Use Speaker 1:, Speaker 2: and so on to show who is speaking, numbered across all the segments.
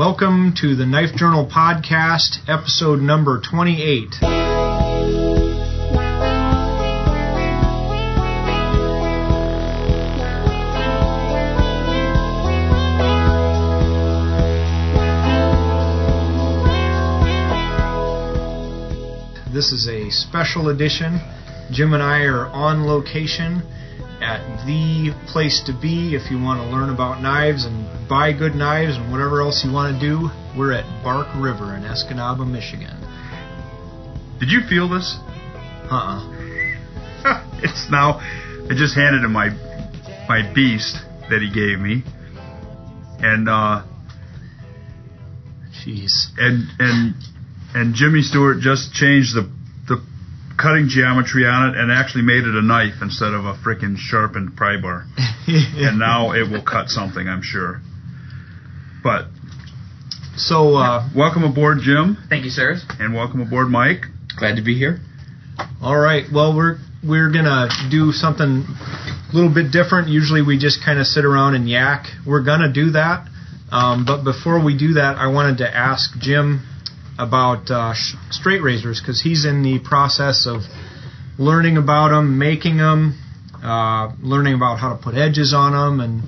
Speaker 1: Welcome to the Knife Journal Podcast, episode number 28. This is a special edition. Jim and I are on location at the place to be if you want to learn about knives and buy good knives and whatever else you want to do. We're at Bark River in Escanaba, Michigan.
Speaker 2: Did you feel this?
Speaker 1: Uh-uh.
Speaker 2: it's now. I just handed him my my beast that he gave me, and uh,
Speaker 1: Jeez.
Speaker 2: and and and Jimmy Stewart just changed the the cutting geometry on it and actually made it a knife instead of a frickin' sharpened pry bar. And now it will cut something, I'm sure. But
Speaker 1: So, uh,
Speaker 2: welcome aboard, Jim,
Speaker 3: Thank you, sirs.
Speaker 2: and welcome aboard, Mike.
Speaker 3: Glad to be here.
Speaker 1: all right. Well, we're we're gonna do something a little bit different. Usually, we just kind of sit around and yak. We're gonna do that, um, but before we do that, I wanted to ask Jim about uh, sh- straight razors because he's in the process of learning about them, making them, uh, learning about how to put edges on them, and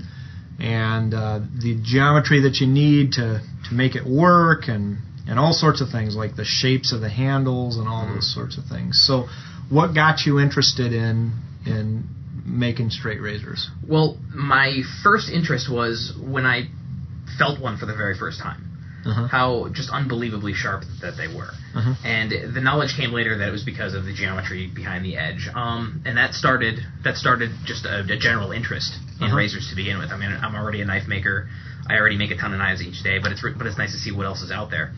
Speaker 1: and uh, the geometry that you need to, to make it work, and and all sorts of things like the shapes of the handles and all those sorts of things. So, what got you interested in in making straight razors?
Speaker 3: Well, my first interest was when I felt one for the very first time.
Speaker 1: Uh-huh.
Speaker 3: How just unbelievably sharp that they were.
Speaker 1: Uh-huh.
Speaker 3: And the knowledge came later that it was because of the geometry behind the edge. Um, and that started that started just a, a general interest in
Speaker 1: Uh-huh.
Speaker 3: razors to begin with. I mean, I'm already a knife maker. I already make a ton of knives each day, but it's re- but it's nice to see what else is out there.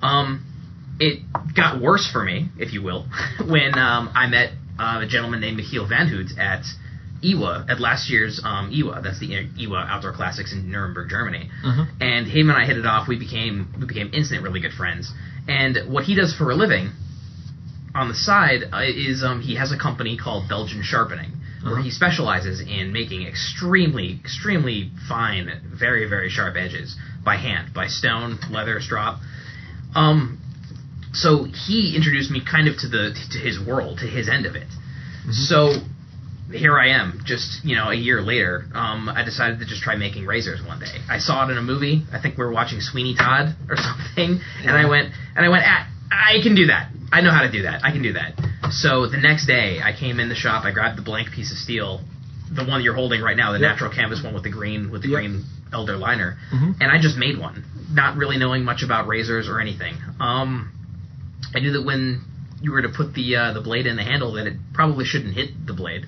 Speaker 3: Um, it got worse for me, if you will, when um, I met uh, a gentleman named Michiel Van Hoods at Iwa, at last year's um, Iwa. That's the Iwa Outdoor Classics in Nuremberg, Germany.
Speaker 1: Mhm.
Speaker 3: And him and I hit it off. We became we became instant really good friends. And what he does for a living on the side uh, is um, he has a company called Belgian Sharpening, where
Speaker 1: Uh-huh.
Speaker 3: he specializes in making extremely, extremely fine, very, very sharp edges by hand, by stone, leather, strop. Um, so he introduced me kind of to the to his world, to his end of it. So here I am, just you know, a year later. Um, I decided to just try making razors one day. I saw it in a movie. I think we were watching Sweeney Todd or something, and I went and I went, ah, I can do that. I know how to do that. I can do that. So the next day, I came in the shop. I grabbed the blank piece of steel, the one you're holding right now, the
Speaker 1: Yep.
Speaker 3: natural canvas one with the green with the
Speaker 1: Yep.
Speaker 3: green elder liner,
Speaker 1: Mhm.
Speaker 3: and I just made one, not really knowing much about razors or anything. Um, I knew that when you were to put the uh, the blade in the handle, that it probably shouldn't hit the blade.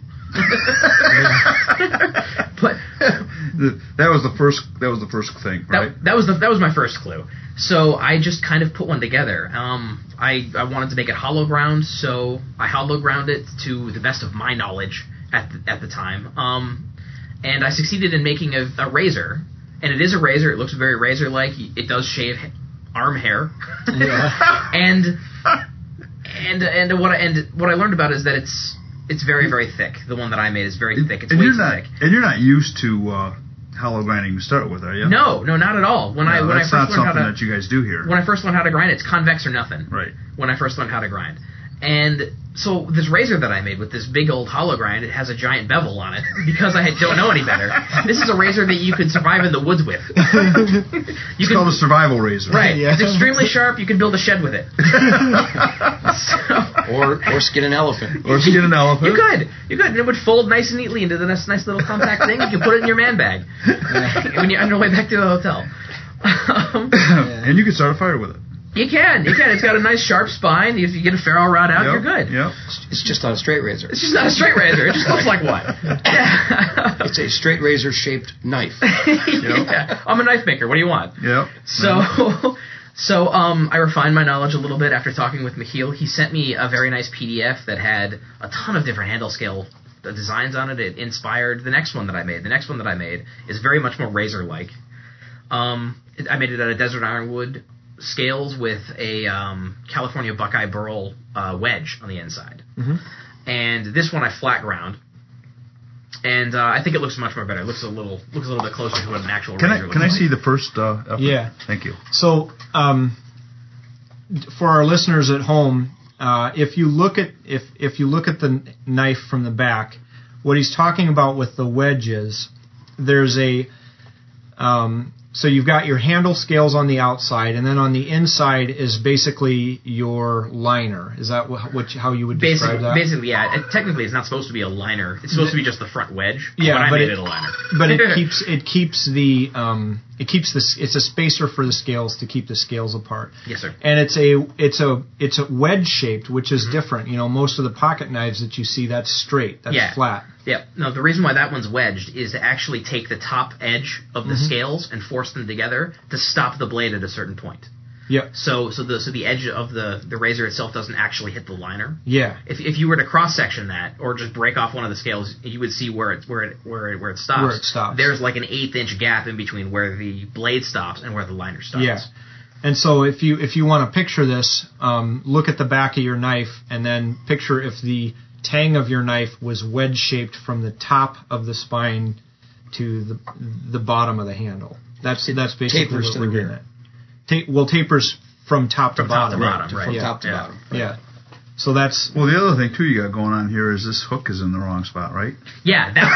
Speaker 3: but
Speaker 2: The- that was the first. That was the first thing,
Speaker 3: that,
Speaker 2: right?
Speaker 3: that was the that was my first clue. So I just kind of put one together. Um, I I wanted to make it hollow ground, so I hollow ground it to the best of my knowledge at the, at the time. Um, and I succeeded in making a, a razor, and it is a razor. It looks very razor like. It does shave h- arm hair,
Speaker 1: Yeah.
Speaker 3: and and and what I, and what I learned about is that it's it's very very thick. The one that I made is very thick. It's
Speaker 2: and
Speaker 3: way
Speaker 2: you're
Speaker 3: too
Speaker 2: not,
Speaker 3: thick.
Speaker 2: And you're not used to uh, hollow grinding to start with, are you?
Speaker 3: No, no, not at all. When I
Speaker 2: No,
Speaker 3: when I
Speaker 2: that's not
Speaker 3: first learned how
Speaker 2: something
Speaker 3: to
Speaker 2: that you guys do here.
Speaker 3: when I first learned how to grind, it's convex or nothing.
Speaker 2: right.
Speaker 3: When I first learned how to grind. And so this razor that I made with this big old hollow grind, it has a giant bevel on it because I had- don't know any better. This is a razor that you could survive in the woods with. You
Speaker 2: It's
Speaker 3: can
Speaker 2: called a survival razor.
Speaker 3: right.
Speaker 1: Yeah.
Speaker 3: It's extremely sharp. You can build a shed with it. so,
Speaker 4: or or skin an elephant.
Speaker 2: Or skin an elephant.
Speaker 3: you could, you could, and it would fold nice and neatly into this nice little compact thing. You could put it in your man bag when you're on your way back to the hotel. Um,
Speaker 2: and you could start a fire with it.
Speaker 3: You can, you can. It's got a nice sharp spine. If you get a ferrule rod out, you're
Speaker 2: Yep,
Speaker 3: good.
Speaker 2: Yep.
Speaker 4: It's just not a straight razor.
Speaker 3: It's just not a straight razor. It just looks like one. Yeah.
Speaker 4: It's a straight razor shaped knife.
Speaker 3: Yeah. I'm a knife maker. What do you want?
Speaker 2: Yep.
Speaker 3: So, so um, I refined my knowledge a little bit after talking with Michiel. He sent me a very nice PDF that had a ton of different handle scale uh, designs on it. It inspired the next one that I made. The next one that I made is very much more razor like. Um, it- I made it out of desert ironwood scales with a um, California Buckeye
Speaker 2: Mm-hmm.
Speaker 3: burl uh, wedge on the inside.
Speaker 1: Mhm.
Speaker 3: And this one I flat ground and uh, I think it looks much more better. It looks a little looks a little bit closer to what an actual
Speaker 2: Can
Speaker 3: razor
Speaker 2: I can I
Speaker 3: looks
Speaker 2: see
Speaker 3: like.
Speaker 2: the first? Uh, effort?
Speaker 1: Yeah.
Speaker 2: Thank you.
Speaker 1: So, um, for our listeners at home, uh, if you look at if if you look at the kn- knife from the back, what he's talking about with the wedge is there's a um, so you've got your handle scales on the outside, and then on the inside is basically your liner. Is that wha- what you- how you would describe
Speaker 3: Basically,
Speaker 1: that?
Speaker 3: basically, yeah. It, technically, it's not supposed to be a liner. It's supposed to be just the front wedge.
Speaker 1: Yeah,
Speaker 3: but I
Speaker 1: but
Speaker 3: made
Speaker 1: it-
Speaker 3: it, a liner.
Speaker 1: but it keeps it keeps the um, it keeps this it's a spacer for the scales to keep the scales apart.
Speaker 3: Yes, sir.
Speaker 1: And it's a it's a it's a wedge shaped, which is
Speaker 3: Mm-hmm.
Speaker 1: different. You know, most of the pocket knives that you see that's straight, that's
Speaker 3: Yeah.
Speaker 1: flat.
Speaker 3: Yeah. No, the reason why that one's wedged is to actually take the top edge of the
Speaker 1: Mm-hmm.
Speaker 3: scales and force them together to stop the blade at a certain point.
Speaker 1: Yep.
Speaker 3: So, so the so the edge of the the razor itself doesn't actually hit the liner.
Speaker 1: Yeah.
Speaker 3: If, if you were to cross section that, or just break off one of the scales, you would see where it where it where it, where it stops.
Speaker 1: Where it stops.
Speaker 3: There's like an eighth inch gap in between where the blade stops and where the liner stops.
Speaker 1: Yeah. And so if you if you want to picture this, um, look at the back of your knife and then picture if the tang of your knife was wedge shaped from the top of the spine to the the bottom of the handle. That's that's basically
Speaker 4: tapers
Speaker 1: what
Speaker 4: to
Speaker 1: we're
Speaker 4: the
Speaker 1: getting
Speaker 4: rear.
Speaker 1: at. Ta- well, tapers from top to
Speaker 3: From top to
Speaker 1: bottom.
Speaker 3: bottom, right.
Speaker 4: From
Speaker 1: Yeah.
Speaker 4: top to
Speaker 3: Yeah.
Speaker 4: bottom.
Speaker 1: Yeah. So that's
Speaker 2: Well, the other thing too you got going on here is this hook is in the wrong spot, right?
Speaker 3: Yeah, that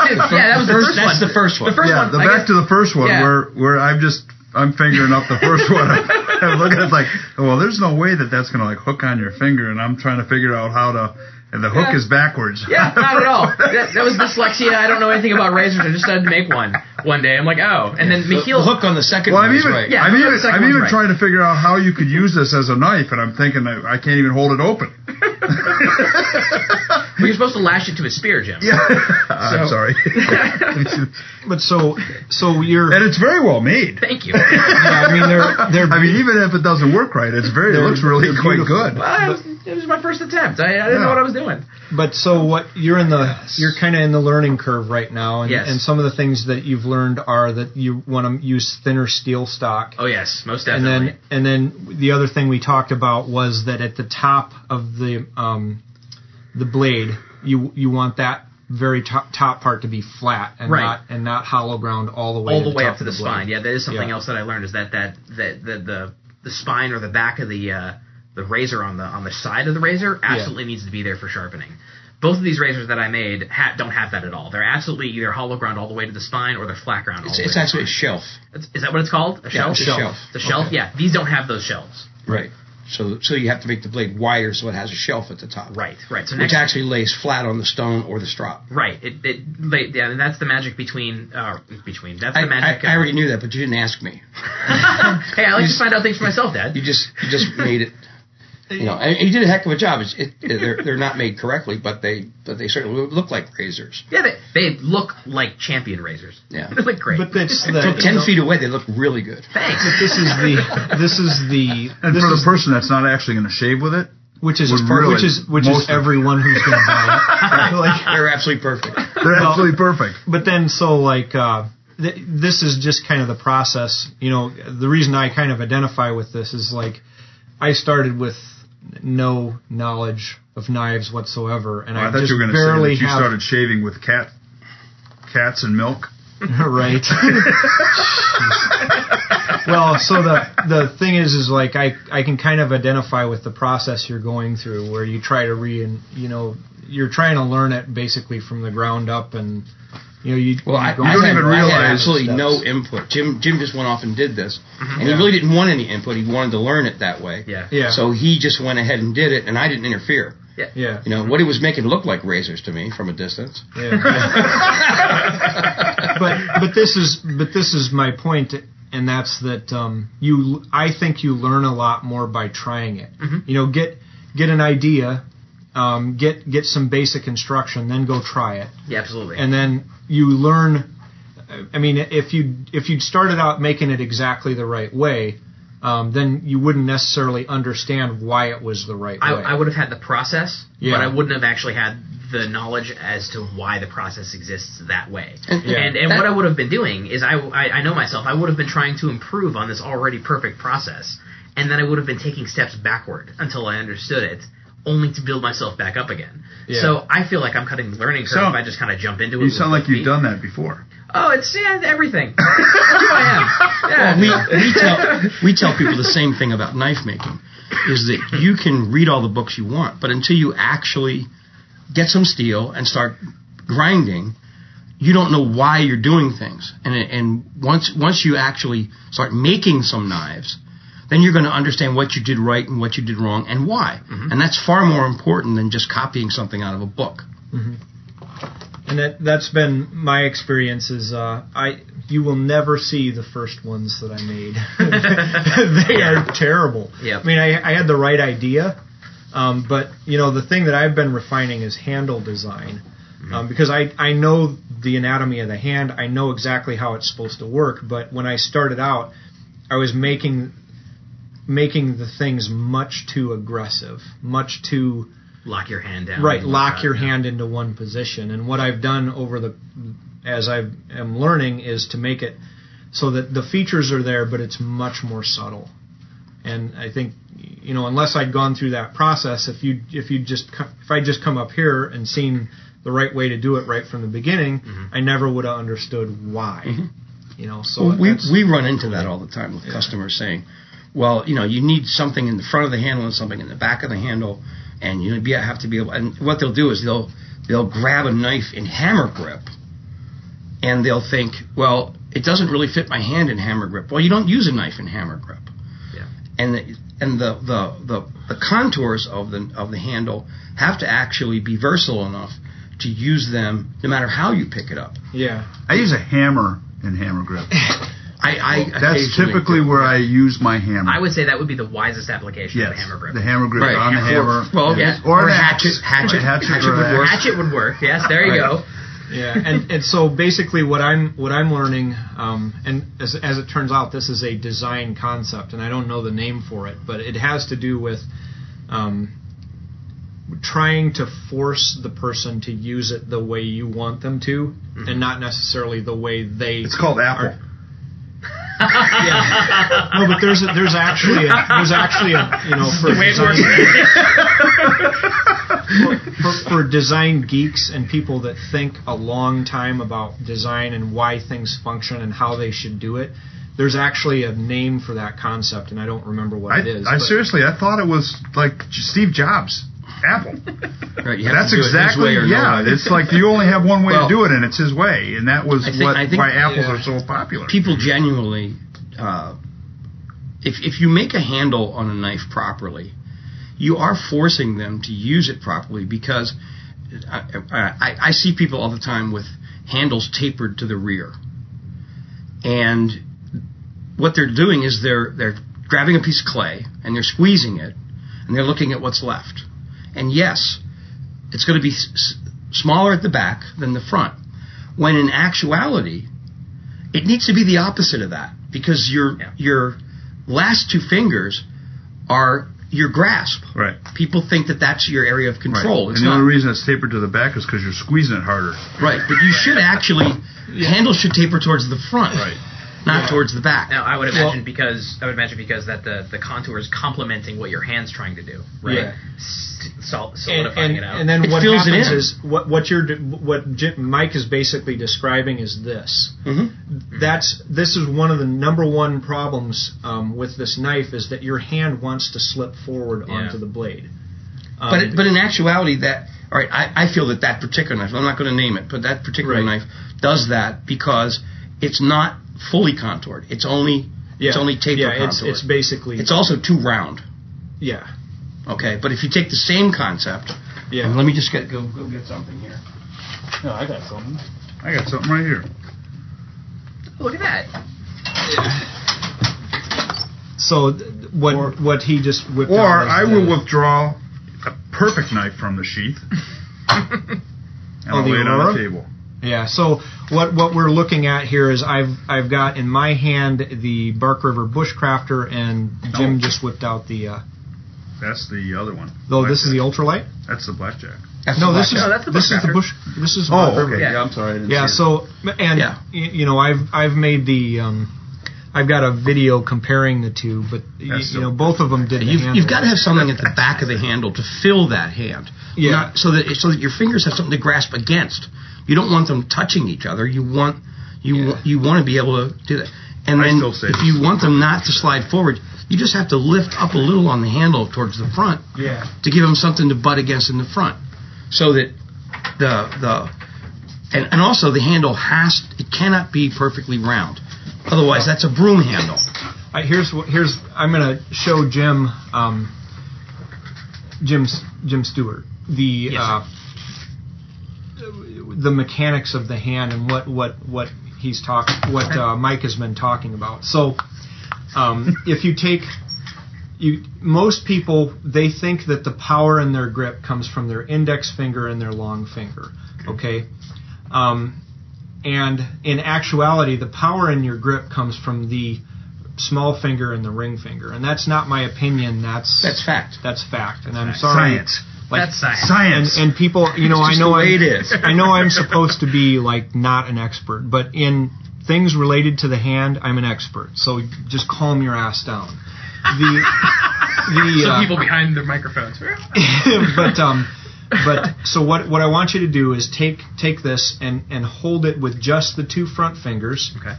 Speaker 3: one. yeah, that was the
Speaker 4: First-
Speaker 3: first one.
Speaker 4: that's the first one.
Speaker 3: The first
Speaker 2: yeah,
Speaker 3: one.
Speaker 2: the
Speaker 3: I
Speaker 2: back
Speaker 3: guess-
Speaker 2: to the first one
Speaker 3: yeah.
Speaker 2: where where I'm just I'm fingering up the first one. I'm looking at it like, well, there's no way that that's gonna like hook on your finger, and I'm trying to figure out how to. And the hook
Speaker 3: Yeah.
Speaker 2: is backwards.
Speaker 3: Yeah, not at all. That, that was dyslexia. I don't know anything about razors. I just decided to make one one day. I'm like, oh. And then
Speaker 4: The,
Speaker 3: Mikhail.
Speaker 4: the hook on the second
Speaker 2: Well,
Speaker 4: one
Speaker 2: I'm
Speaker 4: is
Speaker 2: even,
Speaker 4: right.
Speaker 3: Yeah,
Speaker 2: I'm
Speaker 3: the
Speaker 2: even,
Speaker 3: second
Speaker 2: I'm
Speaker 3: one's
Speaker 2: even
Speaker 3: right.
Speaker 2: trying to figure out how you could use this as a knife, and I'm thinking I, I can't even hold it open.
Speaker 3: Well, you're supposed to lash it to a spear, Jim. Yeah.
Speaker 2: I'm
Speaker 3: So-
Speaker 2: sorry,
Speaker 1: but so so you're
Speaker 2: and it's very well made.
Speaker 3: Thank you.
Speaker 1: I mean, they're they're.
Speaker 2: I mean, even if it doesn't work right, it's very it
Speaker 1: They're-
Speaker 2: looks really
Speaker 1: they're
Speaker 2: quite
Speaker 1: beautiful.
Speaker 2: good.
Speaker 3: Well, it, was, it was my first attempt. I, I didn't
Speaker 2: Yeah.
Speaker 3: know what I was doing.
Speaker 1: But so what? You're in the you're kind of in the learning curve right now, and
Speaker 3: Yes.
Speaker 1: and some of the things that you've learned are that you want to use thinner steel stock,
Speaker 3: Oh yes, most
Speaker 1: and
Speaker 3: definitely.
Speaker 1: then and then the other thing we talked about was that at the top of the um, the blade, you you want that very top, top part to be flat and
Speaker 3: Right.
Speaker 1: not and not hollow ground all the way
Speaker 3: all
Speaker 1: to
Speaker 3: the way
Speaker 1: top
Speaker 3: up to the,
Speaker 1: of blade.
Speaker 3: spine. Yeah, that is something
Speaker 1: Yeah.
Speaker 3: else that I learned is that that that the the, the spine or the back of the uh, the razor on the on the side of the razor absolutely needs to be there for sharpening. Both of these razors that I made ha- don't have that at all. They're absolutely either hollow ground all the way to the spine or they're flat ground all
Speaker 4: It's,
Speaker 3: the way.
Speaker 4: it's
Speaker 3: to the
Speaker 4: actually a
Speaker 3: spine.
Speaker 4: shelf.
Speaker 3: It's- is that what it's called? A shelf.
Speaker 4: it's a shelf. Shelf.
Speaker 3: The shelf.
Speaker 4: Okay.
Speaker 3: Yeah, these don't have those shelves.
Speaker 4: Right. So so you have to make the blade wider so it has a shelf at the top.
Speaker 3: Right. Right. So
Speaker 4: Which
Speaker 3: next.
Speaker 4: actually lays flat on the stone or the strop.
Speaker 3: Right. It, it, they, yeah, and that's the magic between uh, between. That's
Speaker 4: I,
Speaker 3: the magic.
Speaker 4: I, I
Speaker 3: of-
Speaker 4: already knew that, but you didn't ask me.
Speaker 3: hey, I like to find out things for myself, Dad.
Speaker 4: You just you just made it. You know, and you did a heck of a job. It's, it, they're they're not made correctly, but they but they certainly look like razors.
Speaker 3: Yeah, they, they look like champion razors.
Speaker 4: Yeah.
Speaker 3: They look great.
Speaker 1: But that's the,
Speaker 4: From ten feet away, they look really good.
Speaker 3: Thanks.
Speaker 1: This is the this is the
Speaker 2: And
Speaker 1: this
Speaker 2: for
Speaker 1: is
Speaker 2: the person that's not actually going to shave with it,
Speaker 1: which is
Speaker 2: would really
Speaker 1: which is which is
Speaker 2: most of-
Speaker 1: everyone who's going to buy it. Like,
Speaker 4: They're absolutely perfect.
Speaker 2: they're absolutely perfect.
Speaker 1: but then so like uh, th- this is just kind of the process. You know, the reason I kind of identify with this is like I started with no knowledge of knives whatsoever, and
Speaker 2: I
Speaker 1: I,
Speaker 2: thought
Speaker 1: just
Speaker 2: you were going to say
Speaker 1: barely
Speaker 2: that you
Speaker 1: have
Speaker 2: started shaving with cat, cats and milk.
Speaker 1: right. well, so the the thing is, is like I I can kind of identify with the process you're going through, where you try to re and you know you're trying to learn it basically from the ground up, and you know you
Speaker 4: Well, I,
Speaker 1: you go
Speaker 4: I
Speaker 1: through
Speaker 4: had-
Speaker 2: even
Speaker 1: the
Speaker 4: I had
Speaker 2: realize
Speaker 4: absolutely
Speaker 1: steps. Mm-hmm.
Speaker 4: no input. Jim Jim just went off and did this, and he really didn't want any input. He wanted to learn it that way.
Speaker 3: Yeah.
Speaker 1: Yeah.
Speaker 4: So he just went ahead and did it, and I didn't interfere.
Speaker 3: Yeah.
Speaker 1: Yeah.
Speaker 4: You know what he was making look like razors to me from a distance.
Speaker 1: Yeah. but but this is but this is my point, and that's that um, you I think you learn a lot more by trying it.
Speaker 3: Mm-hmm.
Speaker 1: You know, get get an idea, um, get get some basic instruction, then go try it,
Speaker 3: Yeah, absolutely.
Speaker 1: and then you learn. I mean, if you if you'd started out making it exactly the right way. Um, then you wouldn't necessarily understand why it was the right
Speaker 3: I,
Speaker 1: way.
Speaker 3: I would have had the process,
Speaker 1: Yeah.
Speaker 3: but I wouldn't have actually had the knowledge as to why the process exists that way.
Speaker 1: Yeah.
Speaker 3: And and
Speaker 4: That-
Speaker 3: what I would have been doing is I, I I know myself. I would have been trying to improve on this already perfect process, and then I would have been taking steps backward until I understood it. only to build myself back up again.
Speaker 5: Yeah.
Speaker 3: So I feel like I'm cutting the learning curve
Speaker 2: So-
Speaker 3: if I just kind of jump into it.
Speaker 2: You
Speaker 3: with
Speaker 2: sound
Speaker 3: both
Speaker 2: like you've
Speaker 3: feet.
Speaker 2: done that before.
Speaker 3: Oh, it's yeah, everything. It's who I am. Yeah.
Speaker 4: we, we tell we tell people the same thing about knife making is that you can read all the books you want, but until you actually get some steel and start grinding, you don't know why you're doing things. And and once once you actually start making some knives, then you're going to understand what you did right and what you did wrong and why. And that's far more important than just copying something out of a book.
Speaker 1: and that that's been my experience is uh, I you will never see the first ones that I made. they are terrible.
Speaker 3: Yep.
Speaker 1: I mean, I, I had the right idea, um, but you know the thing that I've been refining is handle design. Um, because I, I know the anatomy of the hand, I know exactly how it's supposed to work. But when I started out, I was making making the things much too aggressive, much too
Speaker 3: lock your hand down.
Speaker 1: right
Speaker 3: and
Speaker 1: lock
Speaker 3: whatnot,
Speaker 1: your
Speaker 3: yeah.
Speaker 1: hand into one position and what i've done over the as i am learning is to make it so that the features are there but it's much more subtle and i think you know unless i'd gone through that process if you if you just co- if i just come up here and seen the right way to do it right from the beginning
Speaker 4: Mm-hmm.
Speaker 1: i never would have understood why you know so
Speaker 4: Well, we,
Speaker 1: that's-
Speaker 4: we run into that all the time with customers saying, well, you know, you need something in the front of the handle and something in the back of the handle, and you be, have to be able. And what they'll do is they'll they'll grab a knife in hammer grip, and they'll think, well, it doesn't really fit my hand in hammer grip. Well, you don't use a knife in hammer grip.
Speaker 3: Yeah.
Speaker 4: And the, and the, the, the, the contours of the of the handle have to actually be versatile enough to use them no matter how you pick it up.
Speaker 1: yeah
Speaker 2: I use a hammer in hammer grip.
Speaker 4: I, I
Speaker 2: That's
Speaker 4: occasionally
Speaker 2: typically
Speaker 4: do.
Speaker 2: where I use my hammer.
Speaker 3: I would say that would be the wisest application
Speaker 2: yes,
Speaker 3: of a hammer grip.
Speaker 2: the hammer grip
Speaker 4: Right.
Speaker 2: on the
Speaker 4: Or-
Speaker 2: hammer.
Speaker 4: well,
Speaker 3: yeah.
Speaker 2: or, an axe.
Speaker 4: hatchet, hatchet,
Speaker 2: A hatchet,
Speaker 4: hatchet
Speaker 2: or
Speaker 4: would
Speaker 2: an
Speaker 4: work.
Speaker 2: axe.
Speaker 3: Hatchet would work. Yes, there you
Speaker 4: Right.
Speaker 3: go.
Speaker 1: yeah and and so basically what i'm what i'm learning um, and as, as it turns out this is a design concept and i don't know the name for it but it has to do with um, trying to force the person to use it the way you want them to
Speaker 3: Mm-hmm.
Speaker 1: and not necessarily the way they
Speaker 2: It's called apple.
Speaker 1: no but there's a, there's actually a, there's actually a you know for
Speaker 3: Way
Speaker 1: design,
Speaker 3: worse.
Speaker 1: for, for design geeks and people that think a long time about design and why things function and how they should do it, there's actually a name for that concept, and I don't remember what
Speaker 2: I,
Speaker 1: it is.
Speaker 2: I
Speaker 1: but-
Speaker 2: seriously, I thought it was like J- Steve Jobs. Apple.
Speaker 4: Right, you have
Speaker 2: That's
Speaker 4: to do it his
Speaker 2: exactly
Speaker 4: way or no
Speaker 2: yeah.
Speaker 4: way.
Speaker 2: It's like you only have one way
Speaker 4: Well-
Speaker 2: to do it, and it's his way, and that was
Speaker 4: I think-
Speaker 2: what
Speaker 4: I think-
Speaker 2: why apples
Speaker 1: yeah.
Speaker 2: are so popular.
Speaker 4: People genuinely, uh, if if you make a handle on a knife properly, you are forcing them to use it properly because I, I, I see people all the time with handles tapered to the rear, and what they're doing is they're they're grabbing a piece of clay and they're squeezing it, and they're looking at what's left. And yes, it's going to be s- s- smaller at the back than the front. When in actuality, it needs to be the opposite of that because your
Speaker 3: Yeah.
Speaker 4: your last two fingers are your grasp.
Speaker 2: right.
Speaker 4: People think that that's your area of
Speaker 2: Right.
Speaker 4: control.
Speaker 2: And
Speaker 4: It's
Speaker 2: the
Speaker 4: not
Speaker 2: only reason it's tapered to the back is because you're squeezing it harder.
Speaker 4: right, but you should actually handle should taper towards the front,
Speaker 2: Right.
Speaker 4: not towards the back.
Speaker 3: Now I would imagine because I would imagine because that the the contour is complementing what your hand's trying to do,
Speaker 1: Yeah.
Speaker 3: right? S- sol-
Speaker 1: and,
Speaker 3: solidifying
Speaker 1: and,
Speaker 3: it out.
Speaker 1: and then
Speaker 4: It
Speaker 1: what
Speaker 4: fills it
Speaker 1: happens
Speaker 4: in.
Speaker 1: is what what you're d- what Jim, Mike is basically describing is this.
Speaker 4: Mm-hmm.
Speaker 1: That's this is one of the number one problems um, with this knife is that your hand wants to slip forward
Speaker 3: Yeah.
Speaker 1: onto the blade. Um,
Speaker 4: But but in actuality, that all right, I, I feel that that particular knife. I'm not going to name it, but that particular
Speaker 1: Right.
Speaker 4: knife does that because it's not fully contoured. It's only it's
Speaker 1: Yeah.
Speaker 4: only taper
Speaker 1: yeah, it's,
Speaker 4: contoured.
Speaker 1: it's basically
Speaker 4: It's also too round.
Speaker 1: yeah
Speaker 4: Okay, but if you take the same concept,
Speaker 1: yeah.
Speaker 4: and let me just get go go get something here.
Speaker 5: No, I got something.
Speaker 2: I got something right here.
Speaker 3: Look at that.
Speaker 1: So th- what what he just whipped
Speaker 2: Or
Speaker 1: out is
Speaker 2: I
Speaker 1: the-
Speaker 2: will withdraw a perfect knife from the sheath and
Speaker 1: Oh,
Speaker 2: I'll
Speaker 1: the
Speaker 2: lay it on
Speaker 1: Aurora?
Speaker 2: the table.
Speaker 1: Yeah. So what what we're looking at here is I've I've got in my hand the Bark River Bushcrafter, and Jim just whipped out the. Uh,
Speaker 2: That's the other one.
Speaker 1: though this is the
Speaker 2: Blackjack.
Speaker 1: ultralight.
Speaker 2: That's the blackjack.
Speaker 4: That's
Speaker 1: No,
Speaker 4: the
Speaker 1: this is
Speaker 4: black
Speaker 3: No, that's the
Speaker 1: this is the
Speaker 3: Bushcrafter.
Speaker 1: bush. This is Bark
Speaker 2: Oh,
Speaker 1: River.
Speaker 2: okay.
Speaker 3: Yeah.
Speaker 2: I'm sorry. I didn't
Speaker 1: Yeah.
Speaker 2: see it.
Speaker 1: So and
Speaker 4: Yeah.
Speaker 1: y- you know I've I've made the um, I've got a video comparing the two, but you,
Speaker 2: That's
Speaker 1: you
Speaker 2: so-
Speaker 1: know both of them did. the
Speaker 4: You've,
Speaker 1: handle.
Speaker 4: you've got to have something at the back of the handle to fill that hand,
Speaker 1: Yeah.
Speaker 4: Not- so that so that your fingers have something to grasp against. You don't want them touching each other. You want you wa- you want to be able to do that. And
Speaker 2: I
Speaker 4: then
Speaker 2: still say
Speaker 4: if
Speaker 2: this.
Speaker 4: you want them not to slide forward, you just have to lift up a little on the handle towards the front
Speaker 1: yeah.
Speaker 4: to give them something to butt against in the front, so that the the and, and also the handle has it cannot be perfectly round, otherwise that's a broom handle.
Speaker 1: I, here's what here's I'm gonna show Jim um, Jim's Jim Stewart the uh, the mechanics of the hand and what what what he's talk what uh, Mike has been talking about. So um, if you take you most people they think that the power in their grip comes from their index finger and their long finger. Okay. Um, and in actuality, the power in your grip comes from the small finger and the ring finger. And that's not my opinion. That's
Speaker 4: That's fact.
Speaker 1: that's fact. And I'm sorry.
Speaker 2: Science.
Speaker 1: Like,
Speaker 3: That's science.
Speaker 1: And,
Speaker 2: Science.
Speaker 1: and people, you know, I
Speaker 4: It's just
Speaker 1: know
Speaker 4: the way
Speaker 1: I'm,
Speaker 4: it is.
Speaker 1: I know I'm supposed to be like not an expert, but in things related to the hand, I'm an expert. So just calm your ass down. The the
Speaker 3: Some
Speaker 1: uh,
Speaker 3: people behind their microphones.
Speaker 1: but um, but so what? What I want you to do is take take this and and hold it with just the two front fingers.
Speaker 3: Okay.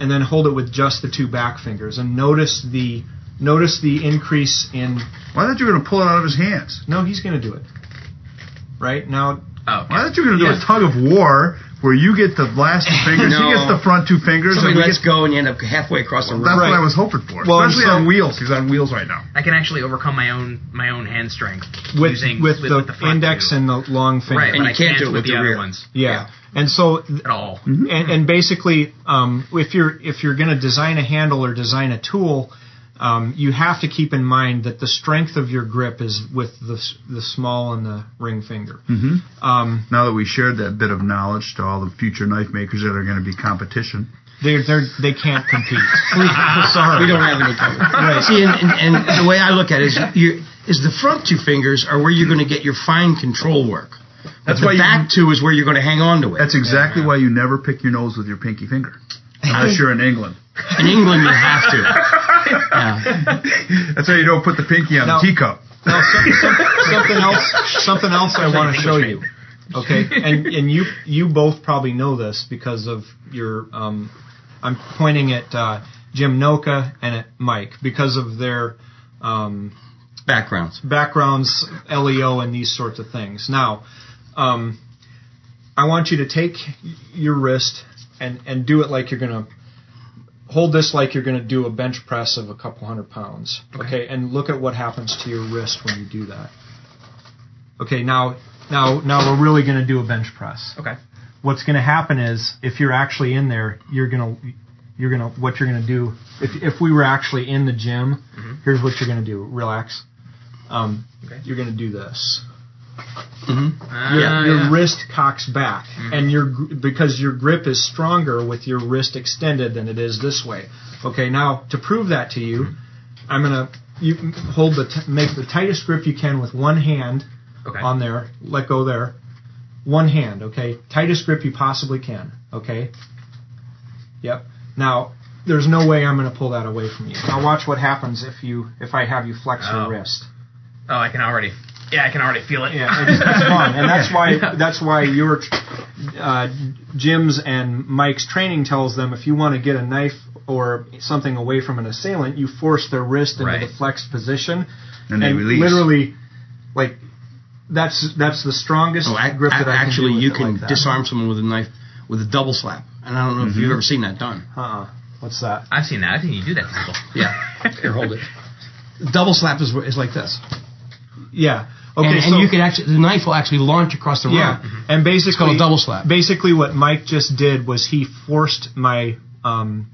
Speaker 1: And then hold it with just the two back fingers, and notice the notice the increase in.
Speaker 2: Why thought you were going to pull it out of his hands?
Speaker 1: No, he's going to do it. Right now,
Speaker 3: Oh, okay.
Speaker 2: Why thought you were going to do
Speaker 1: Yeah.
Speaker 2: a tug of war where you get the last two fingers,
Speaker 4: No.
Speaker 2: he gets the front two fingers, and
Speaker 4: Somebody
Speaker 2: we
Speaker 4: lets
Speaker 2: get.
Speaker 4: go and you end up halfway across the room.
Speaker 2: That's
Speaker 1: Right.
Speaker 2: what I was hoping for,
Speaker 1: Well, and
Speaker 2: especially
Speaker 1: so-
Speaker 2: on wheels. He's on wheels right now.
Speaker 3: I can actually overcome my own my own hand strength
Speaker 1: with
Speaker 3: using
Speaker 1: with, the,
Speaker 3: front
Speaker 1: index
Speaker 3: two.
Speaker 1: and the long finger.
Speaker 3: right,
Speaker 4: And
Speaker 3: but
Speaker 4: you
Speaker 3: I
Speaker 4: can't do it
Speaker 3: with
Speaker 4: with
Speaker 3: the
Speaker 4: your
Speaker 3: other
Speaker 4: rear.
Speaker 3: ones
Speaker 1: Yeah. And so
Speaker 3: at all.
Speaker 1: and, and basically, um, if you're if you're going to design a handle or design a tool, um, you have to keep in mind that the strength of your grip is with the s- the small and the ring finger. Mm-hmm. Um,
Speaker 2: Now that we shared that bit of knowledge to all the future knife makers that are going to be competition,
Speaker 1: they they they can't compete. Sorry,
Speaker 4: We don't have any cover. See, and, and, and the way I look at it is, you is the front two fingers are where you're going to get your fine control work. But
Speaker 2: That's
Speaker 4: the
Speaker 2: why you-
Speaker 4: back two is where you're going to hang on to it.
Speaker 2: that's exactly why you never pick your nose with your pinky finger, unless you're in England.
Speaker 4: In England, you have to. Yeah.
Speaker 2: That's why you don't put the pinky on
Speaker 1: Now-
Speaker 2: the teacup.
Speaker 1: Now, some, some, something else, something else I want to show you. Okay, and and you you both probably know this because of your. Um, I'm pointing at uh, Jim Noka and at Mike because of their um,
Speaker 4: Backgrounds.
Speaker 1: backgrounds, LEO, and these sorts of things. Now, um, I want you to take your wrist and, and do it like you're going to hold this like you're going to do a bench press of a couple hundred pounds. Okay. and look at what happens to your wrist when you do that. Okay, now now now we're really going to do a bench press.
Speaker 3: Okay.
Speaker 1: What's going to happen is if you're actually in there, you're going to you're going to what you're going to do if if we were actually in the gym, here's what you're going to do. Relax. Um,
Speaker 3: Mm-hmm. Okay.
Speaker 1: You're going to do this.
Speaker 3: Ah,
Speaker 1: Your, your
Speaker 3: yeah. Mm-hmm.
Speaker 1: wrist cocks back, and your gr- because your grip is stronger with your wrist extended than it is this way. Okay, now to prove that to you,
Speaker 3: Mm-hmm.
Speaker 1: I'm gonna you m- hold the t- make the tightest grip you can with one hand
Speaker 3: Okay.
Speaker 1: on there. Let go there, one hand. Okay, tightest grip you possibly can. Okay. Yep. Now there's no way I'm gonna pull that away from you. Now watch what happens if you if I have you flex
Speaker 3: Oh.
Speaker 1: your wrist.
Speaker 3: Oh, I can already. Yeah, I can already feel it.
Speaker 1: Yeah, it's, it's fun, and that's why that's why your uh, Jim's and Mike's training tells them if you want to get a knife or something away from an assailant, you force their wrist into
Speaker 3: Right.
Speaker 1: the flexed position,
Speaker 2: And they release.
Speaker 1: literally, like that's that's the strongest
Speaker 4: Oh, ac-
Speaker 1: grip that
Speaker 4: ac-
Speaker 1: I can
Speaker 4: actually,
Speaker 1: do with
Speaker 4: you
Speaker 1: it
Speaker 4: can
Speaker 1: like that.
Speaker 4: disarm someone with a knife with a double slap. And I don't know if
Speaker 1: Mm-hmm.
Speaker 4: you've ever seen that done.
Speaker 1: Uh-uh. What's that?
Speaker 3: I've seen that. I think you do that to people.
Speaker 4: Yeah. Here, hold it. Double slap is, is like this.
Speaker 1: Yeah.
Speaker 4: Okay,
Speaker 1: Okay,
Speaker 4: and,
Speaker 1: so
Speaker 4: and you can actually, the knife will actually launch across the room.
Speaker 1: Yeah,
Speaker 2: Mm-hmm.
Speaker 1: Mm-hmm. and basically
Speaker 4: called a double slap.
Speaker 1: Basically, what Mike just did was he forced my um,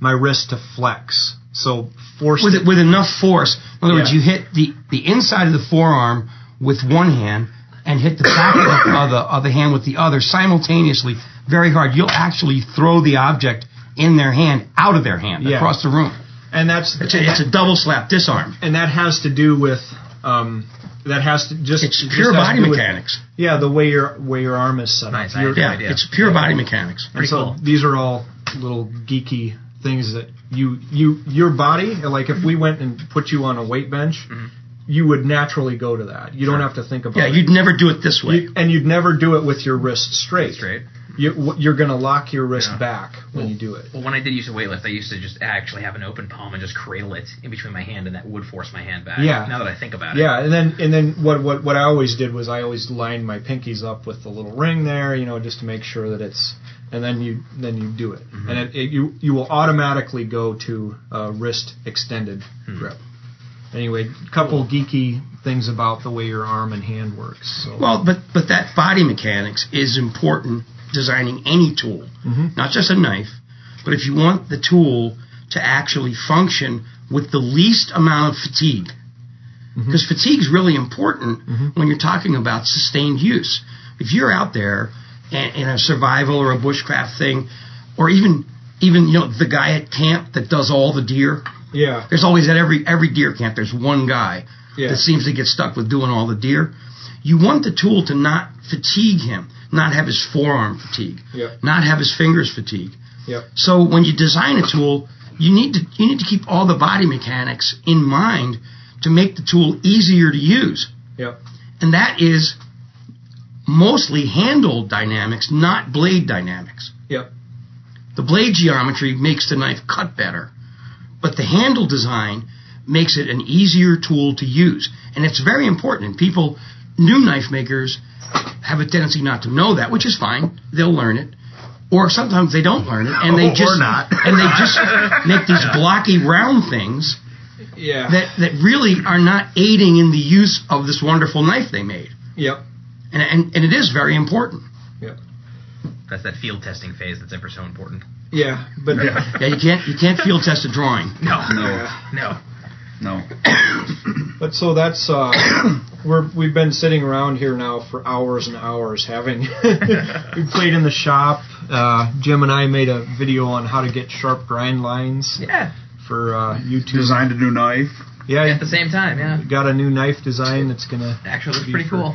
Speaker 1: my wrist to flex. So forced
Speaker 4: with
Speaker 1: it.
Speaker 4: with enough force. In other words,
Speaker 1: Yeah.
Speaker 4: you hit the the inside of the forearm with one hand and hit the back of the, of the of the hand with the other simultaneously, very hard. You'll actually throw the object in their hand out of their hand
Speaker 1: Yeah.
Speaker 4: across the room.
Speaker 1: and that's
Speaker 4: It's a, it's a double slap disarm.
Speaker 1: and that has to do with um, that has to just
Speaker 4: It's
Speaker 1: it just
Speaker 4: pure
Speaker 1: has
Speaker 4: body
Speaker 1: to do with-
Speaker 4: mechanics.
Speaker 1: yeah, the way your way your arm is set
Speaker 3: Nice,
Speaker 1: up.
Speaker 3: I
Speaker 1: Your-
Speaker 3: had no
Speaker 4: Yeah,
Speaker 3: idea.
Speaker 4: it's pure body mechanics.
Speaker 1: and so
Speaker 3: cool.
Speaker 1: these are all little geeky things that you you your body like if we went and put you on a weight bench, you would naturally go to that. You don't have to think about
Speaker 4: Mm-hmm. Yeah,
Speaker 1: it.
Speaker 4: you'd never do it this way.
Speaker 1: You- and you'd never do it with your wrist straight.
Speaker 3: Straight.
Speaker 1: You, w- you're going to lock your wrist
Speaker 2: Yeah.
Speaker 1: back when you do it.
Speaker 3: Well, when I did use a weightlift, I used to just actually have an open palm and just cradle it in between my hand, and that would force my hand back.
Speaker 1: Yeah.
Speaker 3: Now that I think about it.
Speaker 1: Yeah, and then and then what what what I always did was I always lined my pinkies up with the little ring there, you know, just to make sure that it's. And then you then you do it, and it, it, you you will automatically go to uh, wrist extended grip. Anyway, couple geeky things about the way your arm and hand works. So
Speaker 4: Well, but but that body mechanics is important designing any tool, not just a knife. But if you want the tool to actually function with the least amount of fatigue, because fatigue is really important when you're talking about sustained use. If you're out there and, in a survival or a bushcraft thing, or even even you know the guy at camp that does all the deer,
Speaker 1: yeah,
Speaker 4: there's always at every every deer camp. There's one guy
Speaker 1: Yeah.
Speaker 4: that seems to get stuck with doing all the deer. You want the tool to not fatigue him, not have his forearm fatigue,
Speaker 1: Yeah.
Speaker 4: not have his fingers fatigue.
Speaker 1: yep,
Speaker 4: So when you design a tool, you need to you need to keep all the body mechanics in mind to make the tool easier to use,
Speaker 1: yep,
Speaker 4: and that is mostly handle dynamics, not blade dynamics.
Speaker 1: yep,
Speaker 4: The blade geometry makes the knife cut better, but the handle design makes it an easier tool to use. And it's very important. And people, new knife makers, have a tendency not to know that, which is fine. They'll learn it. Or sometimes they don't learn it, and they
Speaker 2: Or
Speaker 4: just
Speaker 2: not.
Speaker 4: and they just make these blocky round things
Speaker 1: yeah,
Speaker 4: that, that really are not aiding in the use of this wonderful knife they made.
Speaker 1: yep,
Speaker 4: And, and, and it is very important.
Speaker 1: yep,
Speaker 3: That's that field testing phase that's ever so important.
Speaker 1: yeah. But
Speaker 4: Yeah, you can't you can't field test a drawing.
Speaker 3: No.
Speaker 2: No.
Speaker 3: No.
Speaker 2: No.
Speaker 1: But so that's uh, we're we've been sitting around here now for hours and hours having we played in the shop. Uh, Jim and I made a video on how to get sharp grind lines
Speaker 3: Yeah.
Speaker 1: for uh, YouTube.
Speaker 2: Designed a new knife.
Speaker 1: Yeah,
Speaker 3: At the same time, yeah.
Speaker 1: got a new knife design that's gonna.
Speaker 3: Actually, looks pretty cool.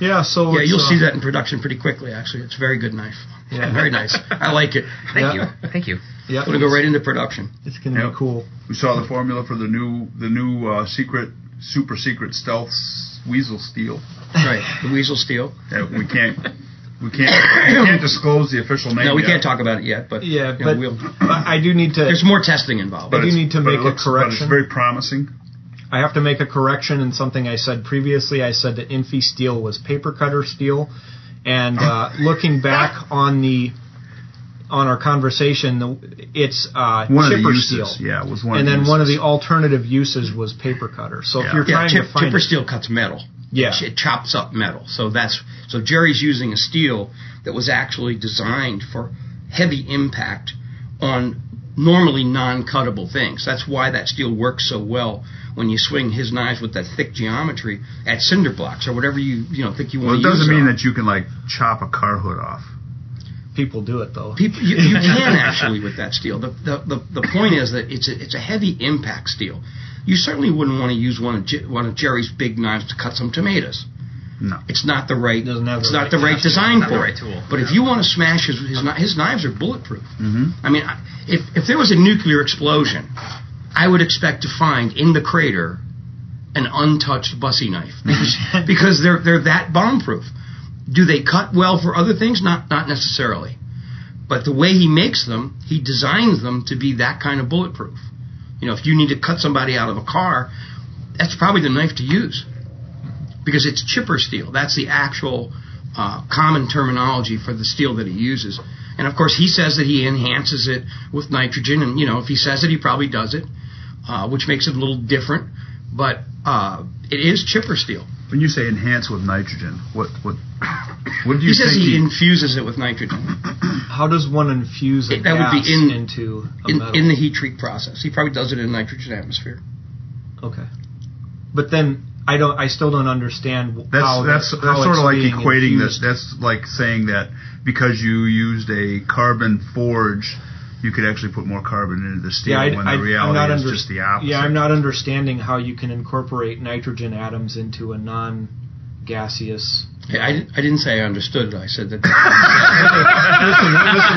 Speaker 1: Yeah, so
Speaker 4: Yeah,
Speaker 1: it's,
Speaker 4: you'll
Speaker 1: uh,
Speaker 4: see that in production pretty quickly. Actually, it's a very good knife.
Speaker 1: Yeah.
Speaker 4: very nice. I like it.
Speaker 3: Thank
Speaker 1: Yeah.
Speaker 3: you. Thank you.
Speaker 1: Yeah,
Speaker 4: I'm gonna go right into production.
Speaker 1: It's gonna
Speaker 2: Yep.
Speaker 1: be cool.
Speaker 2: We saw the formula for the new the new uh, secret super secret stealth s- weasel steel.
Speaker 4: Right, the weasel steel.
Speaker 2: Yeah, we can't we can't we can't disclose the official name.
Speaker 4: No, we
Speaker 2: yet,
Speaker 4: can't talk about it yet, but
Speaker 1: Yeah,
Speaker 4: you know,
Speaker 1: but
Speaker 4: we'll,
Speaker 1: I I do need to.
Speaker 4: there's more testing involved.
Speaker 1: But- I do
Speaker 2: it's-
Speaker 1: need to
Speaker 2: but it
Speaker 1: make a
Speaker 2: looks- but
Speaker 1: correction.
Speaker 2: it's very promising.
Speaker 1: I have to make a correction in something I said previously. I said that Infi steel was paper cutter steel, and uh, looking back on the on our conversation, the, it's uh,
Speaker 2: One of the
Speaker 1: chipper
Speaker 2: uses,
Speaker 1: steel.
Speaker 2: yeah, was one.
Speaker 1: and
Speaker 2: of
Speaker 1: then
Speaker 2: the
Speaker 1: one of the
Speaker 2: uses.
Speaker 1: alternative uses was paper cutter. So
Speaker 2: Yeah.
Speaker 1: if you're
Speaker 4: yeah,
Speaker 1: trying
Speaker 4: chip,
Speaker 1: to find
Speaker 4: chipper
Speaker 1: it-
Speaker 4: steel cuts metal.
Speaker 1: Yeah.
Speaker 4: It, chops up metal. So that's so Jerry's using a steel that was actually designed for heavy impact on normally non-cuttable things. That's why that steel works so well when you swing his knives with that thick geometry at cinder blocks or whatever you you know think you
Speaker 2: Well,
Speaker 4: want
Speaker 2: it
Speaker 4: to use.
Speaker 2: doesn't
Speaker 4: it
Speaker 2: mean
Speaker 4: on.
Speaker 2: that you can like chop a car hood off.
Speaker 1: people do it though.
Speaker 4: People, you, you can actually with that steel. The, the, the, the point is that it's a, it's a heavy impact steel. You certainly wouldn't want to use one of, Je- one of Jerry's big knives to cut some tomatoes.
Speaker 2: No.
Speaker 4: It's not the right.
Speaker 1: Doesn't have
Speaker 4: it's
Speaker 1: the
Speaker 4: not
Speaker 1: right
Speaker 4: the right
Speaker 3: tool.
Speaker 4: design
Speaker 3: Not the
Speaker 4: for
Speaker 3: right
Speaker 4: it.
Speaker 3: tool.
Speaker 4: But if
Speaker 3: No.
Speaker 4: you want to smash his his, kni- his knives are bulletproof. Mm-hmm. I mean, I- if if there was a nuclear explosion, I would expect to find in the crater an untouched bussy knife because, because they're they're that bombproof. Do they cut well for other things? Not not necessarily. But the way he makes them, he designs them to be that kind of bulletproof. You know, if you need to cut somebody out of a car, that's probably the knife to use because it's chipper steel. That's the actual uh, common terminology for the steel that he uses. And of course, he says that he enhances it with nitrogen, and you know, if he says it, he probably does it, uh, which makes it a little different. But uh, it is chipper steel.
Speaker 2: When you say enhance with nitrogen, what what what do you
Speaker 4: he says
Speaker 2: think?
Speaker 4: he infuses it with nitrogen
Speaker 1: How does one infuse a
Speaker 4: It- that would be
Speaker 1: gas
Speaker 4: in-
Speaker 1: into a
Speaker 4: in,
Speaker 1: metal?
Speaker 4: in the heat treat process. He probably does it in a nitrogen atmosphere.
Speaker 1: okay, but then I don't. I still don't understand wh-
Speaker 2: that's
Speaker 1: how
Speaker 2: that's
Speaker 1: this-
Speaker 2: that's
Speaker 1: how
Speaker 2: sort
Speaker 1: it's
Speaker 2: of like
Speaker 1: being
Speaker 2: equating
Speaker 1: infused.
Speaker 2: this. That's like saying that because you used a carbon forge, you could actually put more carbon into the steel
Speaker 1: Yeah, I,
Speaker 2: when
Speaker 1: I,
Speaker 2: the reality
Speaker 1: am not
Speaker 2: is
Speaker 1: under-
Speaker 2: just the opposite.
Speaker 1: Yeah, I'm not understanding how you can incorporate nitrogen atoms into a non-gaseous
Speaker 4: Hey, I, didn't- I didn't say I understood it. I said that.
Speaker 1: listen, listen,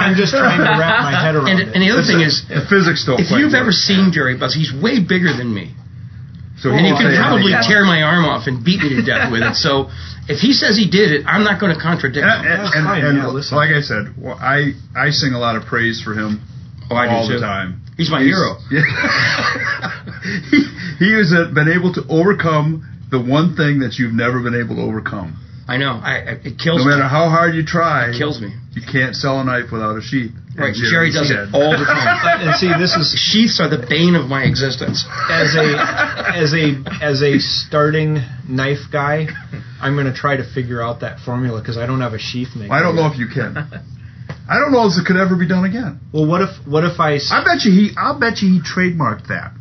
Speaker 1: I, I'm just trying to wrap my head around
Speaker 4: and,
Speaker 1: it.
Speaker 4: and the other thing is,
Speaker 2: The physics don't.
Speaker 4: if
Speaker 2: quite
Speaker 4: you've
Speaker 2: work.
Speaker 4: ever seen Jerry Buzz, he's way bigger than me.
Speaker 2: so
Speaker 4: And
Speaker 1: Oh,
Speaker 4: you
Speaker 2: we'll
Speaker 4: can
Speaker 2: say,
Speaker 4: probably
Speaker 2: honey,
Speaker 4: tear my arm off and beat me to death with it. So if he says he did it, I'm not going to contradict
Speaker 2: And,
Speaker 4: him.
Speaker 2: and,
Speaker 1: That's
Speaker 2: and-
Speaker 1: fine,
Speaker 2: and
Speaker 1: yeah, listen.
Speaker 2: like I said, well, I I sing a lot of praise for him
Speaker 4: Oh, I do
Speaker 2: all
Speaker 4: too.
Speaker 2: the time.
Speaker 4: He's my
Speaker 2: He's-
Speaker 4: hero.
Speaker 2: he, he has uh, been able to overcome the one thing that you've never been able to overcome.
Speaker 4: I know. I, I, it kills
Speaker 2: No matter
Speaker 4: me.
Speaker 2: how hard you try,
Speaker 4: It kills me.
Speaker 2: you can't sell a knife without a sheath.
Speaker 4: Right.
Speaker 2: And
Speaker 4: Jerry does
Speaker 2: said-
Speaker 4: it all the time.
Speaker 1: and see, this is
Speaker 4: Sheaths are the bane of my existence.
Speaker 1: as a as a as a starting knife guy, I'm going to try to figure out that formula because I don't have a sheath maker.
Speaker 2: I don't know if you can. I don't know if it could ever be done again.
Speaker 1: Well, what if what if I s-
Speaker 2: I bet you he. I bet you he trademarked that.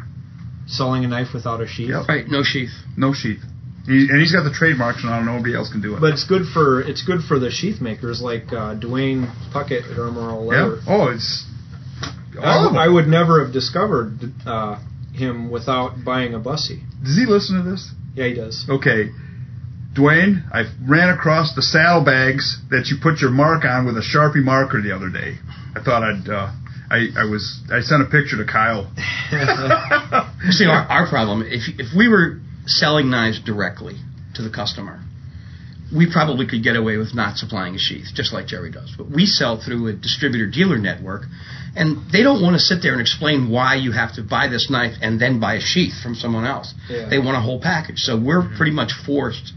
Speaker 1: selling a knife without a sheath?
Speaker 2: Yep.
Speaker 4: Right. No sheath.
Speaker 2: No sheath. He, and he's got the trademarks, and I don't know nobody else can do it.
Speaker 1: But it's good for it's good for the sheath makers like uh, Dwayne Puckett at Armor All
Speaker 2: yeah.
Speaker 1: Leather.
Speaker 2: Oh, it's all of
Speaker 1: I, I
Speaker 2: them.
Speaker 1: would never have discovered uh, him without buying a bussy.
Speaker 2: Does he listen to this?
Speaker 1: Yeah, he does.
Speaker 2: Okay. Dwayne, I ran across the saddlebags that you put your mark on with a Sharpie marker the other day. I thought I'd. Uh, I, I was. I sent a picture to Kyle.
Speaker 4: See, our, our problem, if, if we were selling knives directly to the customer, we probably could get away with not supplying a sheath, just like Jerry does. But we sell through a distributor dealer network, and they don't want to sit there and explain why you have to buy this knife and then buy a sheath from someone else.
Speaker 1: Yeah.
Speaker 4: They want a whole package. So we're pretty much forced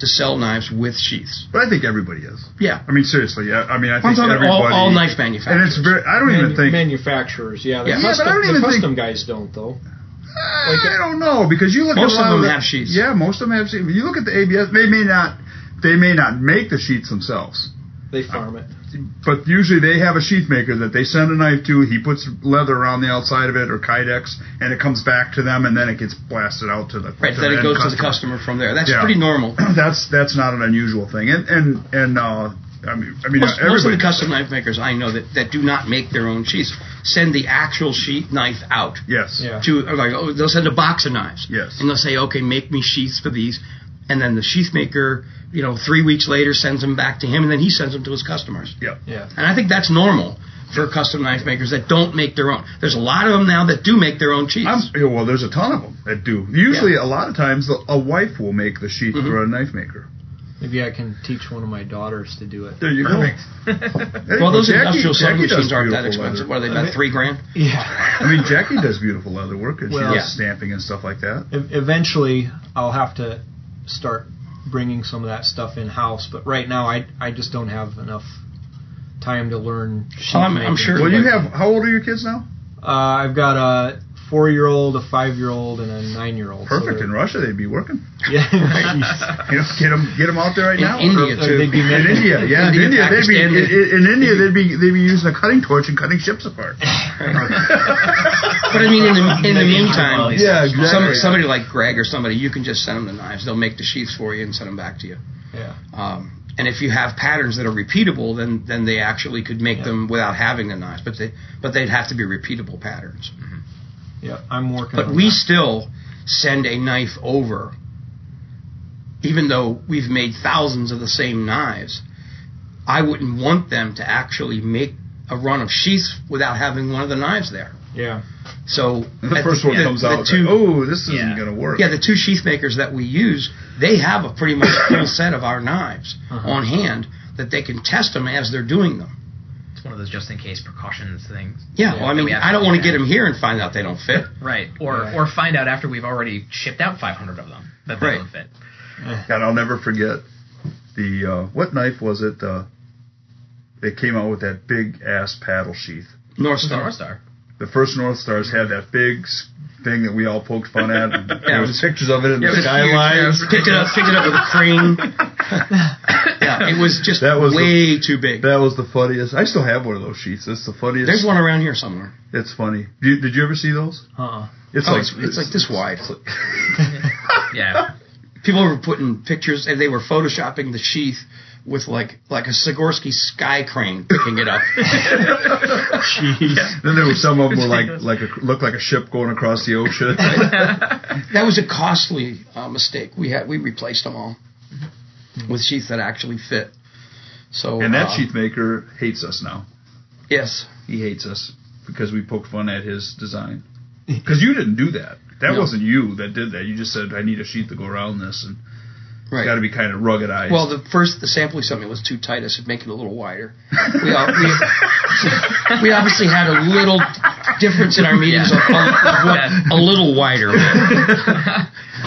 Speaker 4: to sell knives with sheaths.
Speaker 2: But I think everybody is.
Speaker 4: Yeah.
Speaker 2: I mean, seriously. I, I mean, I
Speaker 4: I'm
Speaker 2: think
Speaker 4: talking
Speaker 2: everybody.
Speaker 4: all, all knife
Speaker 2: and
Speaker 4: manufacturers.
Speaker 2: it's very. I don't even
Speaker 1: Manu-
Speaker 2: think.
Speaker 1: manufacturers. Yeah, the
Speaker 4: Yeah. Yeah, but
Speaker 1: custom,
Speaker 2: I don't
Speaker 1: the
Speaker 2: even think-
Speaker 1: custom guys don't though.
Speaker 2: Uh, I don't know because you look
Speaker 4: Most
Speaker 2: at a lot
Speaker 4: of them
Speaker 2: the-
Speaker 4: have sheets.
Speaker 2: Yeah, most of them have sheets. You look at the ABS; they may not, they may not make the sheets themselves,
Speaker 1: They
Speaker 2: Uh,
Speaker 1: farm it.
Speaker 2: but usually they have a sheet maker that they send a knife to. He puts leather around the outside of it or kydex, and it comes back to them, and then it gets blasted out to the
Speaker 4: right,
Speaker 2: to
Speaker 4: then
Speaker 2: the
Speaker 4: it
Speaker 2: end
Speaker 4: goes to the customer from there. That's
Speaker 2: Yeah.
Speaker 4: pretty normal.
Speaker 2: that's that's not an unusual thing, and and and uh, I mean, I mean,
Speaker 4: Most,
Speaker 2: uh,
Speaker 4: most of the
Speaker 2: everybody.
Speaker 4: custom knife makers I know that, that do not make their own sheaths send the actual sheath knife out
Speaker 2: yes.
Speaker 1: Yeah.
Speaker 4: to or like oh, they'll send a box of knives.
Speaker 2: Yes.
Speaker 4: And they'll say, okay, make me sheaths for these, and then the sheath maker, you know, three weeks later sends them back to him, and then he sends them to his customers.
Speaker 2: Yep.
Speaker 1: Yeah.
Speaker 4: And I think that's normal for custom knife makers that don't make their own. There's a lot of them now that do make their own sheaths.
Speaker 2: I'm, yeah, well, there's a ton of them that do. Usually, a lot of times, the, a wife will make the
Speaker 4: Mm-hmm.
Speaker 2: sheet for a knife maker.
Speaker 1: Maybe I can teach one of my daughters to do it.
Speaker 2: There you
Speaker 3: Perfect.
Speaker 2: go. Hey,
Speaker 4: well, those
Speaker 2: Jackie-
Speaker 4: industrial sewing
Speaker 2: Jackie does
Speaker 4: machines aren't
Speaker 2: beautiful
Speaker 4: that
Speaker 2: leather.
Speaker 4: expensive. What are they, about three grand?
Speaker 1: Yeah.
Speaker 2: I mean, Jackie does beautiful leather work, and
Speaker 1: Well-
Speaker 2: she
Speaker 1: Yeah.
Speaker 2: does stamping and stuff like that.
Speaker 1: E- Eventually, I'll have to start bringing some of that stuff in house. But right now, I I just don't have enough time to learn. sheath
Speaker 2: Oh,
Speaker 4: I'm- I'm
Speaker 1: making.
Speaker 4: sure-
Speaker 2: Well, you have how old are your kids now?
Speaker 1: Uh, I've got a four-year-old, a five-year-old, and a nine-year-old. So
Speaker 2: Perfect.
Speaker 1: they're-
Speaker 2: In Russia, they'd be working.
Speaker 1: yeah.
Speaker 2: You know, get them, out there right
Speaker 4: In
Speaker 2: now.
Speaker 4: India,
Speaker 1: Or
Speaker 4: too.
Speaker 1: they'd be
Speaker 2: In
Speaker 1: making-
Speaker 2: India, yeah, in India,
Speaker 4: India,
Speaker 2: they'd be in,
Speaker 4: Pakistan,
Speaker 2: in- in India they'd be they'd be using a cutting torch and cutting ships apart.
Speaker 4: But I mean, in the, in the meantime,
Speaker 2: Yeah, exactly.
Speaker 4: some, somebody like Greg or somebody, you can just send them the knives. They'll make the sheaths for you and send them back to you.
Speaker 1: yeah.
Speaker 4: Um, and if you have patterns that are repeatable, then then they actually could make them without having the knives. But they but they'd have to be repeatable patterns.
Speaker 1: Yeah. I'm working.
Speaker 4: But
Speaker 1: on
Speaker 4: we
Speaker 1: that.
Speaker 4: still send a knife over, even though we've made thousands of the same knives. I wouldn't want them to actually make a run of sheaths without having one of the knives there.
Speaker 1: Yeah.
Speaker 4: So
Speaker 2: The
Speaker 4: at
Speaker 2: first one
Speaker 4: the-
Speaker 2: comes
Speaker 4: the
Speaker 2: out.
Speaker 4: two-
Speaker 2: oh, this isn't
Speaker 3: Yeah.
Speaker 2: gonna work.
Speaker 4: Yeah, the two sheath makers that we use, they have a pretty much full set of our knives
Speaker 1: Uh-huh.
Speaker 4: on hand that they can test them as they're doing them.
Speaker 3: It's one of those just in case precautions things.
Speaker 4: Yeah, well, I mean,
Speaker 3: We have
Speaker 4: I don't
Speaker 3: to
Speaker 4: want to
Speaker 3: do
Speaker 4: get
Speaker 3: that.
Speaker 4: them here and find out they don't fit.
Speaker 3: Right. Or
Speaker 1: Yeah.
Speaker 3: or find out after we've already shipped out 500 of them that they
Speaker 4: Right.
Speaker 3: don't fit.
Speaker 2: God, I'll never forget the uh, what knife was it? Uh, they came out with that big ass paddle sheath.
Speaker 4: North
Speaker 3: The
Speaker 4: Star.
Speaker 3: North Star.
Speaker 2: the first North Stars had that big s- thing that we all poked fun at. And there was pictures of it in
Speaker 4: It
Speaker 2: the
Speaker 4: was
Speaker 2: skyline.
Speaker 4: huge. Picked it up, picked it up with a crane. yeah, it was just
Speaker 2: That was
Speaker 4: way too big.
Speaker 2: That was the funniest. I still have one of those sheets. It's the funniest.
Speaker 4: There's one around here somewhere.
Speaker 2: It's funny. Did you, did you ever see those?
Speaker 1: Uh-uh.
Speaker 2: It's
Speaker 4: Oh, it's, it's like this wide.
Speaker 3: Yeah.
Speaker 4: People were putting pictures, and they were photoshopping the sheath with like like a Sikorsky sky crane picking it up.
Speaker 2: Then there were some of them were like like a, looked like a ship going across the ocean.
Speaker 4: That was a costly uh, mistake. We had we replaced them all.
Speaker 6: Mm-hmm.
Speaker 4: with sheaths that actually fit. So
Speaker 2: And that
Speaker 4: uh,
Speaker 2: sheath maker hates us now.
Speaker 4: yes,
Speaker 2: He hates us because we poked fun at his design. Because you didn't do that. That
Speaker 4: No.
Speaker 2: wasn't you that did that. You just said, "I need a sheath to go around this, and
Speaker 4: right.
Speaker 2: it's got to be kind of ruggedized."
Speaker 4: Well, the first the sample we sent me was too tight. I said make it a little wider. We, all, we, we obviously had a little difference in our meetings of, of, of what a little wider.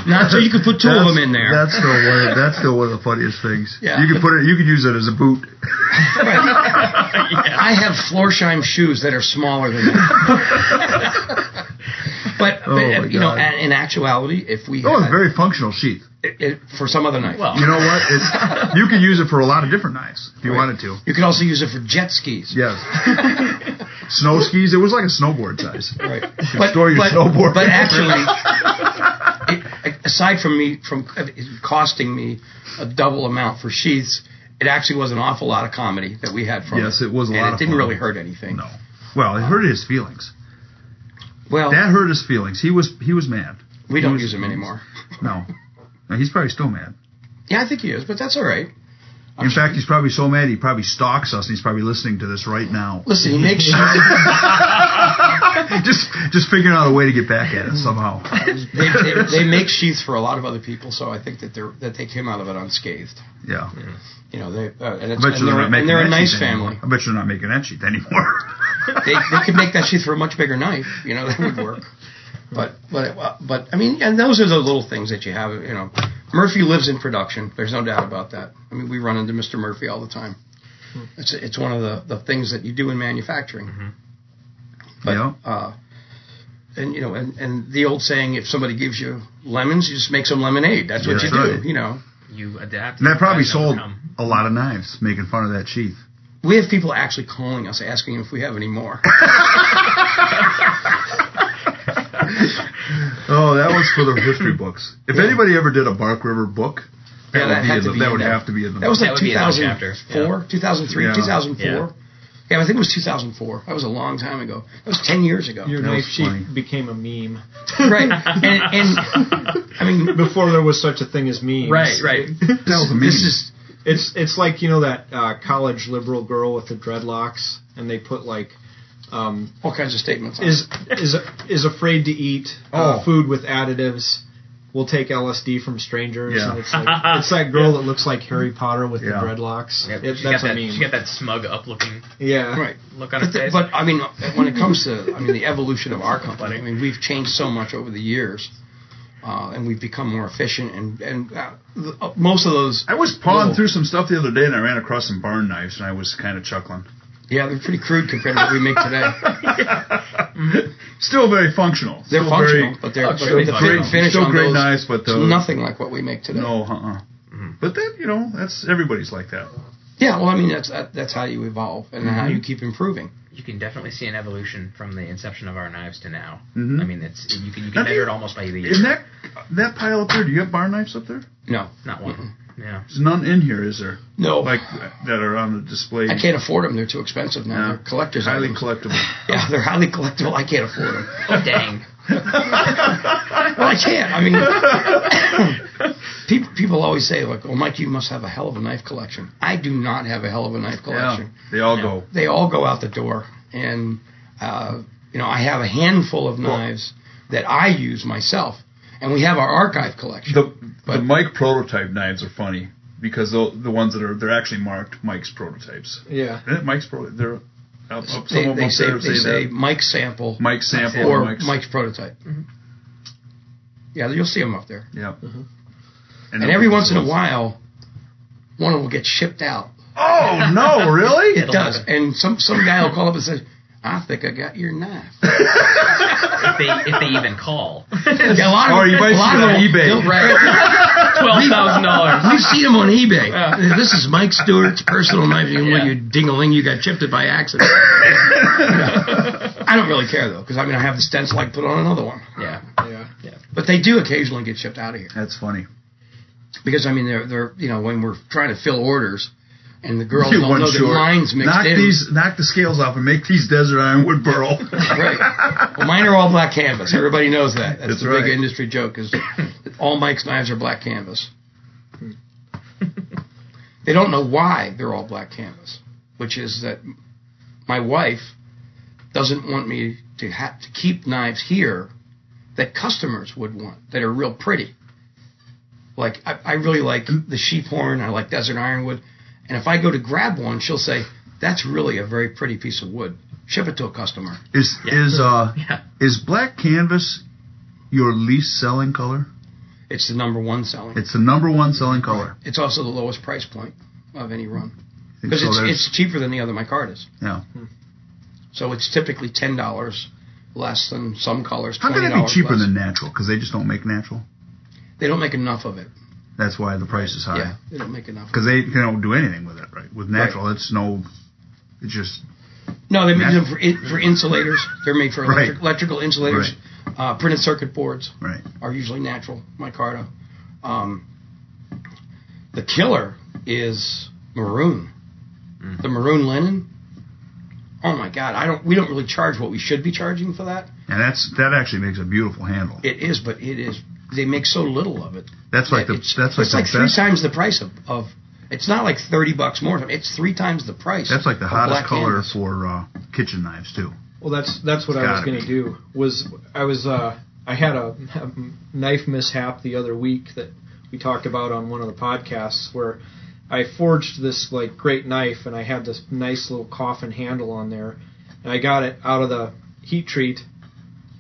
Speaker 4: Not so you could put two of them in there.
Speaker 6: That's still one. Of, that's still one of the funniest things.
Speaker 4: Yeah.
Speaker 6: You could put it. You could use it as a boot.
Speaker 4: I have Florsheim shoes that are smaller than that. but,
Speaker 6: Oh, my
Speaker 4: but, you
Speaker 6: God.
Speaker 4: know, a- in actuality, if we
Speaker 6: That was
Speaker 4: had-
Speaker 6: Oh, a very functional sheath.
Speaker 4: it, it, for some other knife,
Speaker 6: You know what? It's, you could use it for a lot of different knives if you
Speaker 4: Right.
Speaker 6: wanted to.
Speaker 4: you could also use it for jet skis.
Speaker 6: Yes. Snow skis. It was like a snowboard size.
Speaker 4: Right.
Speaker 6: store your snowboard.
Speaker 4: But actually, it, aside from me from it costing me a double amount for sheaths, it actually was an awful lot of comedy that we had from
Speaker 6: Yes, it was a
Speaker 4: and
Speaker 6: lot
Speaker 4: It
Speaker 6: of
Speaker 4: didn't
Speaker 6: fun.
Speaker 4: really hurt anything.
Speaker 6: No. Well, it hurt his feelings.
Speaker 4: Well,
Speaker 6: That hurt his feelings. He was he was mad.
Speaker 4: we don't use them anymore.
Speaker 6: No. No, he's probably still mad.
Speaker 4: Yeah, I think he is, but that's all right.
Speaker 6: In fact, he's probably so mad he probably stalks us and he's probably listening to this right now.
Speaker 4: Listen, he makes sheaths.
Speaker 6: just just figuring out a way to get back at us somehow.
Speaker 4: they, they, they make sheaths for a lot of other people, so I think that they're that they came out of it unscathed.
Speaker 6: Yeah.
Speaker 4: You know, they uh, and,
Speaker 6: I
Speaker 4: it's,
Speaker 6: bet
Speaker 4: and
Speaker 6: you they're
Speaker 4: they're,
Speaker 6: not
Speaker 4: and
Speaker 6: making
Speaker 4: they're a
Speaker 6: that
Speaker 4: nice
Speaker 6: sheath
Speaker 4: family.
Speaker 6: Anymore. I bet you they're not making that sheath anymore.
Speaker 4: They they could make that sheath for a much bigger knife. You know, that would work. But but uh, but I mean, and those are the little things that you have. You know, Murphy lives in production. There's no doubt about that. I mean, we run into Mr. Murphy all the time. It's it's one of the, the things that you do in manufacturing. But,
Speaker 6: Yeah.
Speaker 4: Uh, and you know, and, and the old saying, if somebody gives you lemons, you just make some lemonade. That's what
Speaker 6: Yeah,
Speaker 4: you
Speaker 6: that's
Speaker 4: do.
Speaker 6: right.
Speaker 4: You know,
Speaker 3: You adapt.
Speaker 6: And that probably
Speaker 3: I've
Speaker 6: sold
Speaker 3: overcome.
Speaker 6: a lot of knives making fun of that sheath.
Speaker 4: we have people actually calling us asking if we have any more.
Speaker 6: Oh, that was for the history books. If anybody ever did a Bark River book,
Speaker 4: Yeah,
Speaker 6: that, would,
Speaker 4: that
Speaker 6: be
Speaker 4: had
Speaker 6: in
Speaker 4: to
Speaker 6: the,
Speaker 4: be
Speaker 6: that
Speaker 4: in
Speaker 6: would
Speaker 4: there.
Speaker 6: have to be
Speaker 2: Hmm.
Speaker 6: in the
Speaker 4: That was like
Speaker 3: That would be another
Speaker 4: 2004, 2003,
Speaker 6: Yeah.
Speaker 4: 2004.
Speaker 3: Yeah.
Speaker 4: Yeah. I think it was 2004. That was a long time ago. That was 10 years ago.
Speaker 1: Your
Speaker 6: That
Speaker 1: knife
Speaker 6: was funny.
Speaker 1: sheath became a meme
Speaker 4: right. And, and I mean,
Speaker 1: before there was such a thing as memes.
Speaker 3: Right, right.
Speaker 6: that was a meme.
Speaker 4: this is
Speaker 1: It's it's like you know that uh, college liberal girl with the dreadlocks, and they put like um,
Speaker 4: all kinds of statements. on
Speaker 1: is is is afraid to eat uh,
Speaker 6: Oh.
Speaker 1: food with additives. Will take LSD from strangers.
Speaker 6: Yeah.
Speaker 1: And it's, like, it's that girl that looks like Harry Potter with
Speaker 6: Yeah.
Speaker 1: the dreadlocks.
Speaker 3: Yeah,
Speaker 1: It-
Speaker 3: she
Speaker 1: that's
Speaker 3: got
Speaker 1: a
Speaker 3: that,
Speaker 1: meme.
Speaker 3: She got that smug, up-looking
Speaker 1: yeah.
Speaker 4: it. right.
Speaker 3: look on her
Speaker 4: But, the-
Speaker 3: face.
Speaker 4: but I mean, when it comes to I mean the evolution of our company, I mean we've changed so much over the years, uh, and we've become more efficient. And and uh, the, uh, most of those,
Speaker 2: I was pawing
Speaker 4: Whoa.
Speaker 2: through some stuff the other day, and I ran across some barn knives, and I was kind of chuckling.
Speaker 4: yeah, they're pretty crude compared to what we make today.
Speaker 2: Still very functional.
Speaker 4: They're
Speaker 2: Still
Speaker 4: functional,
Speaker 2: very-
Speaker 4: but they're
Speaker 3: Oh,
Speaker 4: but
Speaker 3: sure,
Speaker 4: the
Speaker 3: they're
Speaker 4: fit and
Speaker 3: functional.
Speaker 4: finish
Speaker 2: Still
Speaker 4: on
Speaker 2: great
Speaker 4: those,
Speaker 2: knives, but uh,
Speaker 4: it's
Speaker 2: the-
Speaker 4: nothing like what we make today.
Speaker 2: No, uh, uh
Speaker 4: Mm-hmm.
Speaker 2: But then you know, that's everybody's like that.
Speaker 4: Yeah, well, I mean that's that, that's how you evolve and how
Speaker 2: Mm-hmm.
Speaker 4: you keep improving.
Speaker 3: you can definitely see an evolution from the inception of our knives to now.
Speaker 4: Mm-hmm.
Speaker 2: Mhm.
Speaker 3: I mean, it's you can you
Speaker 2: Now,
Speaker 3: can
Speaker 2: do
Speaker 3: measure
Speaker 2: you-
Speaker 3: it almost by the
Speaker 2: In
Speaker 3: year.
Speaker 2: that that pile up there, do you have barn knives up there?
Speaker 4: No,
Speaker 3: Not one. Yeah.
Speaker 2: There's none in here, is there?
Speaker 4: no,
Speaker 2: Like that are on the display.
Speaker 4: Oh. I can't afford them. They're too expensive now.
Speaker 2: Yeah.
Speaker 4: They're collectors.
Speaker 2: Highly
Speaker 4: items.
Speaker 2: collectible.
Speaker 4: yeah, they're highly collectible. I can't afford them.
Speaker 3: Oh dang.
Speaker 4: Well, I can't. I mean, people people always say like, "Oh, Mike, you must have a hell of a knife collection." I do not have a hell of a knife collection.
Speaker 2: Yeah, they all go.
Speaker 4: They all go out the door, and uh, you know, I have a handful of knives that I use myself, and we have our archive collection.
Speaker 2: The the
Speaker 4: But-
Speaker 2: Mike prototype knives are funny because the the ones that are they're actually marked Mike's prototypes.
Speaker 1: Yeah.
Speaker 2: Isn't it Mike's pro? They're up, up, some
Speaker 4: they
Speaker 2: of them
Speaker 4: they
Speaker 2: up
Speaker 4: say
Speaker 2: there
Speaker 4: they say
Speaker 2: say that.
Speaker 4: Mike sample
Speaker 2: Mike's sample
Speaker 4: or
Speaker 2: Mike's,
Speaker 4: Mike's, prototype. Yeah, you'll see them up there.
Speaker 2: Yeah.
Speaker 4: Mm-hmm. And every once in a while, one will get shipped out.
Speaker 2: Oh no! Really?
Speaker 4: It does. And some some guy will call up and say, "I think I got your knife."
Speaker 3: If they if they even call.
Speaker 4: Yeah, a lot of
Speaker 2: Or you
Speaker 4: a
Speaker 2: might
Speaker 4: lot
Speaker 2: see it on
Speaker 4: of them-
Speaker 2: eBay.
Speaker 4: they'll- Right.
Speaker 3: Twelve thousand dollars.
Speaker 4: We've seen them on eBay. This is Mike Stewart's personal knife. You, well, you ding-a-ling, you got chipped it by accident. I don't really care though, because I mean, I have the stencil. I can put on another one.
Speaker 3: Yeah.
Speaker 1: Yeah.
Speaker 4: But they do occasionally get shipped out of here.
Speaker 6: That's funny.
Speaker 4: because I mean they're they're you know when we're trying to fill orders and the girls
Speaker 6: You
Speaker 4: don't
Speaker 6: one
Speaker 4: know
Speaker 6: short.
Speaker 4: the lines mixed
Speaker 6: knock
Speaker 4: in.
Speaker 6: these, knock the scales off, and make these desert ironwood burl.
Speaker 4: Right. Well, mine are all black canvas. Everybody knows that. That's,
Speaker 6: That's
Speaker 4: the
Speaker 6: right.
Speaker 4: big industry joke is all Mike's knives are black canvas. They don't know why they're all black canvas, which is that my wife doesn't want me to have to keep knives here that customers would want that are real pretty. Like I, I really like the sheep horn. I like desert ironwood, and if I go to grab one, she'll say that's really a very pretty piece of wood. Ship it to a customer.
Speaker 2: Is is uh
Speaker 3: Yeah.
Speaker 2: is black canvas your least selling color?
Speaker 4: It's the number one selling.
Speaker 2: It's the number one selling color.
Speaker 4: It's also the lowest price point of any
Speaker 2: I
Speaker 4: run
Speaker 2: think
Speaker 4: because
Speaker 2: so there's-
Speaker 4: it's, it's cheaper than the other micartas.
Speaker 2: Yeah.
Speaker 4: So it's typically ten dollars less than some colors.
Speaker 2: How can it be
Speaker 4: $20
Speaker 2: cheaper
Speaker 4: less.
Speaker 2: than natural? Because they just don't make natural.
Speaker 4: They don't make enough of it.
Speaker 2: That's why the price is high.
Speaker 4: Yeah, they don't make enough.
Speaker 2: Because they don't do anything with it, right? With natural, it's no. It's just
Speaker 4: No, they make
Speaker 2: Yeah.
Speaker 4: them for, in, for insulators. They're made for electric,
Speaker 2: Right.
Speaker 4: electrical insulators. Uh, printed circuit boards
Speaker 2: right.
Speaker 4: are usually natural micarta. Um, the killer is maroon.
Speaker 2: Mm-hmm.
Speaker 4: The maroon linen. Oh my God! I don't. We don't really charge what we should be charging for that.
Speaker 2: And that's that actually makes a beautiful handle.
Speaker 4: It is, but it is. They make so little of it.
Speaker 2: that's like the
Speaker 4: It's-
Speaker 2: that's like
Speaker 4: it's
Speaker 2: the
Speaker 4: like three
Speaker 2: best.
Speaker 4: times the price of, of. It's not like thirty bucks more. It's three times the price.
Speaker 2: That's like the
Speaker 4: of
Speaker 2: hottest
Speaker 4: black
Speaker 2: color
Speaker 4: canvas.
Speaker 2: for uh, kitchen knives too.
Speaker 1: Well, that's that's what
Speaker 2: It's
Speaker 1: I was
Speaker 2: gotta
Speaker 1: going
Speaker 2: be.
Speaker 1: to do. Was I was uh, I had a, a knife mishap the other week that we talked about on one of the podcasts where I forged this like great knife and I had this nice little coffin handle on there, and I got it out of the heat treat,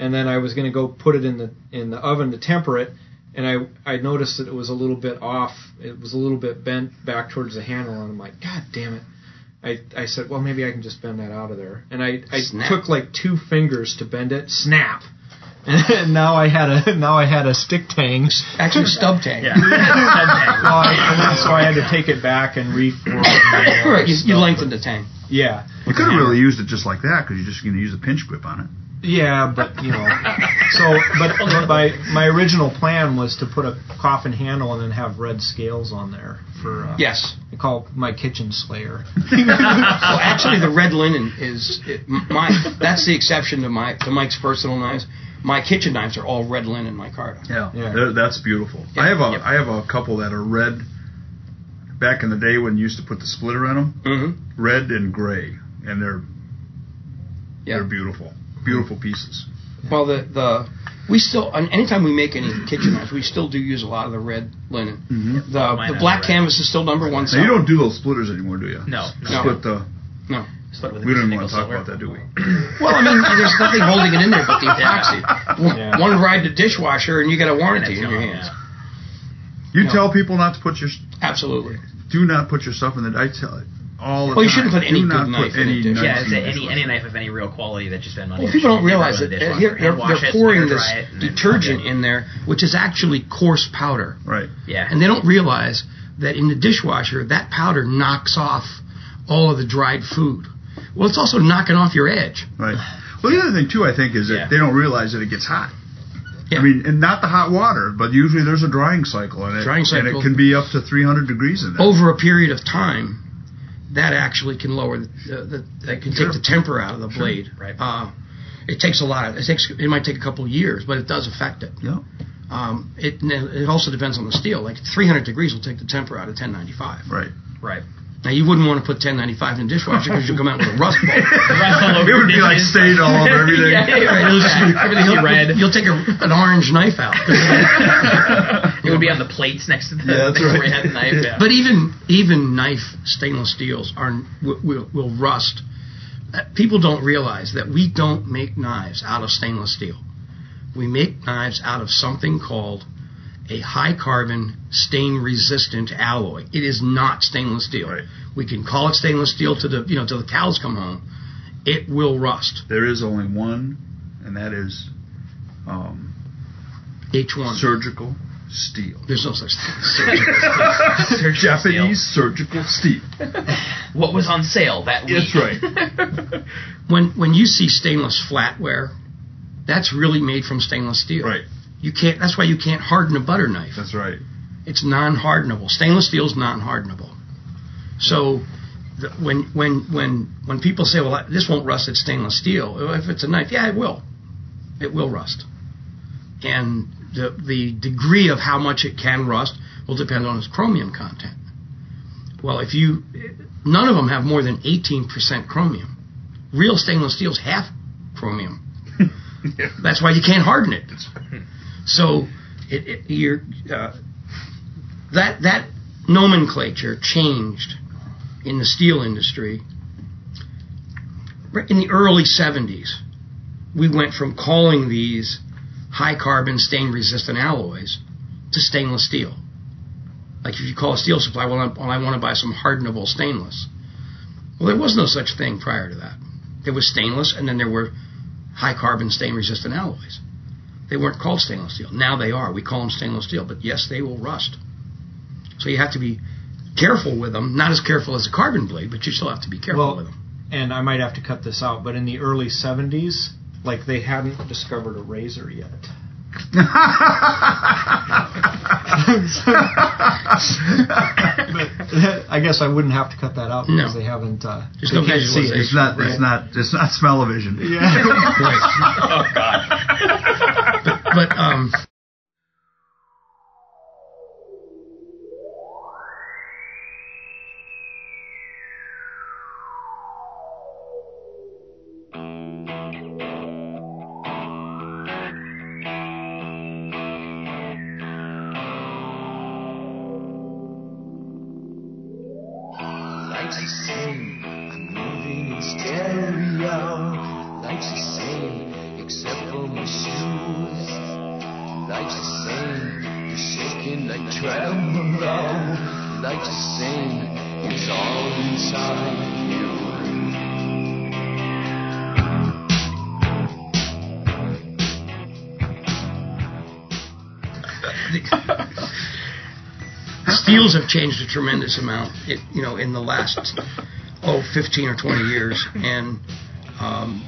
Speaker 1: and then I was going to go put it in the in the oven to temper it. And I, I noticed that it was a little bit off. It was a little bit bent back towards the handle, and I'm like, God damn it! I, I said, well, maybe I can just bend that out of there. And I, I
Speaker 4: Snap.
Speaker 1: took like two fingers to bend it. Snap. And now I had a now I had a stick tang.
Speaker 4: Actually, stub tang.
Speaker 3: Yeah. Someday.
Speaker 1: Well, I- and then- so I had to take it back and reform. it.
Speaker 4: Right, you, you lengthened the tang.
Speaker 1: Yeah,
Speaker 2: You could have really used it just like that because you're just going to use a pinch grip on it.
Speaker 1: yeah, but you know. So, but, but my my original plan was to put a coffin handle and then have red scales on there for. Uh,
Speaker 4: Yes.
Speaker 1: I call it my kitchen slayer.
Speaker 4: Well, actually, the red linen is it, my. That's the exception to my to Mike's personal knives. My kitchen knives are all red linen micarta.
Speaker 2: Yeah,
Speaker 1: Yeah.
Speaker 2: Th- that's beautiful. I have a
Speaker 4: Yep.
Speaker 2: I have a couple that are red. Back in the day when you used to put the splitter on them,
Speaker 4: Mm-hmm.
Speaker 2: red and gray, and they're
Speaker 4: Yeah.
Speaker 2: they're beautiful, beautiful pieces.
Speaker 4: Well, the the we still an- anytime we make any kitchen knives, we still do use a lot of the red linen.
Speaker 2: Mhm.
Speaker 3: Mine
Speaker 4: The the
Speaker 3: has
Speaker 4: black
Speaker 3: red.
Speaker 4: canvas is still number one.
Speaker 2: Now you
Speaker 4: seller.
Speaker 2: don't do those splitters anymore, do you?
Speaker 3: No,
Speaker 2: Just
Speaker 4: no.
Speaker 2: Split the.
Speaker 4: No.
Speaker 3: Split with a
Speaker 2: We
Speaker 3: piece of
Speaker 2: don't want
Speaker 3: nickel
Speaker 2: to talk
Speaker 3: silver.
Speaker 2: about that, do we?
Speaker 4: Well, I mean, there's nothing holding it in there but the epoxy. One,
Speaker 1: Yeah.
Speaker 4: one ride to dishwasher and you got a
Speaker 3: And
Speaker 4: warranty
Speaker 3: it's
Speaker 4: in your
Speaker 3: gone,
Speaker 4: hands.
Speaker 3: yeah.
Speaker 2: You
Speaker 4: No.
Speaker 2: tell people not to put your
Speaker 4: Absolutely.
Speaker 2: do not put your stuff in the. I tell it all the
Speaker 4: Well, you
Speaker 2: time.
Speaker 4: shouldn't put any
Speaker 2: do not
Speaker 4: good knife
Speaker 2: put
Speaker 4: in
Speaker 2: any
Speaker 4: a dish.
Speaker 2: knife
Speaker 3: Yeah,
Speaker 2: in
Speaker 3: it's
Speaker 2: the
Speaker 3: a, any
Speaker 2: dishwasher.
Speaker 3: any knife of any real quality that you spend money.
Speaker 4: Well,
Speaker 3: on
Speaker 4: people don't
Speaker 3: should be
Speaker 4: realize
Speaker 3: thrown
Speaker 4: that
Speaker 3: in the
Speaker 4: they're,
Speaker 3: dishwasher.
Speaker 4: they're,
Speaker 3: Hand wash
Speaker 4: they're
Speaker 3: it,
Speaker 4: pouring
Speaker 3: air
Speaker 4: this
Speaker 3: dry it, and then-
Speaker 4: detergent in there, which is actually coarse powder.
Speaker 2: Right.
Speaker 3: Yeah,
Speaker 4: And they don't realize that in the dishwasher, that powder knocks off all of the dried food. Well, it's also knocking off your edge.
Speaker 2: Right. Well, the other thing too, I think, is that
Speaker 3: Yeah.
Speaker 2: they don't realize that it gets hot.
Speaker 4: Yeah.
Speaker 2: I mean, and not the hot water, but usually there's a drying cycle in it,
Speaker 4: Drying
Speaker 2: and
Speaker 4: cycle. Oh.
Speaker 2: it can be up to 300 degrees in there.
Speaker 4: Over a period of time, that actually can lower the, the, the that can
Speaker 2: Sure.
Speaker 4: take the temper out of the blade.
Speaker 3: Right.
Speaker 4: Uh, it takes a lot. Of, it takes. It might take a couple of years, but it does affect it.
Speaker 2: Yeah.
Speaker 4: Um, it it also depends on the steel. Like 300 degrees will take the temper out of 1095.
Speaker 2: Right.
Speaker 3: right.
Speaker 4: Now you wouldn't want to put 1095 in the dishwasher because you'll come out with a rust ball.
Speaker 2: It would be like stain all over everything.
Speaker 3: Yeah, right.
Speaker 4: It'll just be-
Speaker 3: Everything
Speaker 4: you'll-
Speaker 3: red.
Speaker 4: You'll take a, an orange knife out.
Speaker 3: It would be on the plates next to the
Speaker 2: Yeah, that's
Speaker 3: next to where
Speaker 2: right.
Speaker 3: you had the knife. Yeah.
Speaker 4: But even even knife stainless steels are will, will, will rust. Uh, People don't realize that we don't make knives out of stainless steel. We make knives out of something called a high carbon stain resistant alloy. It is not stainless steel.
Speaker 2: Right.
Speaker 4: We can call it stainless steel to the you know till the cows come home. It will rust.
Speaker 2: There is only one, and that is um,
Speaker 4: H1.
Speaker 2: surgical steel.
Speaker 4: There's no such thing.
Speaker 2: Japanese surgical steel.
Speaker 3: what was on sale that week?
Speaker 2: That's right.
Speaker 4: when when you see stainless flatware, that's really made from stainless steel.
Speaker 2: Right.
Speaker 4: You can't. That's why you can't harden a butter knife.
Speaker 2: That's right.
Speaker 4: It's non-hardenable. Stainless steel is non-hardenable. So the, when when when when people say, "Well, this won't rust. It's stainless steel." Well, If it's a knife, yeah, it will. It will rust. And the the degree of how much it can rust will depend on its chromium content. Well, if you, none of them have more than 18% chromium. Real stainless steel's half chromium. That's why you can't harden it. So, it, it, you're, uh, that that nomenclature changed in the steel industry in the early 70s. We went from calling these high carbon stain resistant alloys to stainless steel. Like if you call a steel supply, well, I, well, I want to buy some hardenable stainless. Well, there was no such thing prior to that. There was stainless, and then there were high carbon stain resistant alloys. They weren't called stainless steel. Now they are. We call them stainless steel, but yes, they will rust. So you have to be careful with them. Not as careful as a carbon blade, but you still have to be careful
Speaker 1: Well,
Speaker 4: with them.
Speaker 1: and I might have to cut this out, but in the early 70s, like they hadn't discovered a razor yet. but I guess I wouldn't have to cut that out because
Speaker 4: No.
Speaker 1: they haven't. Uh,
Speaker 4: There's
Speaker 1: they
Speaker 4: no
Speaker 1: can't see it.
Speaker 6: It's not. It's not. It's not smell-o-vision.
Speaker 4: But um,
Speaker 7: Life's the same, I'm moving in stereo. Life's the same, except for my shoes. Life's the same, you're shaking like tremolo. Life's the same, it's all inside you.
Speaker 4: steels have changed a tremendous amount, it, you know, in the last oh 15 or 20 years, and um,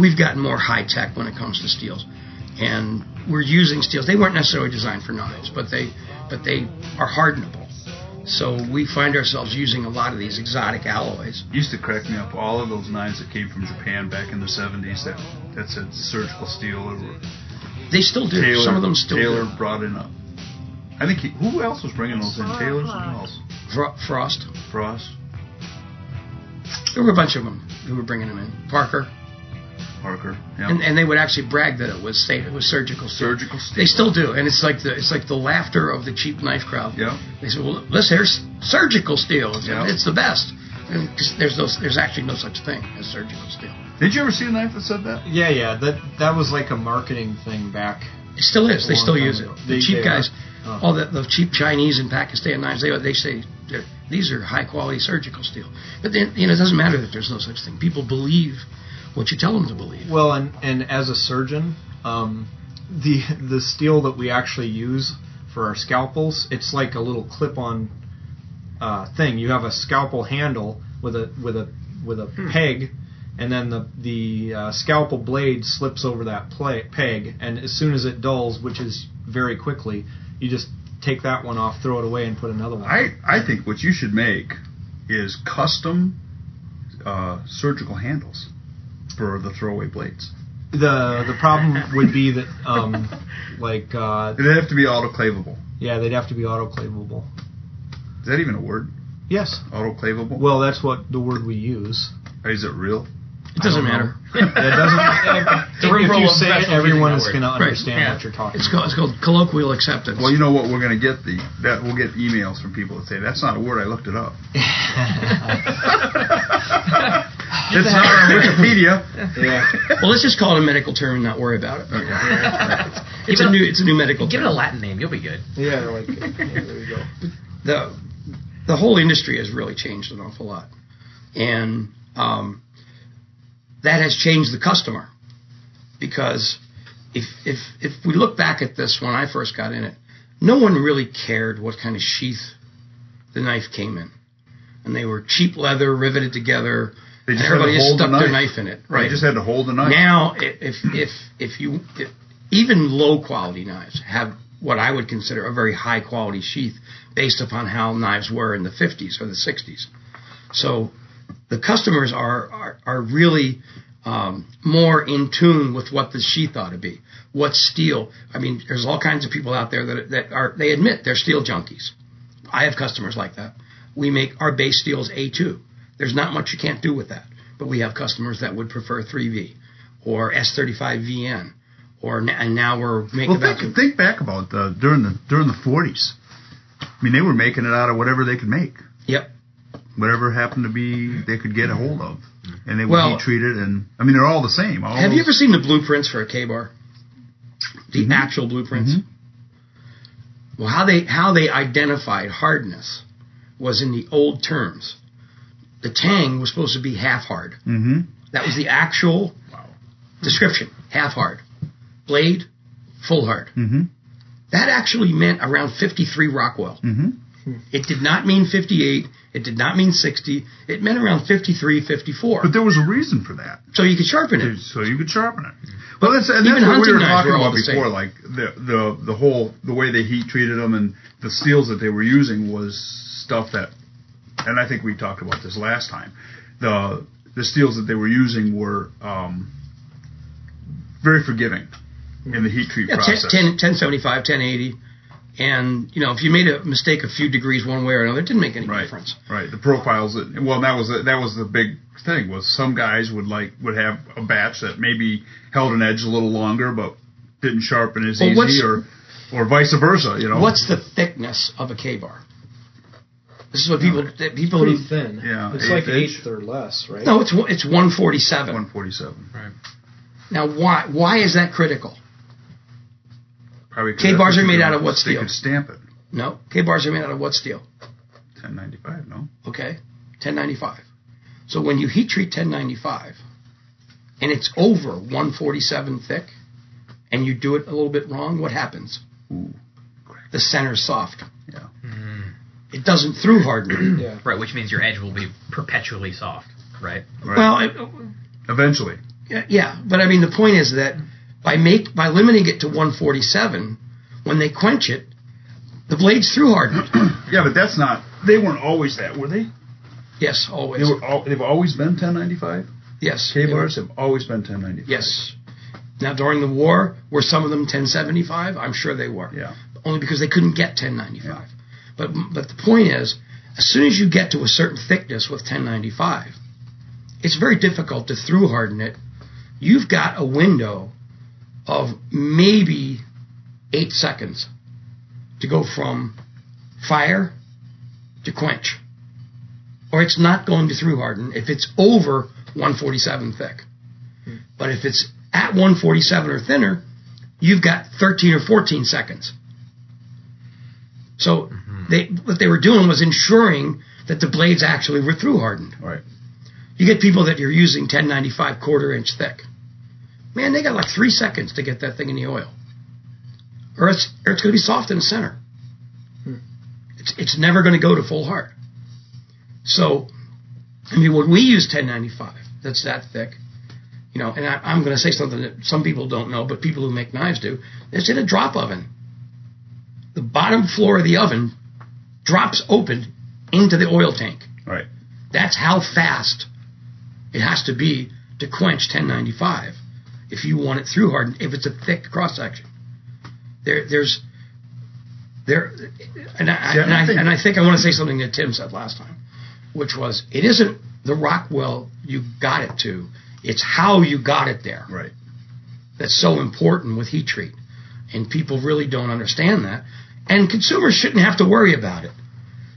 Speaker 4: we've gotten more high tech when it comes to steels, and we're using steels. They weren't necessarily designed for knives, but they but they are hardenable. So we find ourselves using a lot of these exotic alloys.
Speaker 2: used to crack me up. All of those knives that came from Japan back in the 70s that that said surgical steel or
Speaker 4: They still do.
Speaker 2: Taylor.
Speaker 4: Some of them still
Speaker 2: Taylor
Speaker 4: do.
Speaker 2: brought in a. I think he, who else was bringing those in? Taylor's and who else?
Speaker 4: Fro- Frost.
Speaker 2: Frost,
Speaker 4: There were a bunch of them who were bringing them in. Parker.
Speaker 2: Parker. Yeah.
Speaker 4: and, and they would actually brag that it was say it was surgical steel.
Speaker 2: Surgical steel.
Speaker 4: They still do, and it's like the it's like the laughter of the cheap knife crowd.
Speaker 2: Yeah.
Speaker 4: They said, "Well, let's hear s- surgical steel. It's,
Speaker 2: Yeah.
Speaker 4: it's the best." And 'cause there's no, there's actually no such thing as surgical steel.
Speaker 2: Did you ever see a knife that said that?
Speaker 1: Yeah, yeah. That that was like a marketing thing back.
Speaker 4: It still is. They
Speaker 1: Long
Speaker 4: still
Speaker 1: time
Speaker 4: use it.
Speaker 1: ago.
Speaker 4: The
Speaker 1: They-
Speaker 4: cheap
Speaker 1: they
Speaker 4: guys,
Speaker 1: are. Oh.
Speaker 4: all the, the cheap Chinese and Pakistan knives, they they say they're- these are high quality surgical steel. But then you know it doesn't matter that there's no such thing. People believe what you tell them to believe.
Speaker 1: Well, and and as a surgeon, um, the the steel that we actually use for our scalpels, it's like a little clip-on uh, thing. You have a scalpel handle with a with a with a peg, and then the the uh, scalpel blade slips over that play, peg, and as soon as it dulls, which is very quickly, you just take that one off, throw it away, and put another one.
Speaker 2: I, I think what you should make is custom uh, surgical handles for the throwaway blades.
Speaker 1: the the problem would be that um, like uh,
Speaker 2: It'd have to be autoclavable.
Speaker 1: yeah, they'd have to be autoclavable.
Speaker 2: Is that even a word?
Speaker 1: Yes.
Speaker 2: Autoclavable?
Speaker 1: Well, that's what the word we use.
Speaker 2: Is it real?
Speaker 4: It doesn't
Speaker 1: don't
Speaker 4: matter.
Speaker 1: That doesn't.
Speaker 3: The room
Speaker 1: if
Speaker 3: full
Speaker 1: you
Speaker 3: of
Speaker 1: say it,
Speaker 3: professionals
Speaker 1: everyone
Speaker 3: using
Speaker 1: is
Speaker 3: that
Speaker 1: going to
Speaker 4: word.
Speaker 1: understand
Speaker 3: Right, yeah.
Speaker 1: what you're talking.
Speaker 4: It's called, it's called colloquial acceptance.
Speaker 2: Well, you know what? We're going to get the that we'll get emails from people that say that's not a word. I looked it up. it's not on Wikipedia.
Speaker 1: about. Yeah.
Speaker 4: Well, let's just call it a medical term and not worry about it. It's
Speaker 3: Give
Speaker 4: a
Speaker 3: it
Speaker 4: new, it's a new medical
Speaker 3: Give it a
Speaker 4: term.
Speaker 3: Latin name. You'll be good.
Speaker 1: Yeah. Like. Yeah, there you go.
Speaker 4: The, the whole industry has really changed an awful lot, and um, that has changed the customer because if if if we look back at this when I first got in it, no one really cared what kind of sheath the knife came in, and they were cheap leather riveted together.
Speaker 2: They
Speaker 4: and
Speaker 2: just had to
Speaker 4: everybody just
Speaker 2: hold the
Speaker 4: stuck their
Speaker 2: knife.
Speaker 4: knife in it.
Speaker 2: Right.
Speaker 4: Right.
Speaker 2: I just had to hold the knife.
Speaker 4: Now, i- if if if you if, even low quality knives have what I would consider a very high quality sheath, based upon how knives were in the 50s or the 60s. So, the customers are are, are really um, more in tune with what the sheath ought to be. What steel? I mean, there's all kinds of people out there that that are they admit they're steel junkies. I have customers like that. we make our base steel's A2. There's not much you can't do with that. But we have customers that would prefer 3V or S35VN, or n- and now we're making
Speaker 2: Well,
Speaker 4: about
Speaker 2: think, think back about the, during the during the 40s. I mean, they were making it out of whatever they could make,
Speaker 4: yep.
Speaker 2: whatever happened to be they could get a hold of, and they would
Speaker 4: Well-
Speaker 2: heat treat it. And I mean, they're all the same. All
Speaker 4: Have you ever seen the blueprints for a K bar? The
Speaker 2: Mm-hmm.
Speaker 4: actual blueprints. Well, how they how they identified hardness was in the old terms. The tang was supposed to be half hard.
Speaker 2: hmm
Speaker 4: That was the actual description. Half hard, blade, full hard.
Speaker 2: hmm
Speaker 4: That actually meant around 53 Rockwell.
Speaker 2: hmm
Speaker 4: It did not mean 58. It did not mean 60. It meant around 53, 54.
Speaker 2: But there was a reason for that.
Speaker 4: so you could sharpen it.
Speaker 2: so you could sharpen it. Well, that's and
Speaker 4: even
Speaker 2: that's what we
Speaker 4: hunting
Speaker 2: were
Speaker 4: knives
Speaker 2: talking
Speaker 4: were all
Speaker 2: about
Speaker 4: the same.
Speaker 2: before, like the the the whole the way they heat treated them and the steels that they were using was stuff that, and I think we talked about this last time. The the steels that they were using were um, very forgiving in the heat treat
Speaker 4: Yeah, 10,
Speaker 2: process.
Speaker 4: 10, 1075, 1080. And, you know, if you made a mistake a few degrees one way or another, it didn't make any
Speaker 2: right,
Speaker 4: difference.
Speaker 2: right. The profiles. That, well, that was the, that was the big thing. Was some guys would like would have a batch that maybe held an edge a little longer, but didn't sharpen as
Speaker 4: Well, what's-
Speaker 2: easy, or or vice versa. You know.
Speaker 4: What's the thickness of a K bar? This is what people that people
Speaker 1: Pretty thin.
Speaker 2: Yeah,
Speaker 1: It's like an
Speaker 2: eighth
Speaker 1: eighth or less, right?
Speaker 4: no, it's one- it's 147.
Speaker 2: one forty seven?
Speaker 4: Now, why why is that critical?
Speaker 2: Probably 'cause
Speaker 4: K
Speaker 2: that's
Speaker 4: bars
Speaker 2: what
Speaker 4: are
Speaker 2: they
Speaker 4: made
Speaker 2: could-
Speaker 4: out of what
Speaker 2: They
Speaker 4: steel?
Speaker 2: could stamp it.
Speaker 4: No, K bars are made out of what steel?
Speaker 2: Ten ninety five. No.
Speaker 4: okay? 1095. So when you heat treat 1095 and it's over 147 thick and you do it a little bit wrong, what happens?
Speaker 2: Ooh.
Speaker 4: The center's soft.
Speaker 2: Yeah.
Speaker 4: It doesn't through harden.
Speaker 1: Yeah.
Speaker 3: Right, which means your edge will be perpetually soft, right?
Speaker 2: Right.
Speaker 4: Well, it,
Speaker 2: Eventually.
Speaker 4: Yeah, yeah, but I mean the point is that by make by limiting it to 147, when they quench it, the blade's through hardened.
Speaker 2: Yeah, but that's not. They weren't always that, were they?
Speaker 4: Yes, always.
Speaker 2: They were. All, they've always been ten ninety five.
Speaker 4: yes,
Speaker 2: K bars have always been ten ninety five.
Speaker 4: Yes. Now during the war, were some of them 1075? I'm sure they were.
Speaker 2: Yeah.
Speaker 4: only because they couldn't get 1095. But but the point is, as soon as you get to a certain thickness with 1095, it's very difficult to through harden it. You've got a window of maybe eight seconds to go from fire to quench, or it's not going to through harden if it's over 147 thick. But if it's at 147 or thinner, you've got 13 or 14 seconds. So they what they were doing was ensuring that the blades actually were through hardened.
Speaker 2: Right.
Speaker 4: You get people that you're using 1095 quarter inch thick. Man, they got like three seconds to get that thing in the oil, or it's or it's going to be soft in the center. It's it's never going to go to full hard. So, I mean, when we use 1095, that's that thick. You know, and I, I'm going to say something that some people don't know, but people who make knives do. It's in a drop oven the bottom floor of the oven drops open into the oil tank.
Speaker 2: Right.
Speaker 4: That's how fast it has to be to quench 1095 if you want it through hardened, if it's a thick cross section. There, there's, there, and I,
Speaker 2: See, I
Speaker 4: and, I,
Speaker 2: think-
Speaker 4: and I think I want to say something that Tim said last time, which was it isn't the Rockwell you got it to, it's how you got it there
Speaker 2: Right.
Speaker 4: that's so important with heat treat. And people really don't understand that. And consumers shouldn't have to worry about it.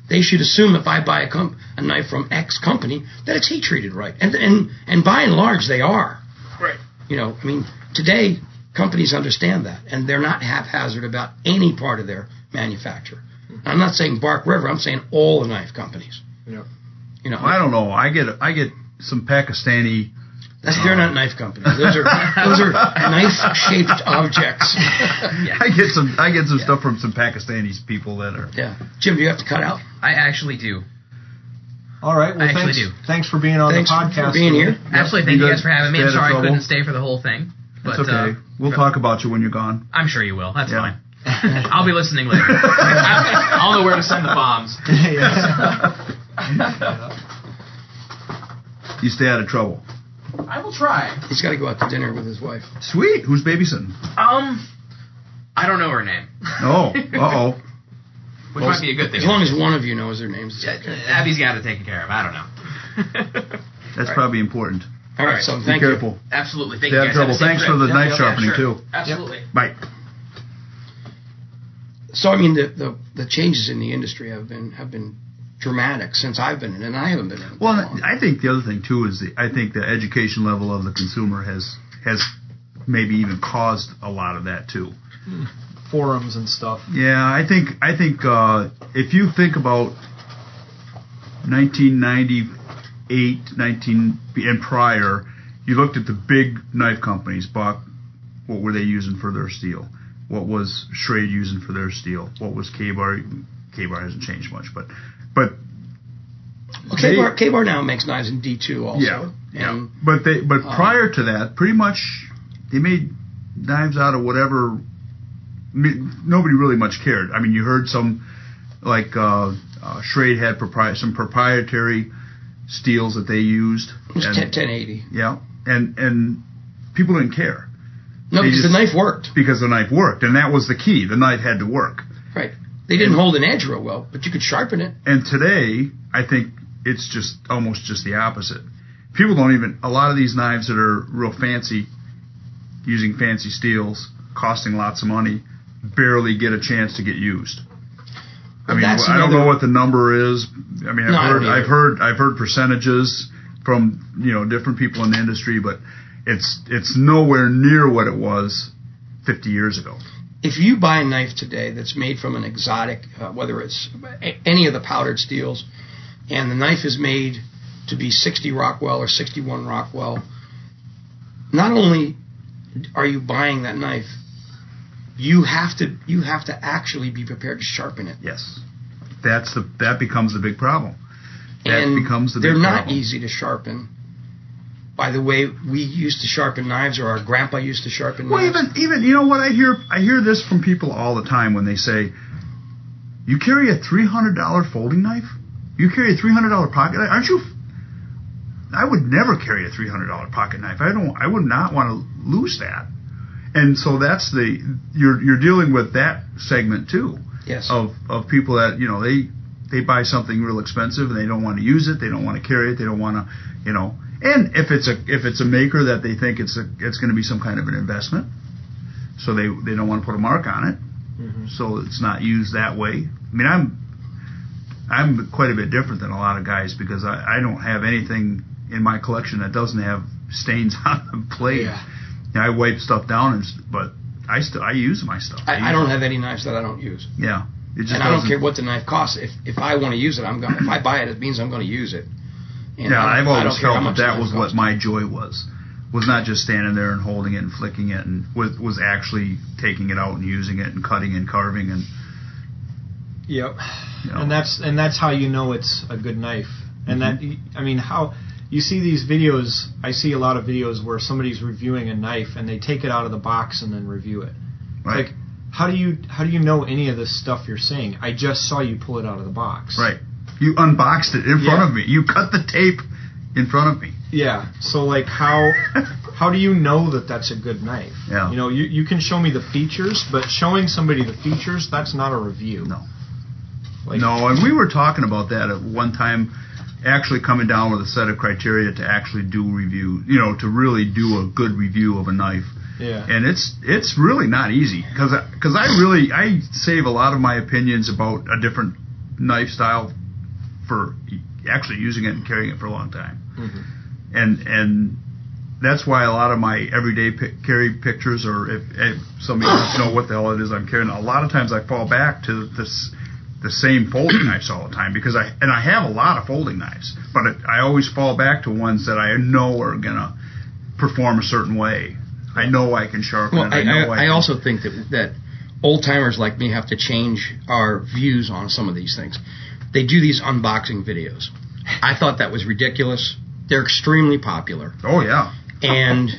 Speaker 4: They should assume if I buy a, com- a knife from X company that it's heat treated right. And, and, and by and large, they are.
Speaker 2: Right.
Speaker 4: You know, I mean, today companies understand that and they're not haphazard about any part of their manufacture. I'm not saying Bark River, I'm saying all the knife companies.
Speaker 1: Yeah.
Speaker 4: You know,
Speaker 2: I don't know. I get I get some Pakistani.
Speaker 4: that's, they're not knife companies. Those are those are knife shaped objects.
Speaker 2: I get some I get some stuff from some Pakistani people that are.
Speaker 4: Yeah, Jim, do you have to cut out?
Speaker 3: I actually do.
Speaker 8: All right. Well,
Speaker 3: I actually
Speaker 8: thanks.
Speaker 3: do.
Speaker 8: Thanks for being on
Speaker 4: Thanks
Speaker 8: the
Speaker 4: for-
Speaker 8: podcast.
Speaker 4: for being here.
Speaker 3: Absolutely, thank
Speaker 2: you
Speaker 3: you
Speaker 2: guys
Speaker 3: guys for having me.
Speaker 2: stayed
Speaker 3: I'm
Speaker 2: out
Speaker 3: sorry
Speaker 2: of
Speaker 3: I
Speaker 2: trouble.
Speaker 3: couldn't stay for the whole thing, but
Speaker 2: It's okay.
Speaker 3: uh,
Speaker 2: we'll talk about you when you're gone.
Speaker 3: I'm sure you will. That's
Speaker 2: Yeah.
Speaker 3: fine. I'll be listening later. I'll know where to send the bombs.
Speaker 2: You stay out of trouble.
Speaker 3: I will try.
Speaker 4: He's got to go out to dinner with his wife.
Speaker 2: Sweet. Who's babysitting?
Speaker 3: Um, I don't know her name.
Speaker 2: Oh, uh oh.
Speaker 3: which
Speaker 4: Well,
Speaker 3: might be a good thing.
Speaker 4: As long as one of you knows their names. it's
Speaker 3: Yeah,
Speaker 4: okay.
Speaker 3: Abby's got it taken care of. I don't know.
Speaker 2: That's probably important.
Speaker 4: All right,
Speaker 3: right,
Speaker 4: so
Speaker 2: Be
Speaker 4: thank you.
Speaker 2: careful.
Speaker 3: Absolutely. Thank
Speaker 2: They
Speaker 3: you
Speaker 2: have trouble.
Speaker 3: guys. Have a safe
Speaker 2: Thanks
Speaker 3: trip.
Speaker 2: for the
Speaker 3: Yeah,
Speaker 2: knife
Speaker 3: yeah,
Speaker 2: sharpening,
Speaker 3: sure.
Speaker 2: too.
Speaker 3: Absolutely.
Speaker 2: Bye.
Speaker 4: So I mean, the, the the changes in the industry have been have been dramatic since I've been in, it, and I haven't been in. It that
Speaker 2: Well,
Speaker 4: long.
Speaker 2: I think the other thing too is the I think the education level of the consumer has has maybe even caused a lot of that too.
Speaker 1: forums and stuff.
Speaker 2: Yeah, I think I think uh, if you think about 1998, 19 and prior, you looked at the big knife companies. Buck, what were they using for their steel? What was Schrade using for their steel? What was K-Bar? K-Bar hasn't changed much, but but
Speaker 4: Well, K-Bar, K-Bar now makes knives in D2 also.
Speaker 2: Yeah, yeah.
Speaker 4: And
Speaker 2: But they but
Speaker 4: Um,
Speaker 2: prior to that, pretty much they made knives out of whatever. me- Nobody really much cared. I mean, you heard some like uh, uh, Schrade had propri- some proprietary steels that they used.
Speaker 4: it was
Speaker 2: and-
Speaker 4: 10, 1080.
Speaker 2: yeah, and and people didn't care
Speaker 4: No,
Speaker 2: They
Speaker 4: because
Speaker 2: just-
Speaker 4: the knife worked.
Speaker 2: because the knife worked, and that was the key. The knife had to work.
Speaker 4: Right. They didn't hold an edge real well, but you could sharpen it.
Speaker 2: And today, I think it's just almost just the opposite. People don't even a lot of these knives that are real fancy, using fancy steels, costing lots of money, barely get a chance to get used. I
Speaker 4: Well,
Speaker 2: mean,
Speaker 4: that's
Speaker 2: I don't know
Speaker 4: another-
Speaker 2: what the number is. I mean, I've
Speaker 4: No, I don't
Speaker 2: heard
Speaker 4: either.
Speaker 2: I've heard I've heard percentages from you know different people in the industry, but it's it's nowhere near what it was 50 years ago.
Speaker 4: If you buy a knife today that's made from an exotic, uh, whether it's a- any of the powdered steels, and the knife is made to be 60 Rockwell or 61 Rockwell, not only are you buying that knife, you have to you have to actually be prepared to sharpen it.
Speaker 2: Yes, that's the that becomes the big problem. That
Speaker 4: and
Speaker 2: becomes the
Speaker 4: they're
Speaker 2: big
Speaker 4: not
Speaker 2: problem.
Speaker 4: easy to sharpen. By the way, we used to sharpen knives, or our grandpa used to sharpen
Speaker 2: Well,
Speaker 4: knives.
Speaker 2: even even you know what I hear I hear this from people all the time when they say, "You carry a three hundred dollar folding knife? You carry a three hundred dollar pocket knife? Aren't you?" f- I would never carry a three hundred dollar pocket knife. I don't. I would not want to lose that. And so that's the you're you're dealing with that segment too
Speaker 4: yes,
Speaker 2: of of people that you know they they buy something real expensive and they don't want to use it, they don't want to carry it, they don't want to, you know. And if it's a if it's a maker that they think it's a it's going to be some kind of an investment, so they they don't want to put a mark on it,
Speaker 4: Mm-hmm.
Speaker 2: so it's not used that way. I mean, I'm I'm quite a bit different than a lot of guys because I, I don't have anything in my collection that doesn't have stains on the blade.
Speaker 4: Yeah.
Speaker 2: I wipe stuff down, and, s- but I still I use my stuff.
Speaker 4: I, I
Speaker 2: use
Speaker 4: don't
Speaker 2: it.
Speaker 4: have any knives that I don't use,
Speaker 2: Yeah, it just
Speaker 4: and I don't
Speaker 2: doesn't-
Speaker 4: care what the knife costs. If if I want to use it, I'm going. to If I buy it, it means I'm going to use it. And
Speaker 2: Yeah,
Speaker 4: I
Speaker 2: I've
Speaker 4: don't- I don't
Speaker 2: always
Speaker 4: care how
Speaker 2: felt
Speaker 4: much
Speaker 2: that
Speaker 4: the
Speaker 2: that
Speaker 4: knife
Speaker 2: was
Speaker 4: costs.
Speaker 2: what my joy was, was not just standing there and holding it and flicking it, and was was actually taking it out and using it and cutting and carving and.
Speaker 1: Yep.
Speaker 2: You know.
Speaker 1: And that's and that's how you know it's a good knife. And that I mean how you see these videos, I see a lot of videos where somebody's reviewing a knife and they take it out of the box and then review it. It's
Speaker 2: Right.
Speaker 1: Like how do you how do you know any of this stuff you're saying? I just saw you pull it out of the box.
Speaker 2: Right. You unboxed it in front
Speaker 1: Yeah.
Speaker 2: of me. You cut the tape in front of me.
Speaker 1: Yeah. So like how how do you know that that's a good knife?
Speaker 2: Yeah.
Speaker 1: You know, you, you can show me the features, but showing somebody the features, that's not a review.
Speaker 2: No.
Speaker 1: Like,
Speaker 2: no, and we were talking about that at one time. Actually, coming down with a set of criteria to actually do review, you know, to really do a good review of a knife.
Speaker 1: Yeah.
Speaker 2: and it's it's really not easy because because I, really I save a lot of my opinions about a different knife style for e, actually using it and carrying it for a long time,
Speaker 1: Mhm.
Speaker 2: and and that's why a lot of my everyday pic- carry pictures or if, if somebody wants to know what the hell it is I'm carrying, a lot of times I fall back to this the same folding knives all the time because I and I have a lot of folding knives, but it, I always fall back to ones that I know are gonna perform a certain way. I know I can sharpen
Speaker 4: Well,
Speaker 2: it.
Speaker 4: I,
Speaker 2: I know I,
Speaker 4: I, I
Speaker 2: can-
Speaker 4: also think that that old timers like me have to change our views on some of these things. They do these unboxing videos. I thought that was ridiculous. They're extremely popular,
Speaker 2: Oh yeah,
Speaker 4: and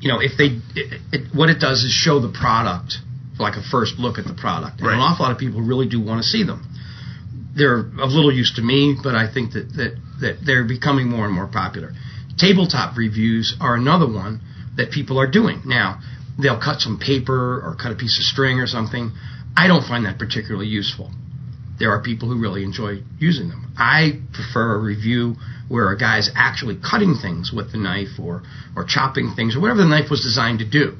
Speaker 4: you know if they it, it, what it does is show the product, like a first look at the product. And
Speaker 2: Right.
Speaker 4: an awful lot of people really do want to see them. They're of little use to me, but I think that that that they're becoming more and more popular. Tabletop reviews are another one that people are doing now they'll cut some paper or cut a piece of string or something. I don't find that particularly useful. there are people who really enjoy using them. I prefer a review where a guy's actually cutting things with the knife or, or chopping things or whatever the knife was designed to do.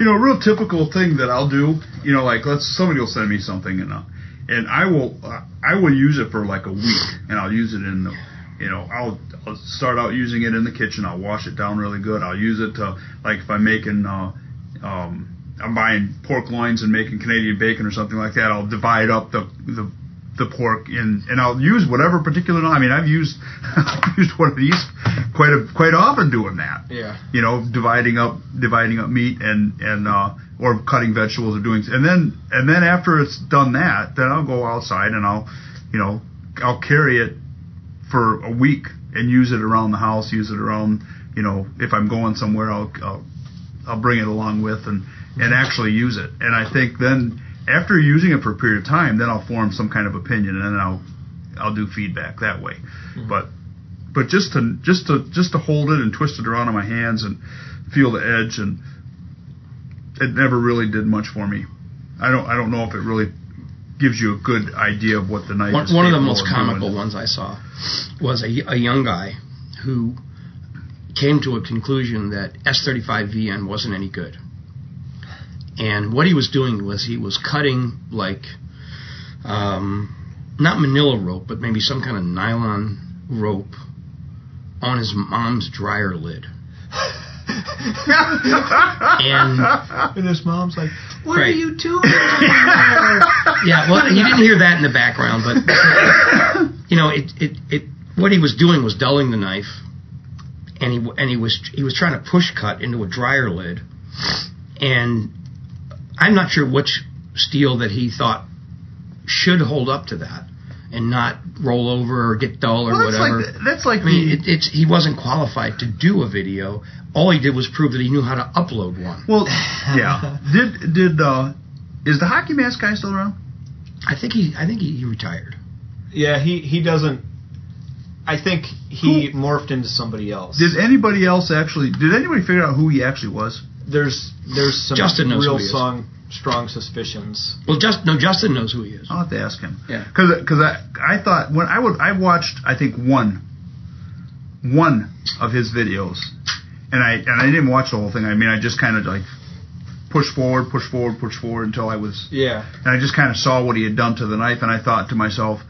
Speaker 2: you know, a real typical thing that I'll do, you know, like let's somebody will send me something and uh, and I will uh, I will use it for like a week and I'll use it in the you know I'll, I'll start out using it in the kitchen. I'll wash it down really good. I'll use it to like if I'm making uh, um, I'm buying pork loins and making Canadian bacon or something like that. I'll divide up the the the pork in, and I'll use whatever particular. I mean, I've used I've used one of these quite a, quite often doing that
Speaker 4: Yeah.
Speaker 2: you know, dividing up dividing up meat and and uh, or cutting vegetables or doing and then and then after it's done that, then I'll go outside and I'll you know I'll carry it for a week and use it around the house, use it around you know if I'm going somewhere, I'll I'll, I'll bring it along with and and actually use it. And I think then after using it for a period of time, then I'll form some kind of opinion and then I'll I'll do feedback that way.
Speaker 4: Mm-hmm.
Speaker 2: But but just to just to just to hold it and twist it around in my hands and feel the edge and it never really did much for me. I don't I don't know if it really gives you a good idea of what the knife
Speaker 4: One,
Speaker 2: is.
Speaker 4: one of the
Speaker 2: capable
Speaker 4: most
Speaker 2: doing.
Speaker 4: comical ones I saw was a, a young guy who came to a conclusion that S35VN wasn't any good. And what he was doing was he was cutting like um, not manila rope, but maybe some kind of nylon rope on his mom's dryer lid. and
Speaker 1: And his mom's like, "What
Speaker 4: Right.
Speaker 1: are you doing?"
Speaker 4: yeah, well, you didn't hear that in the background, but you know, it, it, it, what he was doing was dulling the knife, and he, w- and he was, he was trying to push cut into a dryer lid, and I'm not sure which steel that he thought should hold up to that and not roll over or get dull or
Speaker 2: Well, that's
Speaker 4: whatever.
Speaker 2: like that's like
Speaker 4: I mean,
Speaker 2: the-
Speaker 4: it, it's he wasn't qualified to do a video. All he did was prove that he knew how to upload one.
Speaker 2: well, yeah. Did did uh, is the hockey mask guy still around?
Speaker 4: I think he, I think he, he retired.
Speaker 1: yeah, he he doesn't. I think he morphed into somebody else.
Speaker 2: Did anybody else actually? Did anybody figure out who he actually was?
Speaker 1: there's there's some
Speaker 4: Justin knows who
Speaker 1: real
Speaker 4: he is.
Speaker 1: song, strong suspicions.
Speaker 4: Well, just no, Justin knows who he is.
Speaker 2: I'll have to ask him.
Speaker 4: Yeah.
Speaker 2: Because I I thought when I would I watched I think one one of his videos, and I and I didn't watch the whole thing. I mean I just kind of like push forward, push forward, push forward until I was
Speaker 1: Yeah,
Speaker 2: and I just kind of saw what he had done to the knife, and I thought to myself,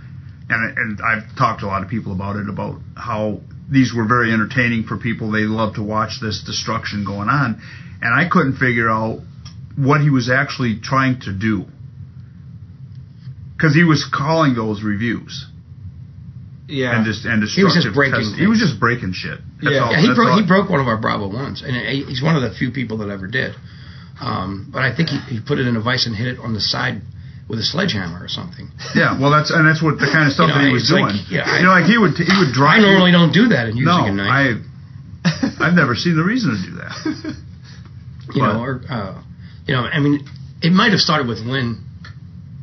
Speaker 2: and and I've talked to a lot of people about it about how these were very entertaining for people. They love to watch this destruction going on, and I couldn't figure out what he was actually trying to do because he was calling those reviews
Speaker 1: yeah.
Speaker 2: and just and
Speaker 4: He was
Speaker 2: destructive.
Speaker 4: just breaking
Speaker 2: test- He was just breaking shit. That's
Speaker 1: Yeah.
Speaker 2: all-
Speaker 4: Yeah, he
Speaker 2: that's
Speaker 4: broke
Speaker 2: all-
Speaker 4: he broke one of our Bravo ones, and he- he's one of the few people that ever did. Um, but I think he, he put it in a vise and hit it on the side with a sledgehammer or something.
Speaker 2: Yeah, well, that's and that's what the kind of stuff
Speaker 4: You know,
Speaker 2: that he was
Speaker 4: it's like-
Speaker 2: doing.
Speaker 4: yeah, I-
Speaker 2: you know, like he would he would
Speaker 4: I
Speaker 2: drive.
Speaker 4: normally don't do that in using
Speaker 2: no,
Speaker 4: a knife,
Speaker 2: I I've never seen the reason to do that.
Speaker 4: you know,
Speaker 2: but-
Speaker 4: or uh, you know, I mean, it might have started with Lynn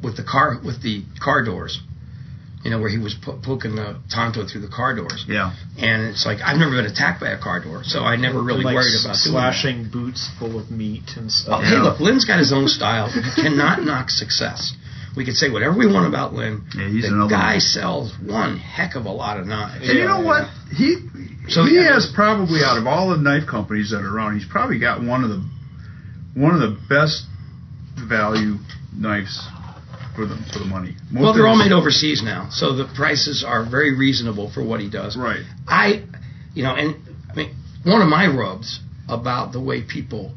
Speaker 4: with the car with the car doors, you know, where he was po- poking the Tonto through the car doors,
Speaker 2: Yeah.
Speaker 4: and it's like I've never been attacked by a car door, so I never really
Speaker 1: like
Speaker 4: worried about doing that.
Speaker 1: slashing boots full of meat
Speaker 2: Oh,
Speaker 1: and
Speaker 4: Well,
Speaker 1: stuff.
Speaker 4: hey, look, Lynn's got his own style. You cannot knock success. We could say whatever we want about Lynn.
Speaker 2: Yeah, he's
Speaker 4: the
Speaker 2: another
Speaker 4: guy
Speaker 2: one.
Speaker 4: sells one heck of a lot of knives.
Speaker 2: And you know what? He
Speaker 4: So,
Speaker 2: he
Speaker 4: yeah.
Speaker 2: has probably out of all the knife companies that are around, he's probably got one of the one of the best value knives for the for the money. Most
Speaker 4: Well, they're
Speaker 2: of
Speaker 4: all
Speaker 2: his-
Speaker 4: made overseas now, so the prices are very reasonable for what he does.
Speaker 2: right.
Speaker 4: I, you know, and I mean, one of my rubs about the way people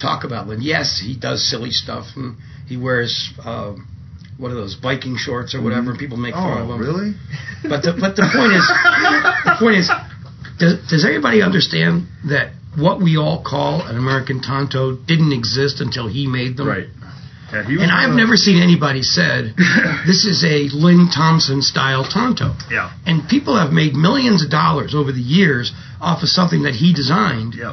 Speaker 4: talk about Lynn. Yes, he does silly stuff, and he wears um, what are those biking shorts or whatever, and people make fun of
Speaker 2: Oh,
Speaker 4: him.
Speaker 2: really?
Speaker 4: But the, but the point is, the point is, does, does everybody understand that what we all call an American Tonto didn't exist until he made them?
Speaker 2: Right. Yeah, he was
Speaker 4: And
Speaker 2: one
Speaker 4: I've
Speaker 2: of-
Speaker 4: never seen anybody said this is a Lynn Thompson style Tonto.
Speaker 2: Yeah.
Speaker 4: And people have made millions of dollars over the years off of something that he designed,
Speaker 2: Yeah.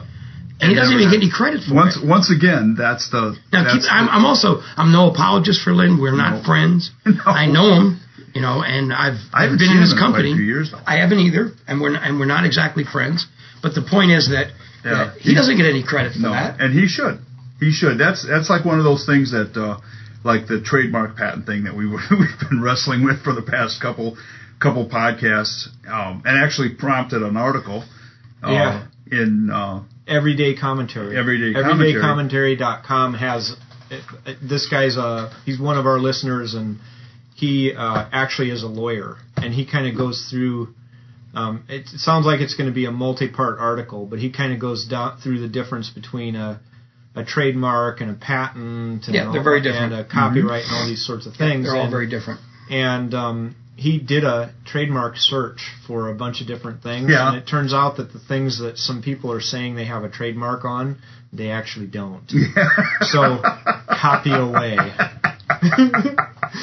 Speaker 4: and he doesn't
Speaker 2: never
Speaker 4: even
Speaker 2: did.
Speaker 4: get any credit for
Speaker 2: Once
Speaker 4: it.
Speaker 2: once again, that's the
Speaker 4: Now,
Speaker 2: that's
Speaker 4: keep, I'm, I'm also I'm no apologist for Lynn. We're not
Speaker 2: No.
Speaker 4: friends.
Speaker 2: No.
Speaker 4: I know him, you know, and I've
Speaker 2: I haven't
Speaker 4: I've been
Speaker 2: seen
Speaker 4: in his
Speaker 2: him in quite a
Speaker 4: company.
Speaker 2: few years, though.
Speaker 4: I haven't either, and we're and we're not exactly friends. But the point is that,
Speaker 2: Yeah.
Speaker 4: that he doesn't get any credit for
Speaker 2: No,
Speaker 4: that.
Speaker 2: and he should. He should. That's that's like one of those things that uh, like the trademark patent thing that we were, we've been wrestling with for the past couple couple podcasts, um, and actually prompted an article uh,
Speaker 1: Yeah.
Speaker 2: in uh,
Speaker 1: Everyday commentary.
Speaker 2: Everyday
Speaker 1: Everydaycommentary.com has this guy's uh he's one of our listeners and he uh, actually is a lawyer and he kind of goes through. Um, it, it sounds like it's going to be a multi-part article, but he kind of goes down through the difference between a a trademark and a patent and,
Speaker 4: Yeah, they're
Speaker 1: all-
Speaker 4: very different. Mm-hmm.
Speaker 1: and a copyright and all these sorts of things.
Speaker 4: They're all
Speaker 1: And-
Speaker 4: very different.
Speaker 1: and um, he did a trademark search for a bunch of different things.
Speaker 2: Yeah.
Speaker 1: And it turns out that the things that some people are saying they have a trademark on, they actually don't. so copy away.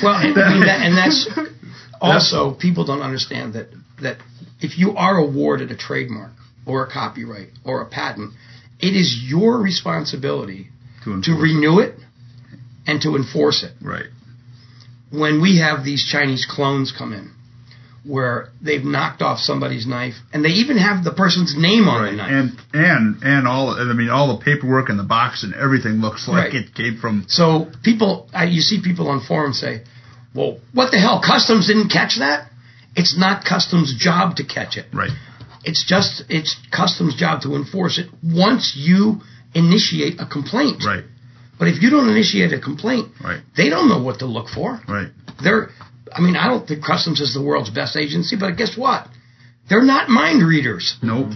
Speaker 4: Well, I mean, that, and that's also people don't understand that that if you are awarded a trademark or a copyright or a patent, it is your responsibility
Speaker 2: to,
Speaker 4: to renew it and to enforce it.
Speaker 2: right
Speaker 4: When we have these Chinese clones come in, where they've knocked off somebody's knife and they even have the person's name on the
Speaker 2: right
Speaker 4: knife.
Speaker 2: and and and all and I mean all the paperwork and the box and everything looks like
Speaker 4: Right.
Speaker 2: it came from
Speaker 4: So people, I, you see people on forums say, "Well, what the hell? Customs didn't catch that. It's not customs' job to catch it.
Speaker 2: right
Speaker 4: It's just it's customs' job to enforce it once you initiate a complaint.
Speaker 2: right
Speaker 4: But if you don't initiate a complaint,
Speaker 2: Right.
Speaker 4: they don't know what to look for.
Speaker 2: right
Speaker 4: They're, I mean, I don't think customs is the world's best agency, but guess what? They're not mind readers.
Speaker 2: nope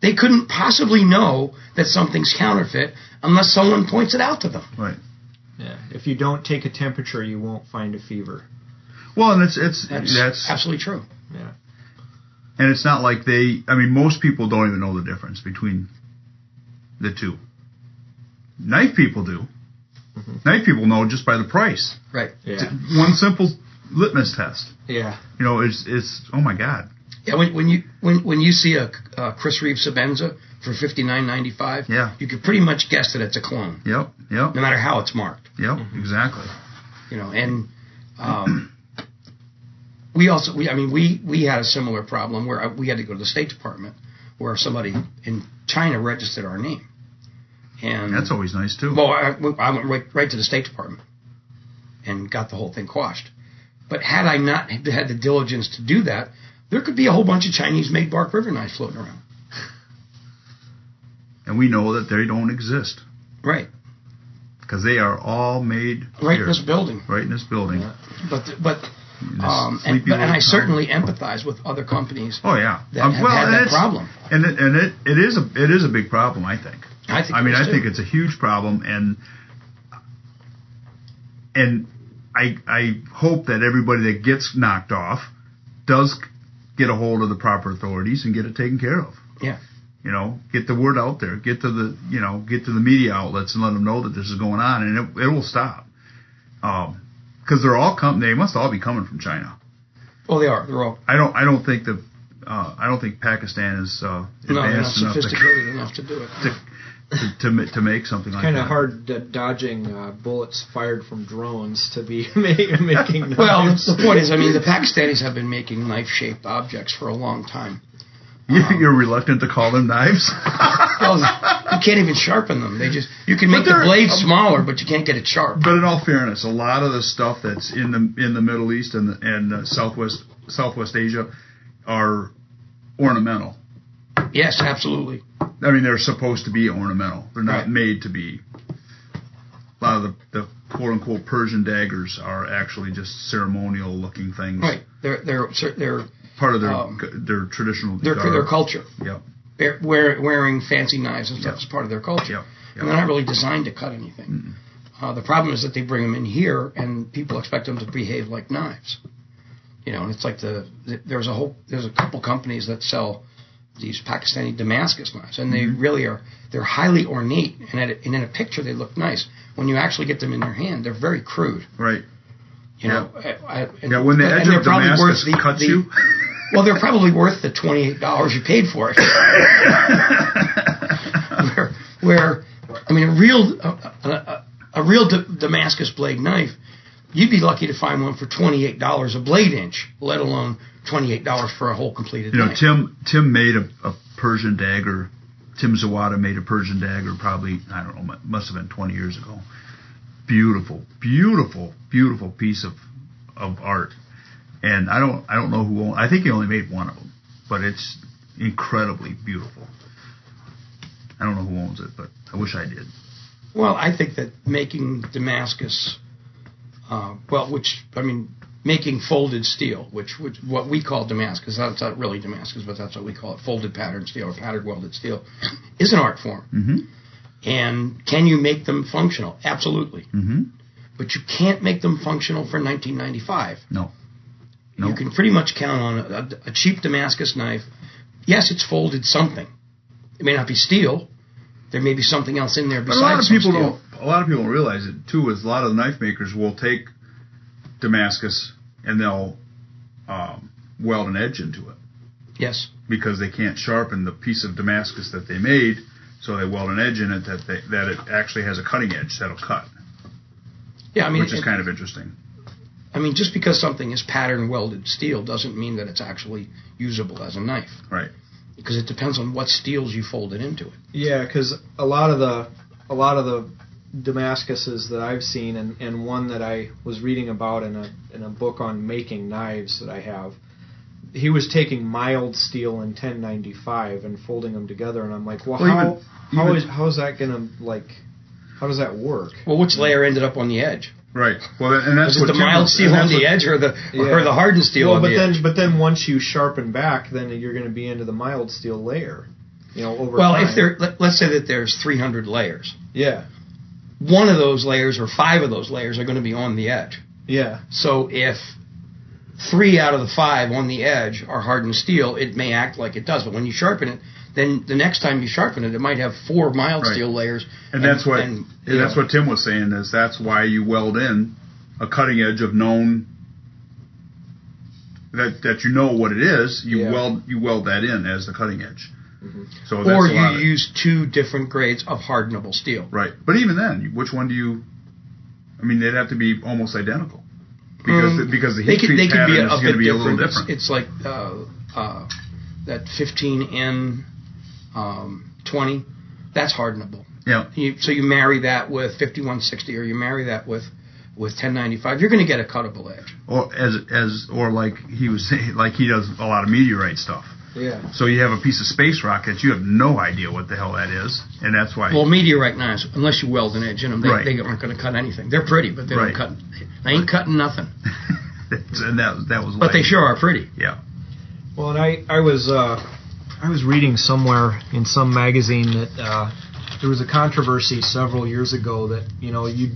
Speaker 4: They couldn't possibly know that something's counterfeit unless someone points it out to them.
Speaker 2: right.
Speaker 1: Yeah. If you don't take a temperature, you won't find a fever.
Speaker 2: Well, and it's it's
Speaker 4: That's,
Speaker 2: that's
Speaker 4: absolutely true.
Speaker 1: Yeah.
Speaker 2: and it's not like they i mean most people don't even know the difference between the two knife people do
Speaker 4: Mm-hmm.
Speaker 2: knife people know just by the price
Speaker 4: Right.
Speaker 1: Yeah.
Speaker 2: It's one simple litmus test
Speaker 1: Yeah.
Speaker 2: you know it's it's oh my god
Speaker 4: Yeah, when, when you when, when you see a, a Chris Reeve Sabenza for fifty nine ninety five,
Speaker 2: Yeah.
Speaker 4: you could pretty much guess that it's a clone,
Speaker 2: yep yep
Speaker 4: no matter how it's marked.
Speaker 2: yep exactly
Speaker 4: You know, and um, we also we I mean we we had a similar problem where I, we had to go to the State Department where somebody in China registered our name, and
Speaker 2: that's always nice too
Speaker 4: well I, I went right, right to the State Department and got the whole thing quashed. But had I not had the diligence to do that, there could be a whole bunch of Chinese made Bark River knives floating around.
Speaker 2: and we know that they don't exist
Speaker 4: Right.
Speaker 2: because they are all made
Speaker 4: right
Speaker 2: here,
Speaker 4: in this building.
Speaker 2: right in this building
Speaker 4: But but
Speaker 2: in this
Speaker 4: um, and,
Speaker 2: sleepy
Speaker 4: but, and
Speaker 2: little
Speaker 4: I
Speaker 2: town.
Speaker 4: certainly empathize with other companies
Speaker 2: oh yeah
Speaker 4: that
Speaker 2: Um,
Speaker 4: have
Speaker 2: well,
Speaker 4: had
Speaker 2: and
Speaker 4: that
Speaker 2: it's-
Speaker 4: problem.
Speaker 2: and it, and it, it is a it is a big problem i think
Speaker 4: I think.
Speaker 2: I mean,
Speaker 4: it is
Speaker 2: I
Speaker 4: too.
Speaker 2: think it's a huge problem, and and I I hope that everybody that gets knocked off does get a hold of the proper authorities and get it taken care of.
Speaker 4: yeah.
Speaker 2: You know, get the word out there, get to the you know, get to the media outlets and let them know that this is going on, and it, it will stop. Um, because they're all come, they must all be coming from China.
Speaker 4: Well, they are. They're all
Speaker 2: I don't I don't think the uh, I don't think Pakistan is uh,
Speaker 4: no, they're not
Speaker 2: advanced enough to,
Speaker 4: sophisticated enough to do it.
Speaker 2: to, to ma- to make something like
Speaker 1: Kind
Speaker 2: that.
Speaker 1: of hard d- dodging uh, bullets fired from drones to be ma- making. Noise.
Speaker 4: Well, the point is, I mean, the Pakistanis have been making knife-shaped objects for a long time.
Speaker 2: You- You're reluctant to call them knives.
Speaker 4: Well, you can't even sharpen them. They just you can make the
Speaker 2: they're-
Speaker 4: blade smaller, but you can't get it sharp.
Speaker 2: But in all fairness, a lot of the stuff that's in the in the Middle East and the, and uh, Southwest Southwest Asia are ornamental.
Speaker 4: Yes, absolutely.
Speaker 2: I mean, they're supposed to be ornamental. They're not
Speaker 4: Right.
Speaker 2: made to be. A lot of the, the quote unquote Persian daggers are actually just ceremonial looking things.
Speaker 4: Right. They're they're they're
Speaker 2: Part of their
Speaker 4: Um,
Speaker 2: their traditional.
Speaker 4: their,
Speaker 2: garb.
Speaker 4: their culture.
Speaker 2: Yep.
Speaker 4: They're wear, wearing fancy knives and stuff
Speaker 2: Yep.
Speaker 4: is part of their culture.
Speaker 2: Yep.
Speaker 4: And they're not really designed to cut anything. Uh, the problem is that they bring them in here, and people expect them to behave like knives. You know, and it's like the th- there's a whole there's a couple companies that sell these Pakistani Damascus knives, and they
Speaker 2: Mm-hmm.
Speaker 4: really are they're highly ornate, and, at, a- and in a picture they look nice. When you actually get them in your hand, they're very crude.
Speaker 2: Right.
Speaker 4: You know, I, I, and,
Speaker 2: Yeah. When the
Speaker 4: and
Speaker 2: edge
Speaker 4: they're
Speaker 2: of
Speaker 4: probably worth
Speaker 2: Damascus
Speaker 4: the-
Speaker 2: cuts
Speaker 4: the-
Speaker 2: you.
Speaker 4: well, they're probably worth the twenty eight dollars you paid for it. where, where, I mean, a real a, a, a real D- Damascus blade knife, you'd be lucky to find one for twenty eight dollars a blade inch, let alone twenty eight dollars for a whole completed
Speaker 2: You know,
Speaker 4: knife.
Speaker 2: Tim Tim made a, a Persian dagger. Tim Zawada made a Persian dagger probably I don't know mu- must have been 20 years ago, beautiful, beautiful, beautiful piece of of art. And I don't I don't know who owned, I think he only made one of them, but it's incredibly beautiful. I don't know who owns it, but I wish I did.
Speaker 4: Well, I think that making Damascus, uh, well, which I mean, making folded steel, which, which what we call Damascus, that's not really Damascus, but that's what we call it, folded patterned steel or patterned welded steel, is an art form.
Speaker 2: Mm-hmm.
Speaker 4: And can you make them functional? Absolutely.
Speaker 2: Mm-hmm.
Speaker 4: But you can't make them functional for 1995.
Speaker 2: No.
Speaker 4: You
Speaker 2: Nope.
Speaker 4: can pretty much count on a, a, a cheap Damascus knife. Yes, it's folded something. It may not be steel. There may be something else in there
Speaker 2: But
Speaker 4: besides
Speaker 2: a lot of
Speaker 4: some
Speaker 2: people
Speaker 4: steel.
Speaker 2: don't. A lot of people don't realize it too. Is a lot of the knife makers will take Damascus and they'll um, weld an edge into it
Speaker 4: Yes.
Speaker 2: because they can't sharpen the piece of Damascus that they made. So they weld an edge in it that they, that it actually has a cutting edge that'll cut,
Speaker 4: Yeah, I mean,
Speaker 2: which is
Speaker 4: it-
Speaker 2: kind of interesting.
Speaker 4: I mean, just because something is pattern welded steel doesn't mean that it's actually usable as a knife.
Speaker 2: Right.
Speaker 4: Because it depends on what steels you fold it into it.
Speaker 1: Yeah, because a lot of the a lot of the Damascuses that I've seen, and, and one that I was reading about in a in a book on making knives that I have, he was taking mild steel and 1095 and folding them together, and I'm like, well,
Speaker 2: Well,
Speaker 1: how
Speaker 2: even-
Speaker 1: how
Speaker 2: even-
Speaker 1: is how is that gonna like how does that work?
Speaker 4: Well, which layer ended up on the edge?
Speaker 2: Right. Well, and that's
Speaker 4: Was it
Speaker 2: what
Speaker 4: the
Speaker 2: Tim-
Speaker 4: mild
Speaker 2: and
Speaker 4: steel
Speaker 2: that's
Speaker 4: on the
Speaker 2: what-
Speaker 4: edge or the or
Speaker 1: Yeah.
Speaker 4: the hardened steel
Speaker 1: well,
Speaker 4: on
Speaker 1: but
Speaker 4: the
Speaker 1: then
Speaker 4: edge?
Speaker 1: but then once you sharpen back, then you're gonna be into the mild steel layer, you know, over
Speaker 4: Well,
Speaker 1: time.
Speaker 4: if there, let, let's say that there's 300 layers.
Speaker 1: yeah
Speaker 4: One of those layers or five of those layers are going to be on the edge.
Speaker 1: yeah
Speaker 4: So if three out of the five on the edge are hardened steel, it may act like it does. But when you sharpen it, then the next time you sharpen it, it might have four mild
Speaker 2: Right.
Speaker 4: steel layers.
Speaker 2: And that's what
Speaker 4: and,
Speaker 2: and,
Speaker 4: you
Speaker 2: that's
Speaker 4: know,
Speaker 2: what Tim was saying is that's why you weld in a cutting edge of known that that you know what it is. You
Speaker 1: Yeah.
Speaker 2: weld you weld that in as the cutting edge.
Speaker 4: Mm-hmm.
Speaker 2: So that's
Speaker 4: Or
Speaker 2: a lot of-
Speaker 4: you use two different grades of hardenable steel.
Speaker 2: right. But even then, which one do you? I mean, they'd have to be almost identical because
Speaker 4: Um,
Speaker 2: the, because the
Speaker 4: They
Speaker 2: heat
Speaker 4: can,
Speaker 2: treat
Speaker 4: they can
Speaker 2: pattern
Speaker 4: be
Speaker 2: is
Speaker 4: a, a
Speaker 2: going
Speaker 4: bit
Speaker 2: to be a little
Speaker 4: different. It's,
Speaker 2: different.
Speaker 4: it's like uh, uh, that 15N um, 20. That's hardenable.
Speaker 2: yeah.
Speaker 4: You, so you marry that with 5160 or you marry that with, with 1095. You're going to get a cuttable edge.
Speaker 2: Or as as or like he was saying, like he does a lot of meteorite stuff.
Speaker 1: yeah
Speaker 2: So you have a piece of space rock that you have no idea what the hell that is, and that's why
Speaker 4: Well, meteorite knives, unless you weld an edge in them, they,
Speaker 2: Right.
Speaker 4: they aren't going to cut anything. They're pretty, but they
Speaker 2: Right.
Speaker 4: don't cut. They ain't cutting nothing.
Speaker 2: and that that was
Speaker 4: But they
Speaker 2: like-
Speaker 4: sure are pretty.
Speaker 2: yeah
Speaker 1: Well, and I, I was uh, I was reading somewhere in some magazine that uh, there was a controversy several years ago that you know you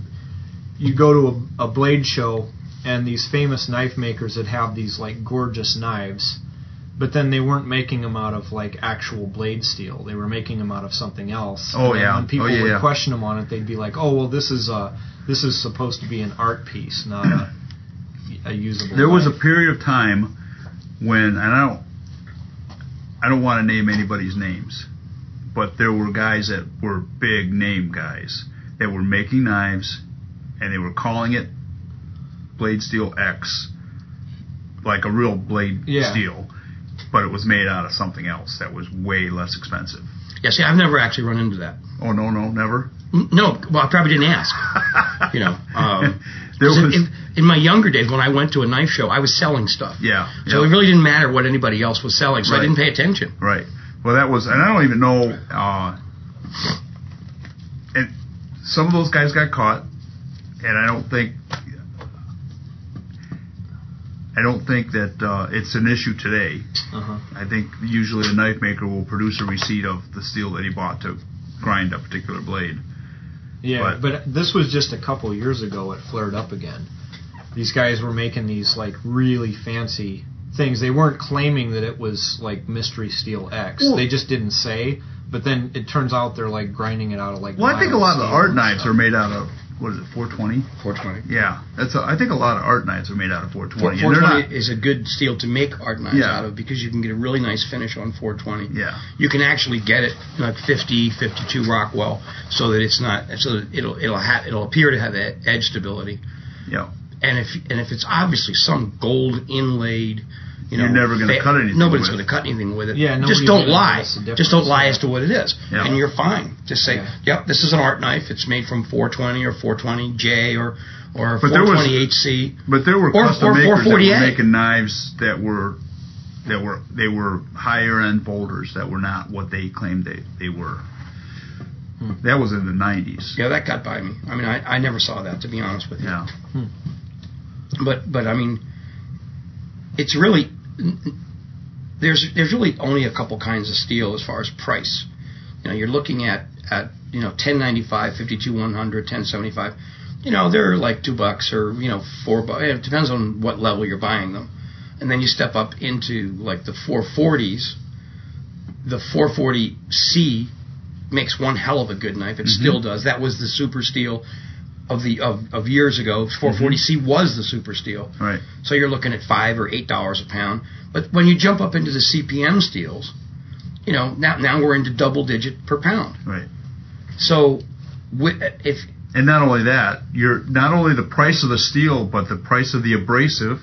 Speaker 1: you go to a, a blade show and these famous knife makers that have these like gorgeous knives, but then they weren't making them out of like actual blade steel. They were making them out of something else.
Speaker 2: Oh,
Speaker 1: And then
Speaker 2: yeah.
Speaker 1: When people
Speaker 2: Oh, yeah,
Speaker 1: would
Speaker 2: yeah.
Speaker 1: question them on it, they'd be like, "Oh well, this is uh this is supposed to be an art piece, not a, a usable."
Speaker 2: there was a
Speaker 1: knife."
Speaker 2: period of time when and I don't I don't want to name anybody's names but there were guys that were big name guys that were making knives and they were calling it blade steel X like a real blade
Speaker 1: Yeah.
Speaker 2: steel but it was made out of something else that was way less expensive
Speaker 4: Yeah, see, I've never actually run into that.
Speaker 2: oh no no never
Speaker 4: N- No, well, I probably didn't ask. You know, um,
Speaker 2: there
Speaker 4: 'cause in-
Speaker 2: was
Speaker 4: in, in my younger days when I went to a knife show, I was selling stuff.
Speaker 2: yeah,
Speaker 4: So
Speaker 2: yeah.
Speaker 4: it really didn't matter what anybody else was selling, so I
Speaker 2: Right.
Speaker 4: didn't pay attention.
Speaker 2: Right. Well, that was, and I don't even know. Uh, and some of those guys got caught, and I don't think, I don't think that uh, it's an issue today.
Speaker 1: Uh-huh.
Speaker 2: I think usually a knife maker will produce a receipt of the steel that he bought to grind a particular blade.
Speaker 1: Yeah, but, this was just a couple years ago. It flared up again. These guys were making these like really fancy things. They weren't claiming that it was like Mystery Steel X.
Speaker 2: Well-
Speaker 1: they just didn't say. But then it turns out they're like grinding it out of like.
Speaker 2: Well, I think a lot of the
Speaker 1: mild
Speaker 2: art
Speaker 1: steel
Speaker 2: knives
Speaker 1: and
Speaker 2: are made out of what is it, 420?
Speaker 4: 420.
Speaker 2: Yeah, that's. A, I think a lot of art knives are made out of 420. and they're not.
Speaker 4: 420 is a good steel to make art knives
Speaker 2: Yeah.
Speaker 4: out of because you can get a really nice finish on 420.
Speaker 2: Yeah.
Speaker 4: You can actually get it like 50, 52 Rockwell, so that it's not so that it'll it'll have it'll appear to have that edge stability.
Speaker 2: Yeah.
Speaker 4: And if and if it's obviously some gold inlaid, you know,
Speaker 2: You're never gonna cut anything
Speaker 4: Nobody's
Speaker 2: with it.
Speaker 4: going to cut anything with it.
Speaker 1: Yeah,
Speaker 4: just
Speaker 1: nobody
Speaker 4: don't
Speaker 1: will
Speaker 4: lie.
Speaker 1: notice the
Speaker 4: Just don't lie
Speaker 1: difference.
Speaker 4: as to what it is,
Speaker 2: Yeah.
Speaker 4: and you're fine. Just say,
Speaker 1: Yeah.
Speaker 4: "Yep, this is an art knife. It's made from 420 or 420J or or
Speaker 2: But there was-
Speaker 4: 420HC."
Speaker 2: But there were
Speaker 4: Or-
Speaker 2: custom
Speaker 4: or
Speaker 2: makers that
Speaker 4: 448.
Speaker 2: were making knives that were that were they were higher end folders that were not what they claimed they, they were. That was in the nineties.
Speaker 4: Hmm. Yeah, that got by me. I mean, I, I never saw that to be honest with you.
Speaker 2: Yeah.
Speaker 4: But but I mean, it's really n- n- there's there's really only a couple kinds of steel as far as price. You know, you're looking at at you know 1095, 52, 100, 1075. You know, they're like two bucks or you know four bucks. It depends on what level you're buying them. And then you step up into like the 440s. The 440C makes one hell of a good knife. It still does. That was the super steel of the of, of years ago. 440C was the super steel.
Speaker 2: Right.
Speaker 4: So you're looking at five or eight dollars a pound. But when you jump up into the CPM steels, you know now now we're into double digit per pound.
Speaker 2: Right.
Speaker 4: So wi- if
Speaker 2: And not only that, you're not only the price of the steel, but the price of the abrasive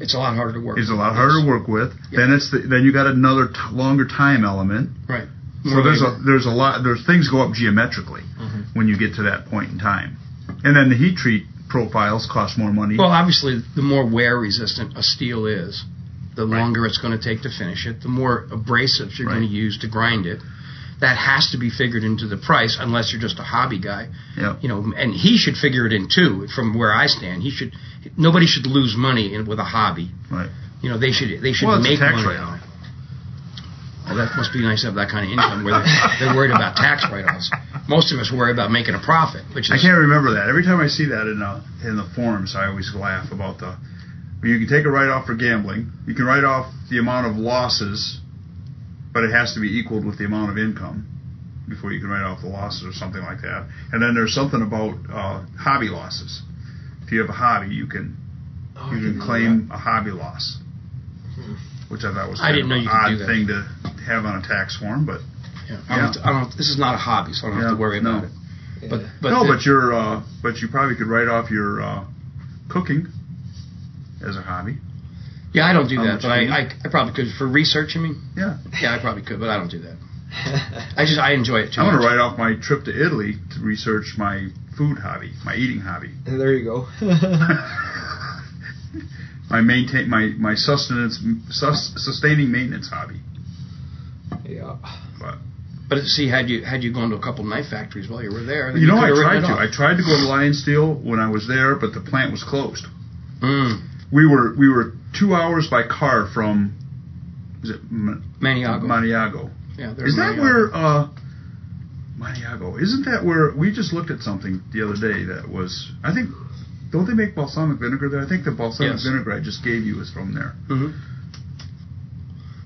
Speaker 4: it's a lot harder to work,
Speaker 2: is a lot harder to work with.
Speaker 4: Yeah.
Speaker 2: Then it's the, then you got another t- longer time element.
Speaker 4: Right.
Speaker 2: So there's a there's a lot there's things go up geometrically
Speaker 4: Mm-hmm.
Speaker 2: when you get to that point in time, and then the heat treat profiles cost more money.
Speaker 4: well, obviously, the more wear resistant a steel is, the longer it's going to take to finish it, the more abrasives you're going
Speaker 2: Right.
Speaker 4: to use to grind it. That has to be figured into the price, unless you're just a hobby guy.
Speaker 2: Yep.
Speaker 4: you know, and he should figure it in too. From where I stand, he should. Nobody should lose money in, with a hobby.
Speaker 2: Right.
Speaker 4: You know, they should. They should
Speaker 2: Well, it's a
Speaker 4: make
Speaker 2: tax
Speaker 4: money
Speaker 2: write-off.
Speaker 4: on it. Well, that must be nice to have that kind of income where they're, they're worried about tax write-offs. Most of us worry about making a profit, which
Speaker 2: I
Speaker 4: is
Speaker 2: can't remember that. Every time I see that in uh in the forums, I always laugh about the. You can take a write off for gambling. You can write off the amount of losses, but it has to be equaled with the amount of income before you can write off the losses or something like that. And then there's something about uh, hobby losses. If you have a hobby, you can
Speaker 4: Oh,
Speaker 2: you can claim a hobby loss, which I thought was
Speaker 4: Hmm. I
Speaker 2: kind
Speaker 4: didn't
Speaker 2: of
Speaker 4: know
Speaker 2: an
Speaker 4: you could do
Speaker 2: odd
Speaker 4: that.
Speaker 2: thing to have on a tax form, but
Speaker 4: Yeah, I don't, I don't, this is not a hobby, so I don't have to
Speaker 2: Yeah,
Speaker 4: worry about
Speaker 2: no.
Speaker 4: it. But, but
Speaker 2: no,
Speaker 4: the-
Speaker 2: but your uh, but you probably could write off your uh, cooking as a hobby.
Speaker 4: yeah, I don't do
Speaker 2: How
Speaker 4: that.
Speaker 2: much
Speaker 4: But I,
Speaker 2: do you-
Speaker 4: I, I probably could for research. I mean,
Speaker 2: Yeah,
Speaker 4: yeah, I probably could, but I don't do that. I just I enjoy it too.
Speaker 2: I'm gonna
Speaker 4: much.
Speaker 2: write off my trip to Italy to research my food hobby, my eating hobby,
Speaker 9: there you go.
Speaker 2: my maintain my my sustenance sus, sustaining maintenance hobby.
Speaker 9: yeah.
Speaker 4: But see, had you had you gone to a couple knife factories while you were there, then
Speaker 2: You know, I
Speaker 4: could have
Speaker 2: tried
Speaker 4: written
Speaker 2: to. I
Speaker 4: it off.
Speaker 2: tried to go to Lion Steel when I was there, but the plant was closed.
Speaker 4: Mm,
Speaker 2: We were we were two hours by car from. Is it Ma-
Speaker 4: Mm, Maniago.
Speaker 2: Maniago?
Speaker 4: yeah, they're
Speaker 2: Is that
Speaker 4: Maniago.
Speaker 2: where uh Maniago? Isn't that where we just looked at something the other day that was I think don't they make balsamic vinegar there? I think the balsamic
Speaker 4: Yes.
Speaker 2: vinegar I just gave you is from there.
Speaker 4: Mhm.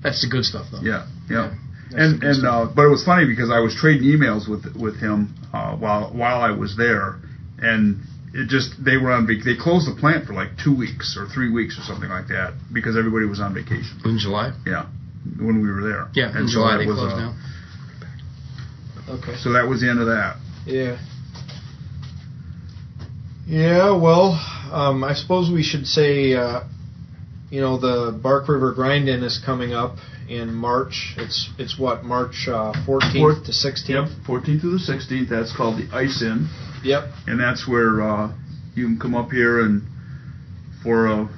Speaker 4: That's the good stuff, though.
Speaker 2: Mm-hmm. Yeah, yeah.
Speaker 4: That's
Speaker 2: and and uh, but it was funny because I was trading emails with with him uh, while while I was there, and it just they were on vac- they closed the plant for like two weeks or three weeks or something like that because everybody was on vacation.
Speaker 4: In July.
Speaker 2: Yeah, when we were there.
Speaker 4: Yeah, in
Speaker 2: and so
Speaker 4: July
Speaker 2: that
Speaker 4: they
Speaker 2: was,
Speaker 4: closed
Speaker 2: uh,
Speaker 4: now.
Speaker 9: Okay.
Speaker 2: So that was the end of that.
Speaker 9: Yeah. Yeah, well, um, I suppose we should say, uh, you know, the Bark River Grind In is coming up in March. It's it's what March uh, fourteenth
Speaker 2: Fourth.
Speaker 9: to sixteenth.
Speaker 2: 14th through the 16th. That's called the Ice In.
Speaker 9: Yep.
Speaker 2: and that's where uh, you can come up here and for a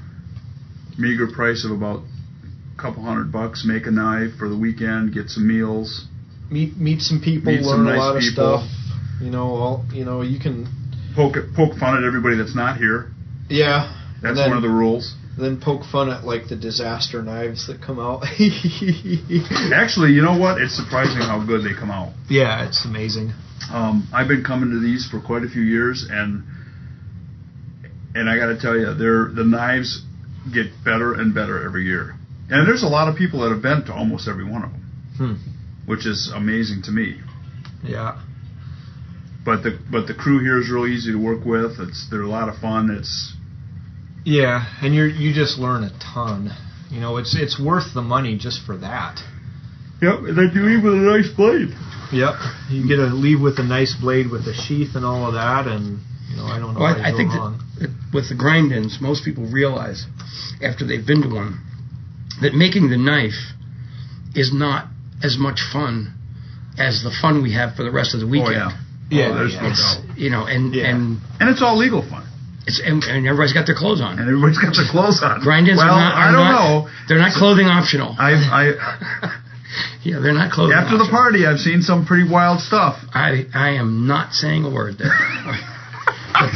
Speaker 2: meager price of about a couple hundred bucks, make a knife for the weekend, get some meals.
Speaker 9: Meet meet some people,
Speaker 2: Meet
Speaker 9: learn
Speaker 2: some nice
Speaker 9: a lot of
Speaker 2: people.
Speaker 9: stuff. You know, all you know, you can.
Speaker 2: Poke poke fun at everybody that's not here.
Speaker 9: Yeah.
Speaker 2: That's
Speaker 9: and then,
Speaker 2: one of the rules.
Speaker 9: Then poke fun at like the disaster knives that come out.
Speaker 2: Actually, you know what? It's surprising how good they come out.
Speaker 1: Yeah, it's amazing.
Speaker 2: Um, I've been coming to these for quite a few years, and and I got to tell you, they're the knives get better and better every year. And there's a lot of people that have been to almost every one of them,
Speaker 1: Hmm.
Speaker 2: which is amazing to me.
Speaker 1: Yeah.
Speaker 2: Oh, But the but the crew here is real easy to work with. It's they're a lot of fun. It's
Speaker 1: Yeah, and you you just learn a ton. You know, it's it's worth the money just for that.
Speaker 2: yep. And then you leave with a nice blade.
Speaker 1: Yep. You get to leave with a nice blade with a sheath and all of that, and you know I don't know
Speaker 4: Well,
Speaker 1: how you
Speaker 4: I, I
Speaker 1: go
Speaker 4: think
Speaker 1: wrong.
Speaker 4: that with the grind ins, most people realize after they've been to one that making the knife is not as much fun as the fun we have for the rest of the weekend.
Speaker 2: yeah.
Speaker 1: Yeah,
Speaker 2: oh, there's no
Speaker 4: It's,
Speaker 2: doubt.
Speaker 4: you know, and
Speaker 1: Yeah.
Speaker 4: and
Speaker 2: And it's all legal fun.
Speaker 4: it's and, and everybody's got their clothes on.
Speaker 2: And everybody's got their clothes on.
Speaker 4: Grind ins
Speaker 2: well,
Speaker 4: are not. Are
Speaker 2: I don't
Speaker 4: not-
Speaker 2: know.
Speaker 4: They're not clothing optional.
Speaker 2: I,
Speaker 4: yeah, they're not
Speaker 2: I
Speaker 4: clothing.
Speaker 2: after the
Speaker 4: optional.
Speaker 2: party, I've seen some pretty wild stuff.
Speaker 4: I I am not saying a word there. But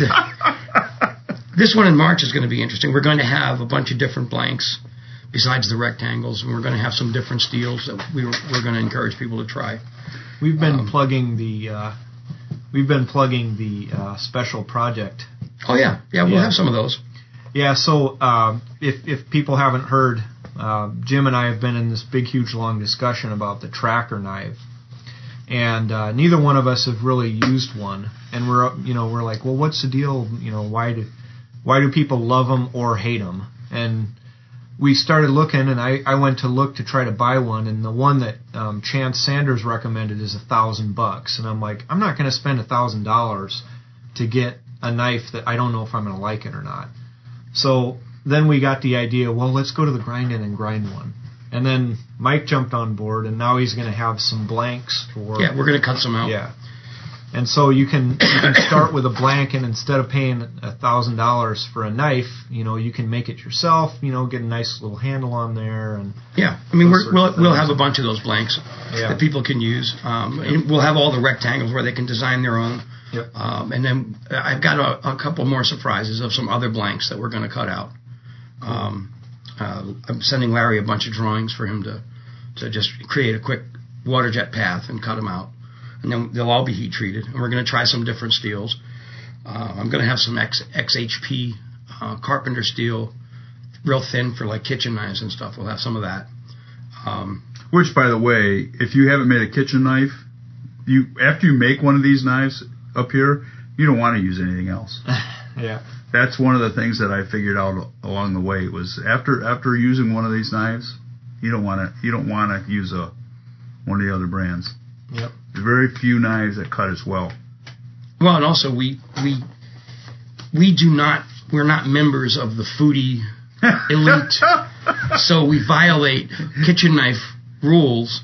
Speaker 4: the- this one in March is going to be interesting. We're going to have a bunch of different blanks besides the rectangles, and we're going to have some different steels that we, we're going to encourage people to try. um,
Speaker 9: We've been plugging the uh, we've been plugging the uh, special project.
Speaker 4: Oh yeah, yeah, we'll
Speaker 9: Yeah.
Speaker 4: have some of those.
Speaker 9: Yeah, so uh, if if people haven't heard, uh, Jim and I have been in this big, huge, long discussion about the tracker knife, and uh, neither one of us have really used one, and we're uh, you know we're like, well, what's the deal? You know, why do why do people love them or hate them? And we started looking, and I, I went to look to try to buy one, and the one that um, Chance Sanders recommended is a thousand bucks, and I'm like, I'm not going to spend a thousand dollars to get a knife that I don't know if I'm going to like it or not. So then we got the idea, well, let's go to the grind in and grind one. And then Mike jumped on board, and now he's going to have some blanks for
Speaker 4: Yeah, we're going to cut some out.
Speaker 9: yeah. And so you can, you can start with a blank, and instead of paying a thousand dollars for a knife, you know you can make it yourself. You know, get a nice little handle on there, and
Speaker 4: Yeah, I mean,
Speaker 9: Those
Speaker 4: we're,
Speaker 9: sorts
Speaker 4: we'll
Speaker 9: of
Speaker 4: we'll
Speaker 9: things.
Speaker 4: have a bunch of those blanks
Speaker 9: Yeah.
Speaker 4: that people can use. Um, and we'll have all the rectangles where they can design their own.
Speaker 9: Yep.
Speaker 4: Um, and then I've got a, a couple more surprises of some other blanks that we're going to cut out. Um, uh, I'm sending Larry a bunch of drawings for him to to just create a quick water jet path and cut them out, and then they'll all be heat treated. And we're going to try some different steels. Uh, I'm going to have some X, XHP uh, carpenter steel, real thin for like kitchen knives and stuff. We'll have some of that. Um,
Speaker 2: Which, by the way, if you haven't made a kitchen knife, you after you make one of these knives up here, you don't want to use anything else.
Speaker 9: yeah,
Speaker 2: That's one of the things that I figured out along the way was after after using one of these knives, you don't want to you don't want to use a one of the other brands.
Speaker 9: Yep.
Speaker 2: There's very few knives that cut as well.
Speaker 4: Well, and also we we we do not we're not members of the foodie elite, so we violate kitchen knife rules,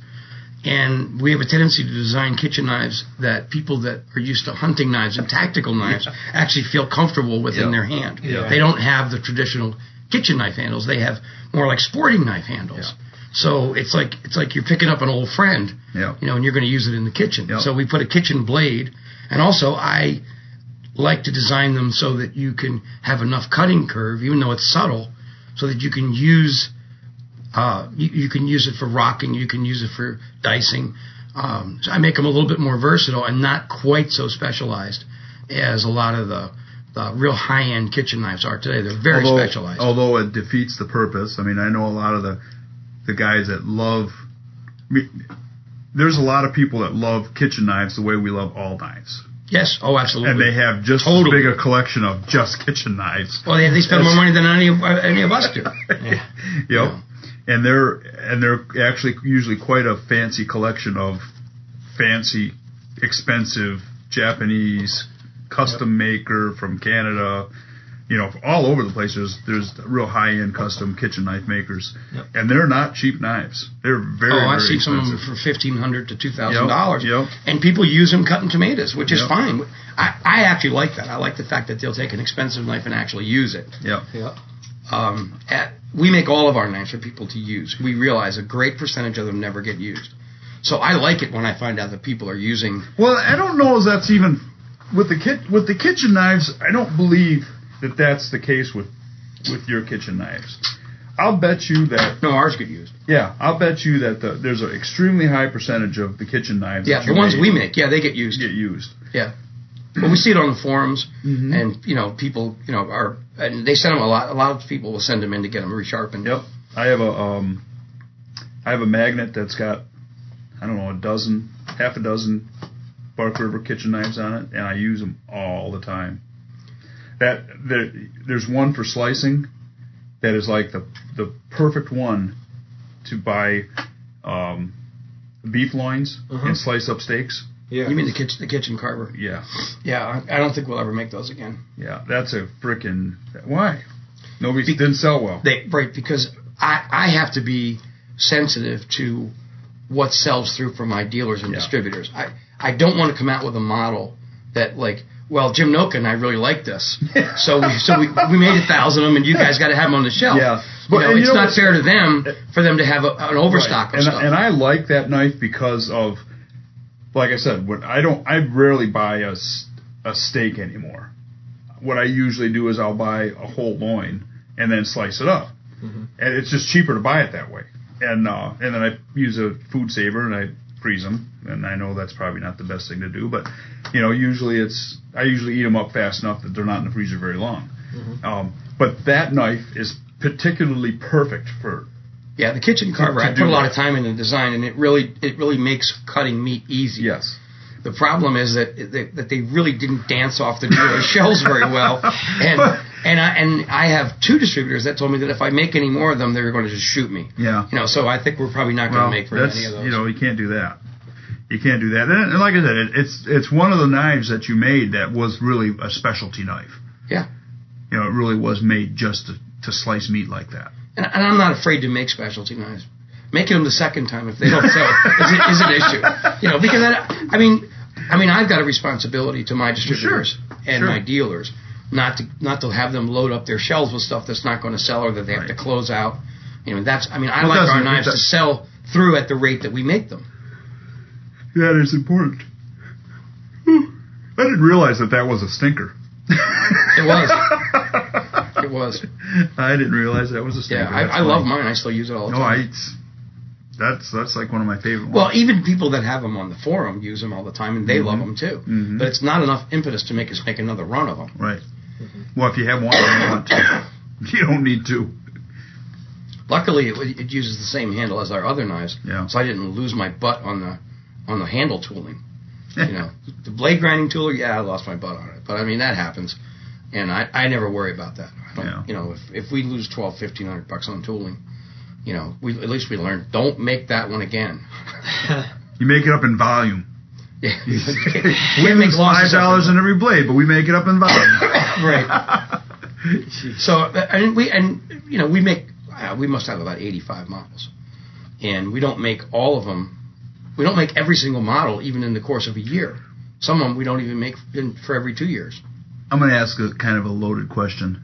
Speaker 4: and we have a tendency to design kitchen knives that people that are used to hunting knives and tactical knives actually feel comfortable with in their hand.
Speaker 9: Yeah.
Speaker 4: They don't have the traditional kitchen knife handles; they have more like sporting knife handles. So it's like it's like you're picking up an old friend
Speaker 2: Yeah.
Speaker 4: you know, and you're going to use it in the kitchen.
Speaker 2: Yep.
Speaker 4: So we put a kitchen blade, and also I like to design them so that you can have enough cutting curve, even though it's subtle, so that you can use uh, you, you can use it for rocking, you can use it for dicing. Um, so I make them a little bit more versatile and not quite so specialized as a lot of the, the real high end kitchen knives are today. They're very
Speaker 2: although, oh,
Speaker 4: specialized.
Speaker 2: Although it defeats the purpose. I mean, I know a lot of the the guys that love. I mean, there's a lot of people that love kitchen knives the way we love all knives,
Speaker 4: yes, oh, absolutely.
Speaker 2: and they have just
Speaker 4: Totally.
Speaker 2: as big a collection of just kitchen knives.
Speaker 4: well, they, they spend more money than any of, any of us do.
Speaker 2: Yep. And they're and they're actually usually quite a fancy collection of fancy, expensive Japanese custom maker from Canada. You know, all over the place. There's there's real high end custom kitchen knife makers,
Speaker 9: Yep.
Speaker 2: and they're not cheap knives. They're very
Speaker 4: oh, I've
Speaker 2: very
Speaker 4: seen some of them
Speaker 2: expensive.
Speaker 4: for fifteen hundred to two thousand dollars.
Speaker 2: Yep, yep.
Speaker 4: And people use them cutting tomatoes, which is
Speaker 2: Yep.
Speaker 4: fine. I, I actually like that. I like the fact that they'll take an expensive knife and actually use it.
Speaker 2: Yep.
Speaker 9: yeah,
Speaker 4: Um, at, we make all of our knives for people to use. We realize a great percentage of them never get used. So I like it when I find out that people are using.
Speaker 2: Well, I don't know if that's even with the kit with the kitchen knives. I don't believe that that's the case with with your kitchen knives. I'll bet you that
Speaker 4: No, ours get used.
Speaker 2: Yeah, I'll bet you that the, there's an extremely high percentage of the kitchen knives.
Speaker 4: Yeah,
Speaker 2: that
Speaker 4: the
Speaker 2: you
Speaker 4: ones
Speaker 2: made
Speaker 4: we make, yeah, they get used.
Speaker 2: get used.
Speaker 4: Yeah. But we see it on the forums,
Speaker 2: Mm-hmm.
Speaker 4: and you know, people, you know, are and they send them a lot. A lot of people will send them in to get them resharpened.
Speaker 2: Yep, I have a um, I have a magnet that's got I don't know a dozen, half a dozen Bark River kitchen knives on it, and I use them all the time. That there, there's one for slicing that is like the the perfect one to buy um, beef loins and slice up steaks.
Speaker 9: Yeah.
Speaker 4: You mean the kitchen, the kitchen carver?
Speaker 2: Yeah,
Speaker 4: Yeah, I, I don't think we'll ever make those again.
Speaker 2: yeah. That's a freaking why. Nobody didn't sell well.
Speaker 4: They right because I I have to be sensitive to what sells through for my dealers and
Speaker 2: Yeah.
Speaker 4: distributors. I I don't want to come out with a model that like. Well, Jim Noka and I really like this, so we, so we, we made a thousand of them, and you guys got to have them on the shelf.
Speaker 2: Yeah.
Speaker 4: you
Speaker 2: But-
Speaker 4: know,
Speaker 2: and you
Speaker 4: it's
Speaker 2: know
Speaker 4: not
Speaker 2: what's-
Speaker 4: fair to them for them to have a, an
Speaker 2: Right.
Speaker 4: overstock of
Speaker 2: and,
Speaker 4: stuff.
Speaker 2: And I like that knife because of, like I said, what I don't, I rarely buy a, s- a steak anymore. What I usually do is I'll buy a whole loin and then slice it up, and it's just cheaper to buy it that way. And uh, and then I use a food saver and I freeze them. And I know that's probably not the best thing to do, but you know, usually it's I usually eat them up fast enough that they're not in the freezer very long. Um, but that knife is particularly perfect for
Speaker 4: Yeah, the kitchen carver.
Speaker 2: to
Speaker 4: I
Speaker 2: do
Speaker 4: put a lot
Speaker 2: that.
Speaker 4: of time into the design, and it really it really makes cutting meat easy.
Speaker 2: yes.
Speaker 4: The problem is that that, that they really didn't dance off the dealer's shells very well, and and I and I have two distributors that told me that if I make any more of them, they're going to just shoot me.
Speaker 2: Yeah.
Speaker 4: You know, so I think we're probably not going to make very
Speaker 2: that's,
Speaker 4: many of those.
Speaker 2: You know, you can't do that. You can't do that. And, and like I said, it, it's it's one of the knives that you made that was really a specialty knife.
Speaker 4: yeah.
Speaker 2: You know, it really was made just to, to slice meat like that.
Speaker 4: And, and I'm not afraid to make specialty knives. Making them the second time if they don't sell is, an- is an issue. You know, because I, I mean, I mean, I've got a responsibility to my distributors and
Speaker 2: sure.
Speaker 4: my dealers, not to not to have them load up their shelves with stuff that's not going to sell or that they have to
Speaker 2: Right.
Speaker 4: close out. You know, that's I mean, I
Speaker 2: Well,
Speaker 4: like
Speaker 2: doesn't-
Speaker 4: our knives
Speaker 2: it
Speaker 4: to
Speaker 2: does-
Speaker 4: sell through at the rate that we make them.
Speaker 2: That is important. I didn't realize that that was a stinker.
Speaker 4: It was, it was.
Speaker 2: I didn't realize that was a stinker.
Speaker 4: Yeah, I,
Speaker 2: That's
Speaker 4: I love
Speaker 2: funny.
Speaker 4: mine. I still use it all the
Speaker 2: No,
Speaker 4: time.
Speaker 2: I. It's, that's that's like one of my favorite ones.
Speaker 4: Well, e- even people that have them on the forum use them all the time, and they love 'em love them too.
Speaker 2: Mhm.
Speaker 4: But it's not enough impetus to make us make another run of them.
Speaker 2: right. Well, if you have one, you don't want to. You don't need to.
Speaker 4: Luckily, it, it uses the same handle as our other knives,
Speaker 2: Yeah.
Speaker 4: so I didn't lose my butt on the on the handle tooling. You know, the blade grinding tool, yeah, I lost my butt on it, but I mean that happens, and I, I never worry about that. I don't,
Speaker 2: Yeah.
Speaker 4: You know, if if we lose twelve fifteen hundred bucks on tooling, you know, we at least we learned don't make that one again.
Speaker 2: You make it up in volume.
Speaker 4: Yeah.
Speaker 2: we
Speaker 4: make
Speaker 2: lose five
Speaker 4: losses up
Speaker 2: dollars
Speaker 4: in-
Speaker 2: in every blade, but we make it up in volume.
Speaker 4: right. so uh, and we and you know we make uh, we must have about eighty five models, and we don't make all of them. We don't make every single model even in the course of a year. Some of them we don't even make in, for every two years.
Speaker 2: I'm going to ask a kind of a loaded question.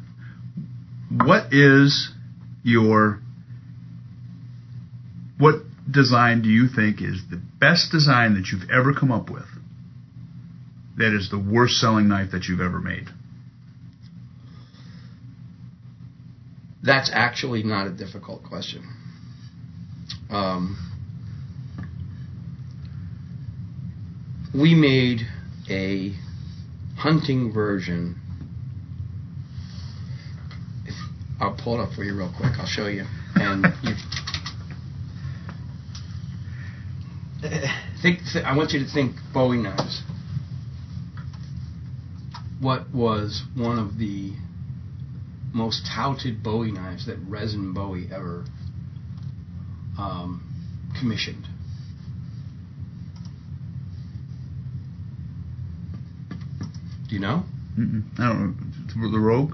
Speaker 2: What is your what design do you think is the best design that you've ever come up with? That is the worst selling knife that you've ever made.
Speaker 4: That's actually not a difficult question. Um, we made a hunting version. If, I'll pull it up for you real quick. I'll show you. And you think. Th- I want you to think Bowie knives. What was one of the most touted Bowie knives that Resin Bowie ever um, commissioned. Do you know?
Speaker 2: Mm-mm. I don't know. The Rogue?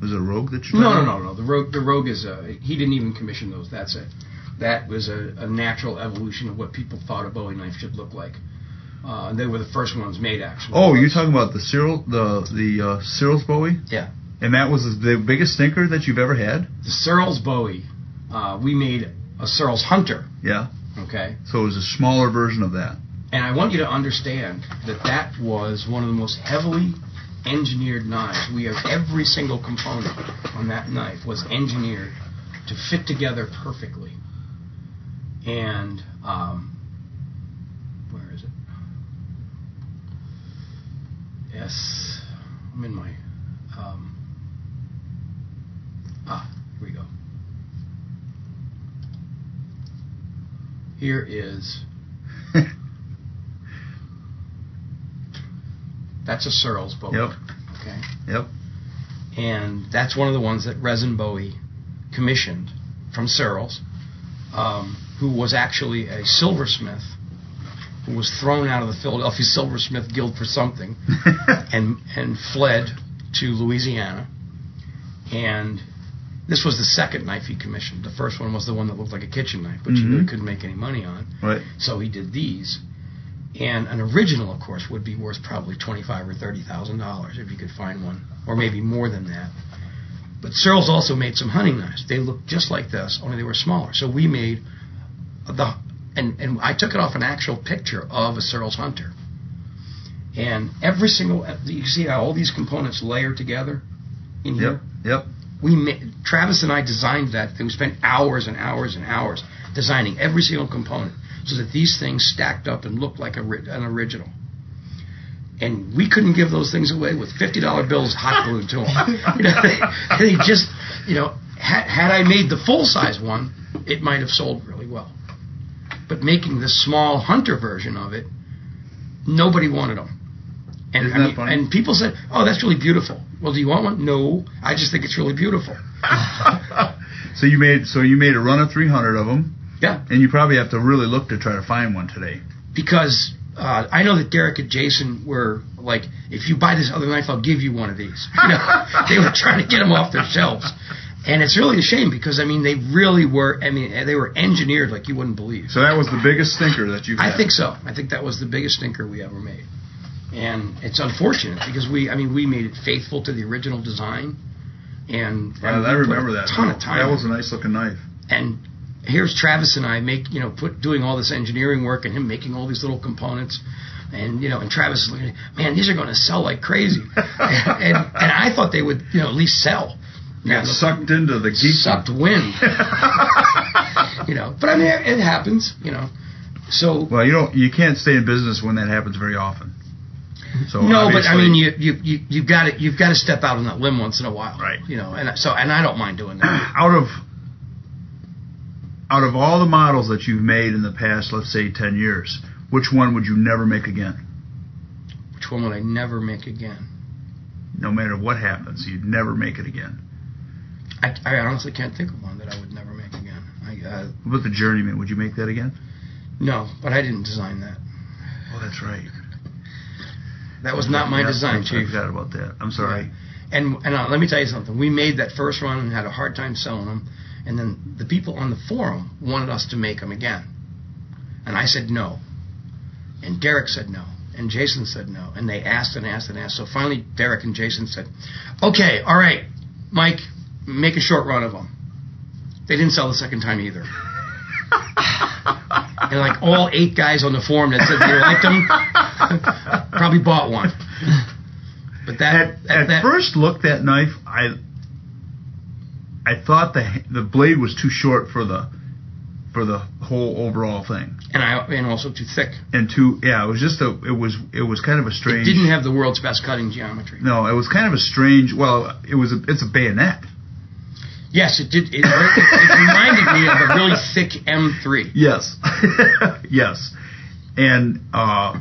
Speaker 2: Was it a Rogue that you
Speaker 4: No, no, no, no. The rogue, the rogue is a. He didn't even commission those. That's it. That was a, a natural evolution of what people thought a Bowie knife should look like. Uh, they were the first ones made, actually.
Speaker 2: Oh, you're talking about the Cyril, the the uh, Cyril's Bowie,
Speaker 4: Yeah.
Speaker 2: and that was the biggest stinker that you've ever had.
Speaker 4: The Searles Bowie. Uh, we made a Searles Hunter.
Speaker 2: Yeah.
Speaker 4: Okay.
Speaker 2: So it was a smaller version of that.
Speaker 4: And I want you to understand that that was one of the most heavily engineered knives. We have every single component on that knife was engineered to fit together perfectly. And um, where is it? Yes, I'm in my um, ah. Here we go. Here is That's a Searles Bowie.
Speaker 2: Yep.
Speaker 4: Okay.
Speaker 2: Yep.
Speaker 4: And that's one of the ones that Resin Bowie commissioned from Searles, um, who was actually a silversmith who was thrown out of the Philadelphia Silversmith Guild for something, and and fled to Louisiana. And this was the second knife he commissioned. The first one was the one that looked like a kitchen knife, which he really couldn't make any money on.
Speaker 2: Right.
Speaker 4: So he did these. And an original, of course, would be worth probably twenty-five or thirty thousand dollars if you could find one, or maybe more than that. But Searles also made some hunting knives. They looked just like this, only they were smaller. So we made the and and I took it off an actual picture of a Searles hunter. And every single you see how all these components layer together in here.
Speaker 2: Yep. Yep.
Speaker 4: We ma- Travis and I designed that thing. We spent hours and hours and hours designing every single component so that these things stacked up and looked like a, ri- an original. And we couldn't give those things away with fifty dollar bills hot glued to them. You know, they, they just, you know, had, had I made the full size one, it might have sold really well. But making the small hunter version of it, nobody wanted them. And
Speaker 2: Isn't
Speaker 4: I
Speaker 2: that
Speaker 4: mean-
Speaker 2: funny?
Speaker 4: and people said, "Oh, that's really beautiful." Well, do you want one? No, I just think it's really beautiful.
Speaker 2: So you made so you made a run of 300 of them,
Speaker 4: Yeah,
Speaker 2: and you probably have to really look to try to find one today.
Speaker 4: because uh, I know that Derek and Jason were like, if you buy this other knife, I'll give you one of these. You know, they were trying to get them off their shelves, and it's really a shame because I mean they really were. I mean they were engineered like you wouldn't believe.
Speaker 2: So that was the biggest stinker that you've had.
Speaker 4: I think so. I think that was the biggest stinker we ever made, and it's unfortunate because we, I mean, we made it faithful to the original design, and
Speaker 2: Yeah,
Speaker 4: and
Speaker 2: I
Speaker 4: we put
Speaker 2: remember that.
Speaker 4: a ton of time.
Speaker 2: That
Speaker 4: in
Speaker 2: was a nice looking knife.
Speaker 4: and here's Travis and I make you know put doing all this engineering work and him making all these little components and you know and Travis is looking man these are going to sell like crazy and, and and I thought they would you know at least sell
Speaker 2: You got sucked into the geek.
Speaker 4: sucked wind you know but I mean it happens you know so
Speaker 2: Well, you don't. You can't stay in business when that happens very often. So
Speaker 4: no but I
Speaker 2: obviously-
Speaker 4: mean you you you you got to you've got to step out on that limb once in a while
Speaker 2: Right.
Speaker 4: you know and I- so and I don't mind doing that
Speaker 2: out of out of all the models that you've made in the past, let's say ten years, which one would you never make again?
Speaker 4: which one would I never make again
Speaker 2: No matter what happens, you'd never make it again.
Speaker 4: I, I honestly can't think of one that I would never make again I uh,
Speaker 2: What about the journeyman? Would you make that again?
Speaker 4: No, but I didn't design that.
Speaker 2: Oh, that's right.
Speaker 4: That was not my
Speaker 2: Yeah,
Speaker 4: design,
Speaker 2: I
Speaker 4: Chief.
Speaker 2: forgot about that. I'm sorry.
Speaker 4: And and uh, let me tell you something. We made that first run and had a hard time selling them, and then the people on the forum wanted us to make them again, and I said no, and Derek said no, and Jason said no, and they asked and asked and asked. So finally, Derek and Jason said, "Okay, all right, Mike, make a short run of them." They didn't sell the second time either. and like all eight guys on the forum that said they liked them probably bought one. But that
Speaker 2: At,
Speaker 4: that-
Speaker 2: at
Speaker 4: that,
Speaker 2: first look, that knife, I I thought the h- the blade was too short for the for the whole overall thing,
Speaker 4: and I and also too thick.
Speaker 2: and too yeah, it was just a it was it was kind of a strange.
Speaker 4: Didn't have the world's best cutting geometry.
Speaker 2: No, it was kind of a strange. Well, it was. A, it's a bayonet.
Speaker 4: Yes, it did. It, it, it reminded me of a really thick M3.
Speaker 2: Yes. yes. And uh,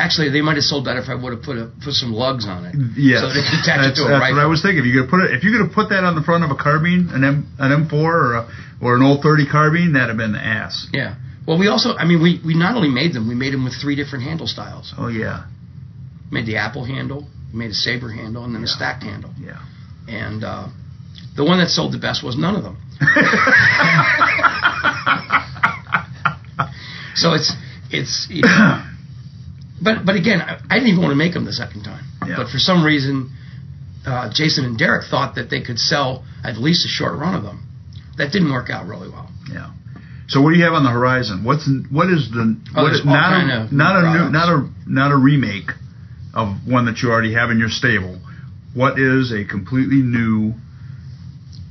Speaker 4: Actually, they might have sold that if I would have put a, put some lugs on it.
Speaker 2: yes,
Speaker 4: So they could attach it
Speaker 2: that's,
Speaker 4: to a
Speaker 2: that's
Speaker 4: rifle.
Speaker 2: what I was thinking. If you're gonna put it, if you're gonna put that on the front of a carbine, an M, an M4 or a, or an old 30 carbine, that'd have been the ass.
Speaker 4: Yeah. Well, we also, I mean, we, we not only made them, we made them with three different handle styles.
Speaker 2: Oh yeah,
Speaker 4: made the apple handle, made a saber handle, and then a stacked handle.
Speaker 2: yeah.
Speaker 4: And uh, the one that sold the best was none of them. so it's it's. You know, but but again, I, I didn't even want to make them the second time.
Speaker 2: Yeah.
Speaker 4: But for some reason, uh, Jason and Derek thought that they could sell at least a short run of them. That didn't work out really well.
Speaker 2: Yeah. So what do you have on the horizon? What's n- what is the
Speaker 4: Oh,
Speaker 2: what
Speaker 4: there's
Speaker 2: is,
Speaker 4: all
Speaker 2: not
Speaker 4: kind
Speaker 2: a
Speaker 4: of
Speaker 2: not a new,
Speaker 4: products.
Speaker 2: not a not a remake of one that you already have in your stable? What is a completely new?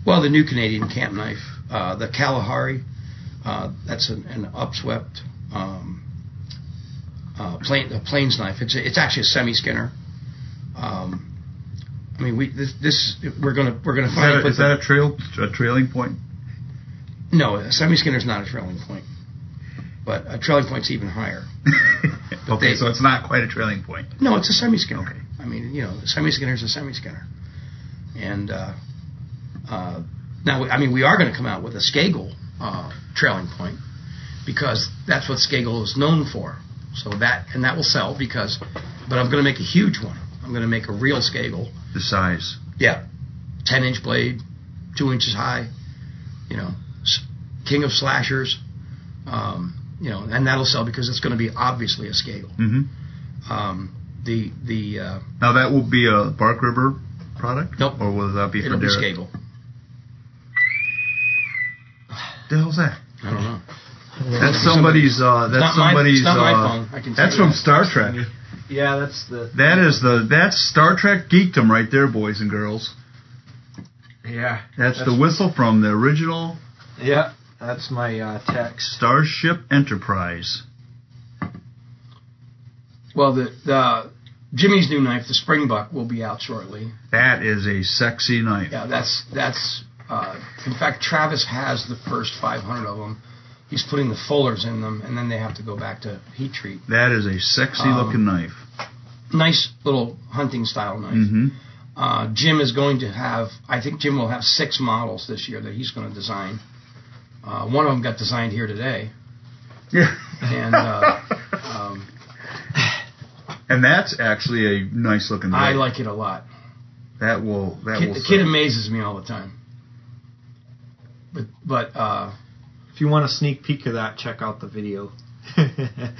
Speaker 4: Well, the new Canadian camp knife, uh, the Kalahari, uh, that's an, an upswept um, uh, plain, a plains knife. It's a, it's actually a semi skinner. Um, I mean, we this, this we're gonna we're gonna
Speaker 2: Is that
Speaker 4: find
Speaker 2: a, is that a trail a trailing point?
Speaker 4: no a semi skinner's not a trailing point, but a trailing point's even higher.
Speaker 2: okay,
Speaker 4: they-
Speaker 2: so it's not quite a trailing point.
Speaker 4: No, it's a semi skinner.
Speaker 2: Okay.
Speaker 4: I mean, you know, semi skinner is a semi skinner. And uh, uh, now, I mean, we are going to come out with a Skagel uh, trailing point, because that's what Skagel is known for. So that and that will sell because, but I'm going to make a huge one. I'm going to make a real Skagel.
Speaker 2: The size.
Speaker 4: Yeah, ten inch blade, two inches high. You know, s- king of slashers. Um, you know, and that'll sell because it's going to be obviously a Skagel.
Speaker 2: Mm-hmm.
Speaker 4: Um, the the uh,
Speaker 2: Now that will be a Bark River product.
Speaker 4: Nope.
Speaker 2: Or will that be
Speaker 4: it'll
Speaker 2: from
Speaker 4: be
Speaker 2: Derek?
Speaker 4: Skagel.
Speaker 2: The hell's that?
Speaker 4: I don't know.
Speaker 2: That's somebody's. Uh, that's
Speaker 4: not my-
Speaker 2: somebody's.
Speaker 4: it's not my
Speaker 2: uh,
Speaker 4: phone. I can tell
Speaker 2: That's
Speaker 4: you
Speaker 2: from
Speaker 4: that.
Speaker 2: Star Trek.
Speaker 1: Yeah, that's the.
Speaker 2: That is the. That's Star Trek geekdom right there, boys and girls.
Speaker 1: Yeah.
Speaker 2: That's, the whistle from the original
Speaker 1: Yeah, that's my uh, text.
Speaker 2: Starship Enterprise.
Speaker 4: Well, the, the Jimmy's new knife, the Springbuck, will be out shortly.
Speaker 2: That is a sexy knife.
Speaker 4: Yeah, that's that's. Uh, in fact, Travis has the first 500 of them. He's putting the fullers in them, and then they have to go back to heat treat.
Speaker 2: That is a sexy
Speaker 4: Um,
Speaker 2: looking knife.
Speaker 4: Nice little hunting style knife.
Speaker 2: hmm
Speaker 4: Uh, Jim is going to have. I think Jim will have six models this year that he's going to design. Uh, one of them got designed here today,
Speaker 2: Yeah.
Speaker 4: and uh, um,
Speaker 2: And that's actually a nice looking knife.
Speaker 4: I like it a lot.
Speaker 2: that. Will that
Speaker 4: Kid,
Speaker 2: will
Speaker 4: the kid
Speaker 2: sell.
Speaker 4: amazes me all the time. But but uh,
Speaker 1: If you want a sneak peek of that, check out the video.
Speaker 2: Yeah.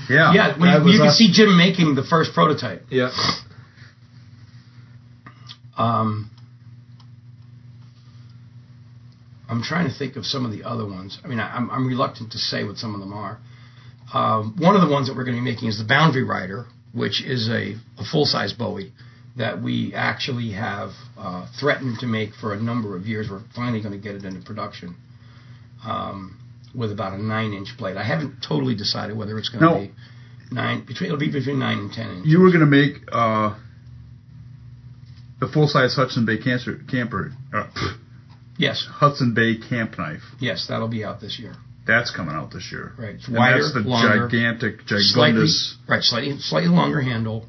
Speaker 4: yeah, when
Speaker 1: that
Speaker 4: you,
Speaker 1: was
Speaker 4: you can
Speaker 1: us.
Speaker 4: see Jim making the first prototype.
Speaker 1: yeah.
Speaker 4: Um, I'm trying to think of some of the other ones. I mean, I, I'm, I'm reluctant to say what some of them are. Um, one of the ones that we're going to be making is the Boundary Rider, which is a, a full size Bowie that we actually have uh, threatened to make for a number of years. We're finally going to get it into production um, with about a nine inch blade. I haven't totally decided whether it's going to
Speaker 2: No.
Speaker 4: be nine between it'll be between nine and ten inches.
Speaker 2: You were gonna make uh, the full size Hudson Bay cancer camper uh,
Speaker 4: Yes,
Speaker 2: Hudson Bay camp knife.
Speaker 4: yes, that'll be out this year.
Speaker 2: That's coming out this year.
Speaker 4: Right, it's
Speaker 2: And
Speaker 4: wider,
Speaker 2: that's the
Speaker 4: longer,
Speaker 2: gigantic,
Speaker 4: slightly
Speaker 2: gigundous.
Speaker 4: right, slightly slightly longer handle,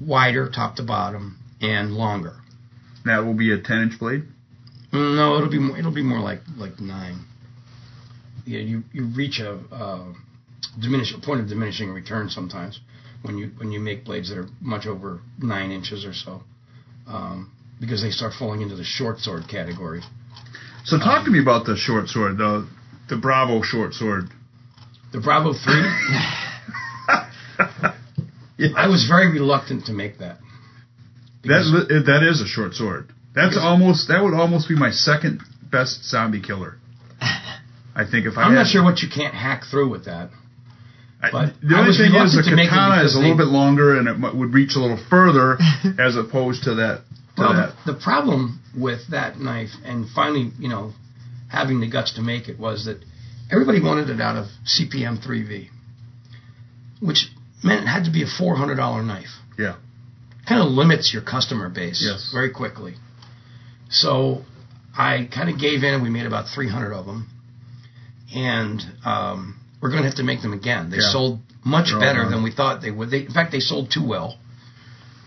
Speaker 4: wider top to bottom, and longer.
Speaker 2: That will be a ten inch blade.
Speaker 4: Mm, No, it'll be more, it'll be more like like nine. Yeah, you you reach a uh, diminish a point of diminishing return sometimes when you when you make blades that are much over nine inches or so, um, because they start falling into the short sword category.
Speaker 2: So talk to me about the short sword, the the Bravo short sword.
Speaker 4: The Bravo Three. I was very reluctant to make that.
Speaker 2: That's that is a short sword. That's almost that would almost be my second best zombie killer. I think if I
Speaker 4: I'm
Speaker 2: had,
Speaker 4: not sure what you can't hack through with that.
Speaker 2: I-
Speaker 4: but
Speaker 2: the
Speaker 4: I
Speaker 2: only
Speaker 4: was
Speaker 2: thing is the
Speaker 4: reluctant to make it
Speaker 2: katana is
Speaker 4: because
Speaker 2: a little
Speaker 4: they-
Speaker 2: bit longer and it mu- would reach a little further as opposed to that. To
Speaker 4: Well,
Speaker 2: that.
Speaker 4: the, the problem with that knife, and finally, you know, having the guts to make it, was that everybody wanted it out of CPM 3V, which meant it had to be a $400 knife.
Speaker 2: Yeah.
Speaker 4: Kind of limits your customer base
Speaker 2: Yes.
Speaker 4: very quickly. So I kind of gave in, and we made about 300 of them. And um, we're going to have to make them again. They
Speaker 2: Yeah.
Speaker 4: sold much
Speaker 2: They're all
Speaker 4: better
Speaker 2: gone.
Speaker 4: than we thought they would. They, in fact, they sold too well.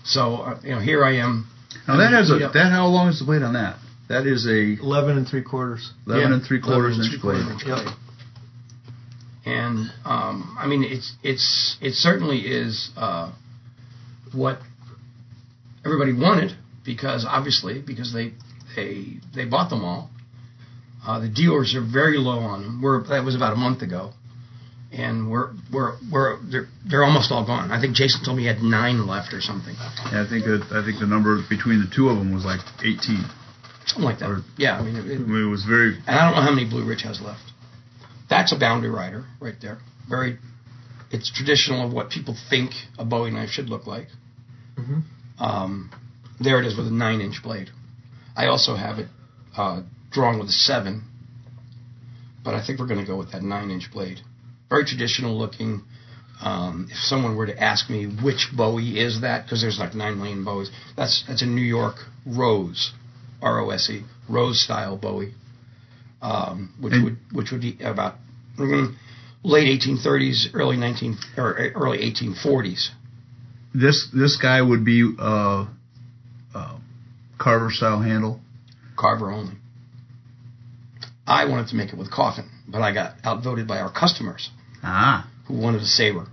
Speaker 4: So, uh, you know, here I am
Speaker 2: Now that has a
Speaker 4: Yeah.
Speaker 2: that how long is the blade on that? That is a
Speaker 1: Eleven and three quarters.
Speaker 2: eleven
Speaker 4: Yeah.
Speaker 2: and three quarters
Speaker 4: 11 and
Speaker 2: inch
Speaker 4: three-quarter
Speaker 2: blade.
Speaker 4: inch blade. And um, I mean, it's it's it certainly is uh, what everybody wanted because obviously because they they they bought them all. Uh, the dealers are very low on them. We're, that was about a month ago, and we're we're we're they're, they're almost all gone. I think Jason told me he had nine left or something,
Speaker 2: Yeah, I think that I think the number between the two of them was like eighteen.
Speaker 4: something like that.
Speaker 2: Or-
Speaker 4: yeah, I mean, it,
Speaker 2: I
Speaker 4: it,
Speaker 2: mean, it was very
Speaker 4: and I don't know how many Blue Ridge has left. That's a boundary rider right there. Very, it's traditional of what people think a Bowie knife should look like.
Speaker 1: Mhm.
Speaker 4: Um, there it is with a nine-inch blade. I also have it uh, drawn with a seven, but I think we're going to go with that nine-inch blade. Very traditional looking. Um, if someone were to ask me which Bowie is that, because there's like nine million Bowies, that's that's a New York Rose, R O S E, Rose style Bowie um, which
Speaker 2: And-
Speaker 4: would which would be about mm, late 1830s, early 19 or uh, early 1840s.
Speaker 2: this this guy would be uh, uh, Carver style handle.
Speaker 4: Carver only. I wanted to make it with coffin, but I got outvoted by our customers.
Speaker 2: Ah.
Speaker 4: who wanted a saber.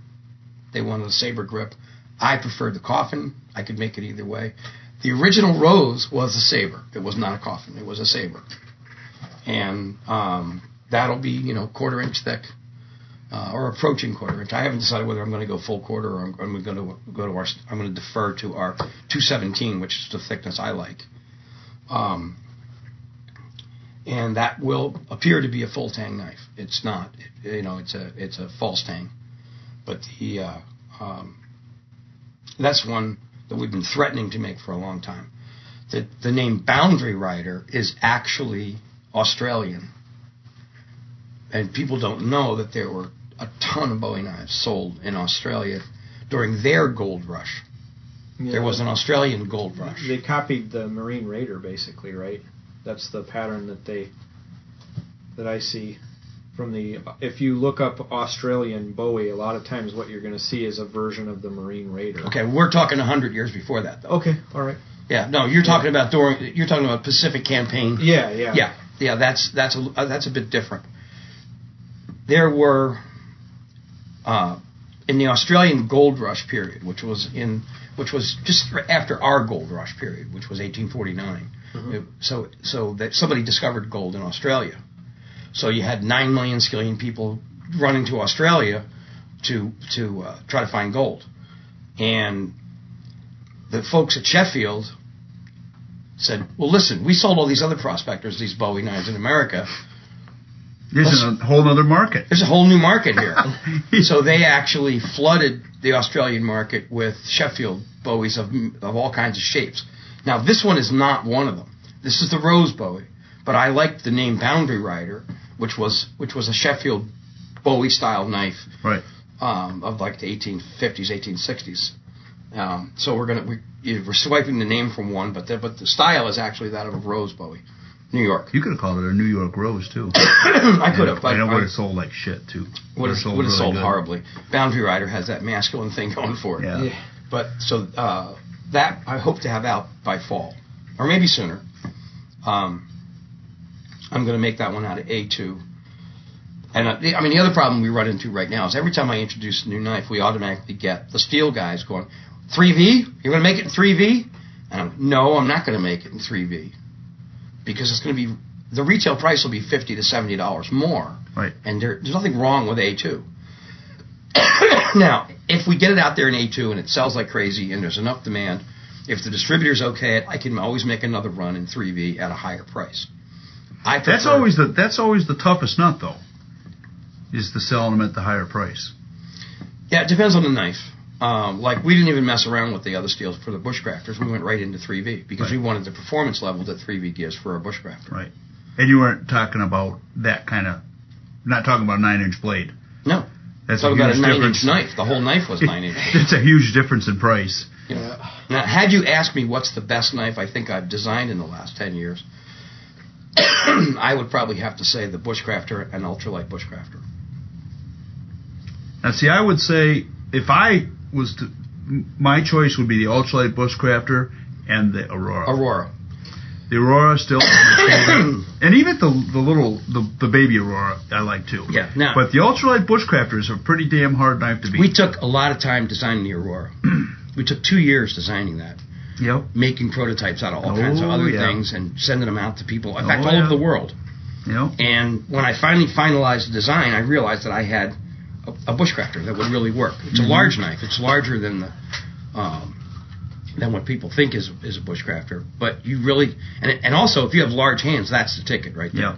Speaker 4: They wanted a saber grip. I preferred the coffin. I could make it either way. The original rose was a saber. It was not a coffin. It was a saber, and um, that'll be you know quarter inch thick, uh, or approaching quarter inch. I haven't decided whether I'm going to go full quarter or I'm, I'm going to go to our. I'm going to defer to our 217, which is the thickness I like. Um, and that will appear to be a full tang knife. It's not. It, you know, it's a it's a false tang. But the uh, um, that's one that we've been threatening to make for a long time. The the name Boundary Rider is actually Australian, and people don't know that there were a ton of Bowie knives sold in Australia during their gold rush.
Speaker 9: Yeah.
Speaker 4: There was an Australian gold rush.
Speaker 9: They copied the Marine Raider basically, right? That's the pattern that they that I see from the. If you look up Australian Bowie, a lot of times what you're going to see is a version of the Marine Raider.
Speaker 4: Okay, we're talking 100 years before that, though.
Speaker 9: Okay. All right.
Speaker 4: Yeah, no, you're talking about during you're talking about Pacific campaign.
Speaker 9: Yeah. Yeah.
Speaker 4: Yeah, yeah, that's that's a uh, that's a bit different. There were uh, in the Australian Gold Rush period, which was in which was just r- after our Gold Rush period, which was 1849. It- so so that somebody discovered gold in Australia. So you had nine million Scillian people running to Australia to to uh, try to find gold, and the folks at Sheffield said, "Well, listen, we sold all these other prospectors these Bowie knives in America.
Speaker 2: There's a whole other market.
Speaker 4: There's a whole new market here." so they actually flooded the Australian market with Sheffield Bowies of of all kinds of shapes. Now this one is not one of them. This is the Rose Bowie, but I liked the name Boundary Rider, which was which was a Sheffield Bowie style knife
Speaker 2: Right.
Speaker 4: um, of like the 1850s, 1860s. Um, so we're gonna we, you- we're swiping the name from one, but the, but the style is actually that of a Rose Bowie, New York.
Speaker 2: You could have called it a New York Rose too.
Speaker 4: I could have.
Speaker 2: And it would
Speaker 4: I,
Speaker 2: have sold like shit too.
Speaker 4: would have sold,
Speaker 2: really good.
Speaker 4: horribly. Boundary Rider has that masculine thing going for it.
Speaker 2: Yeah.
Speaker 9: Yeah.
Speaker 4: But so uh, that I hope to have out by fall, or maybe sooner. Um, I'm going to make that one out of A2. And uh, the- I mean, the other problem we run into right now is every time I introduce a new knife, we automatically get the steel guys going, 3V? You're going to make it in 3V? And I'm, no, I'm not going to make it in 3V because it's going to be the retail price will be 50 to 70 dollars more.
Speaker 2: Right.
Speaker 4: And there, there's nothing wrong with A2. now, if we get it out there in A2 and it sells like crazy and there's enough demand, if the distributor's okay, I can always make another run in 3V at a higher price. I prefer,
Speaker 2: That's always the that's always the toughest nut though. Is the selling them at the higher price.
Speaker 4: yeah. It depends on the knife. Um, like we didn't even mess around with the other steels for the bushcrafters. We went right into 3V because we wanted the performance level that 3V gives for a bushcrafter.
Speaker 2: Right. And you weren't talking about that kind of not talking about nine inch blade.
Speaker 4: No,
Speaker 2: That's
Speaker 4: talk
Speaker 2: a
Speaker 4: about
Speaker 2: huge
Speaker 4: a nine-inch
Speaker 2: difference.
Speaker 4: knife. The whole knife was nine-inch.
Speaker 2: It's a huge difference in price.
Speaker 9: Yeah.
Speaker 4: Now, had you asked me what's the best knife I think I've designed in the last 10 years, I would probably have to say the Bushcrafter and Ultralight Bushcrafter.
Speaker 2: Now, see, I would say if I was to, m- my choice would be the ultralight bushcrafter and the Aurora.
Speaker 4: Aurora.
Speaker 2: The Aurora still, and even the the little the, the baby Aurora I like too.
Speaker 4: Yeah, now-
Speaker 2: But the ultralight bushcrafter is a pretty damn hard knife to beat.
Speaker 4: We took a lot of time designing the Aurora. we took two years designing that,
Speaker 2: yep.
Speaker 4: making prototypes out of all kinds of
Speaker 2: Oh,
Speaker 4: other
Speaker 2: yeah.
Speaker 4: things and sending them out to people, in fact,
Speaker 2: Oh,
Speaker 4: all over
Speaker 2: yeah.
Speaker 4: the world.
Speaker 2: Yep.
Speaker 4: And when I finally finalized the design, I realized that I had a, a bushcrafter that would really work. It's
Speaker 2: Mm-hmm.
Speaker 4: a large knife. It's larger than the um, than what people think is is a bushcrafter. But you really and and also if you have large hands, that's the ticket right
Speaker 2: Yeah,
Speaker 4: there.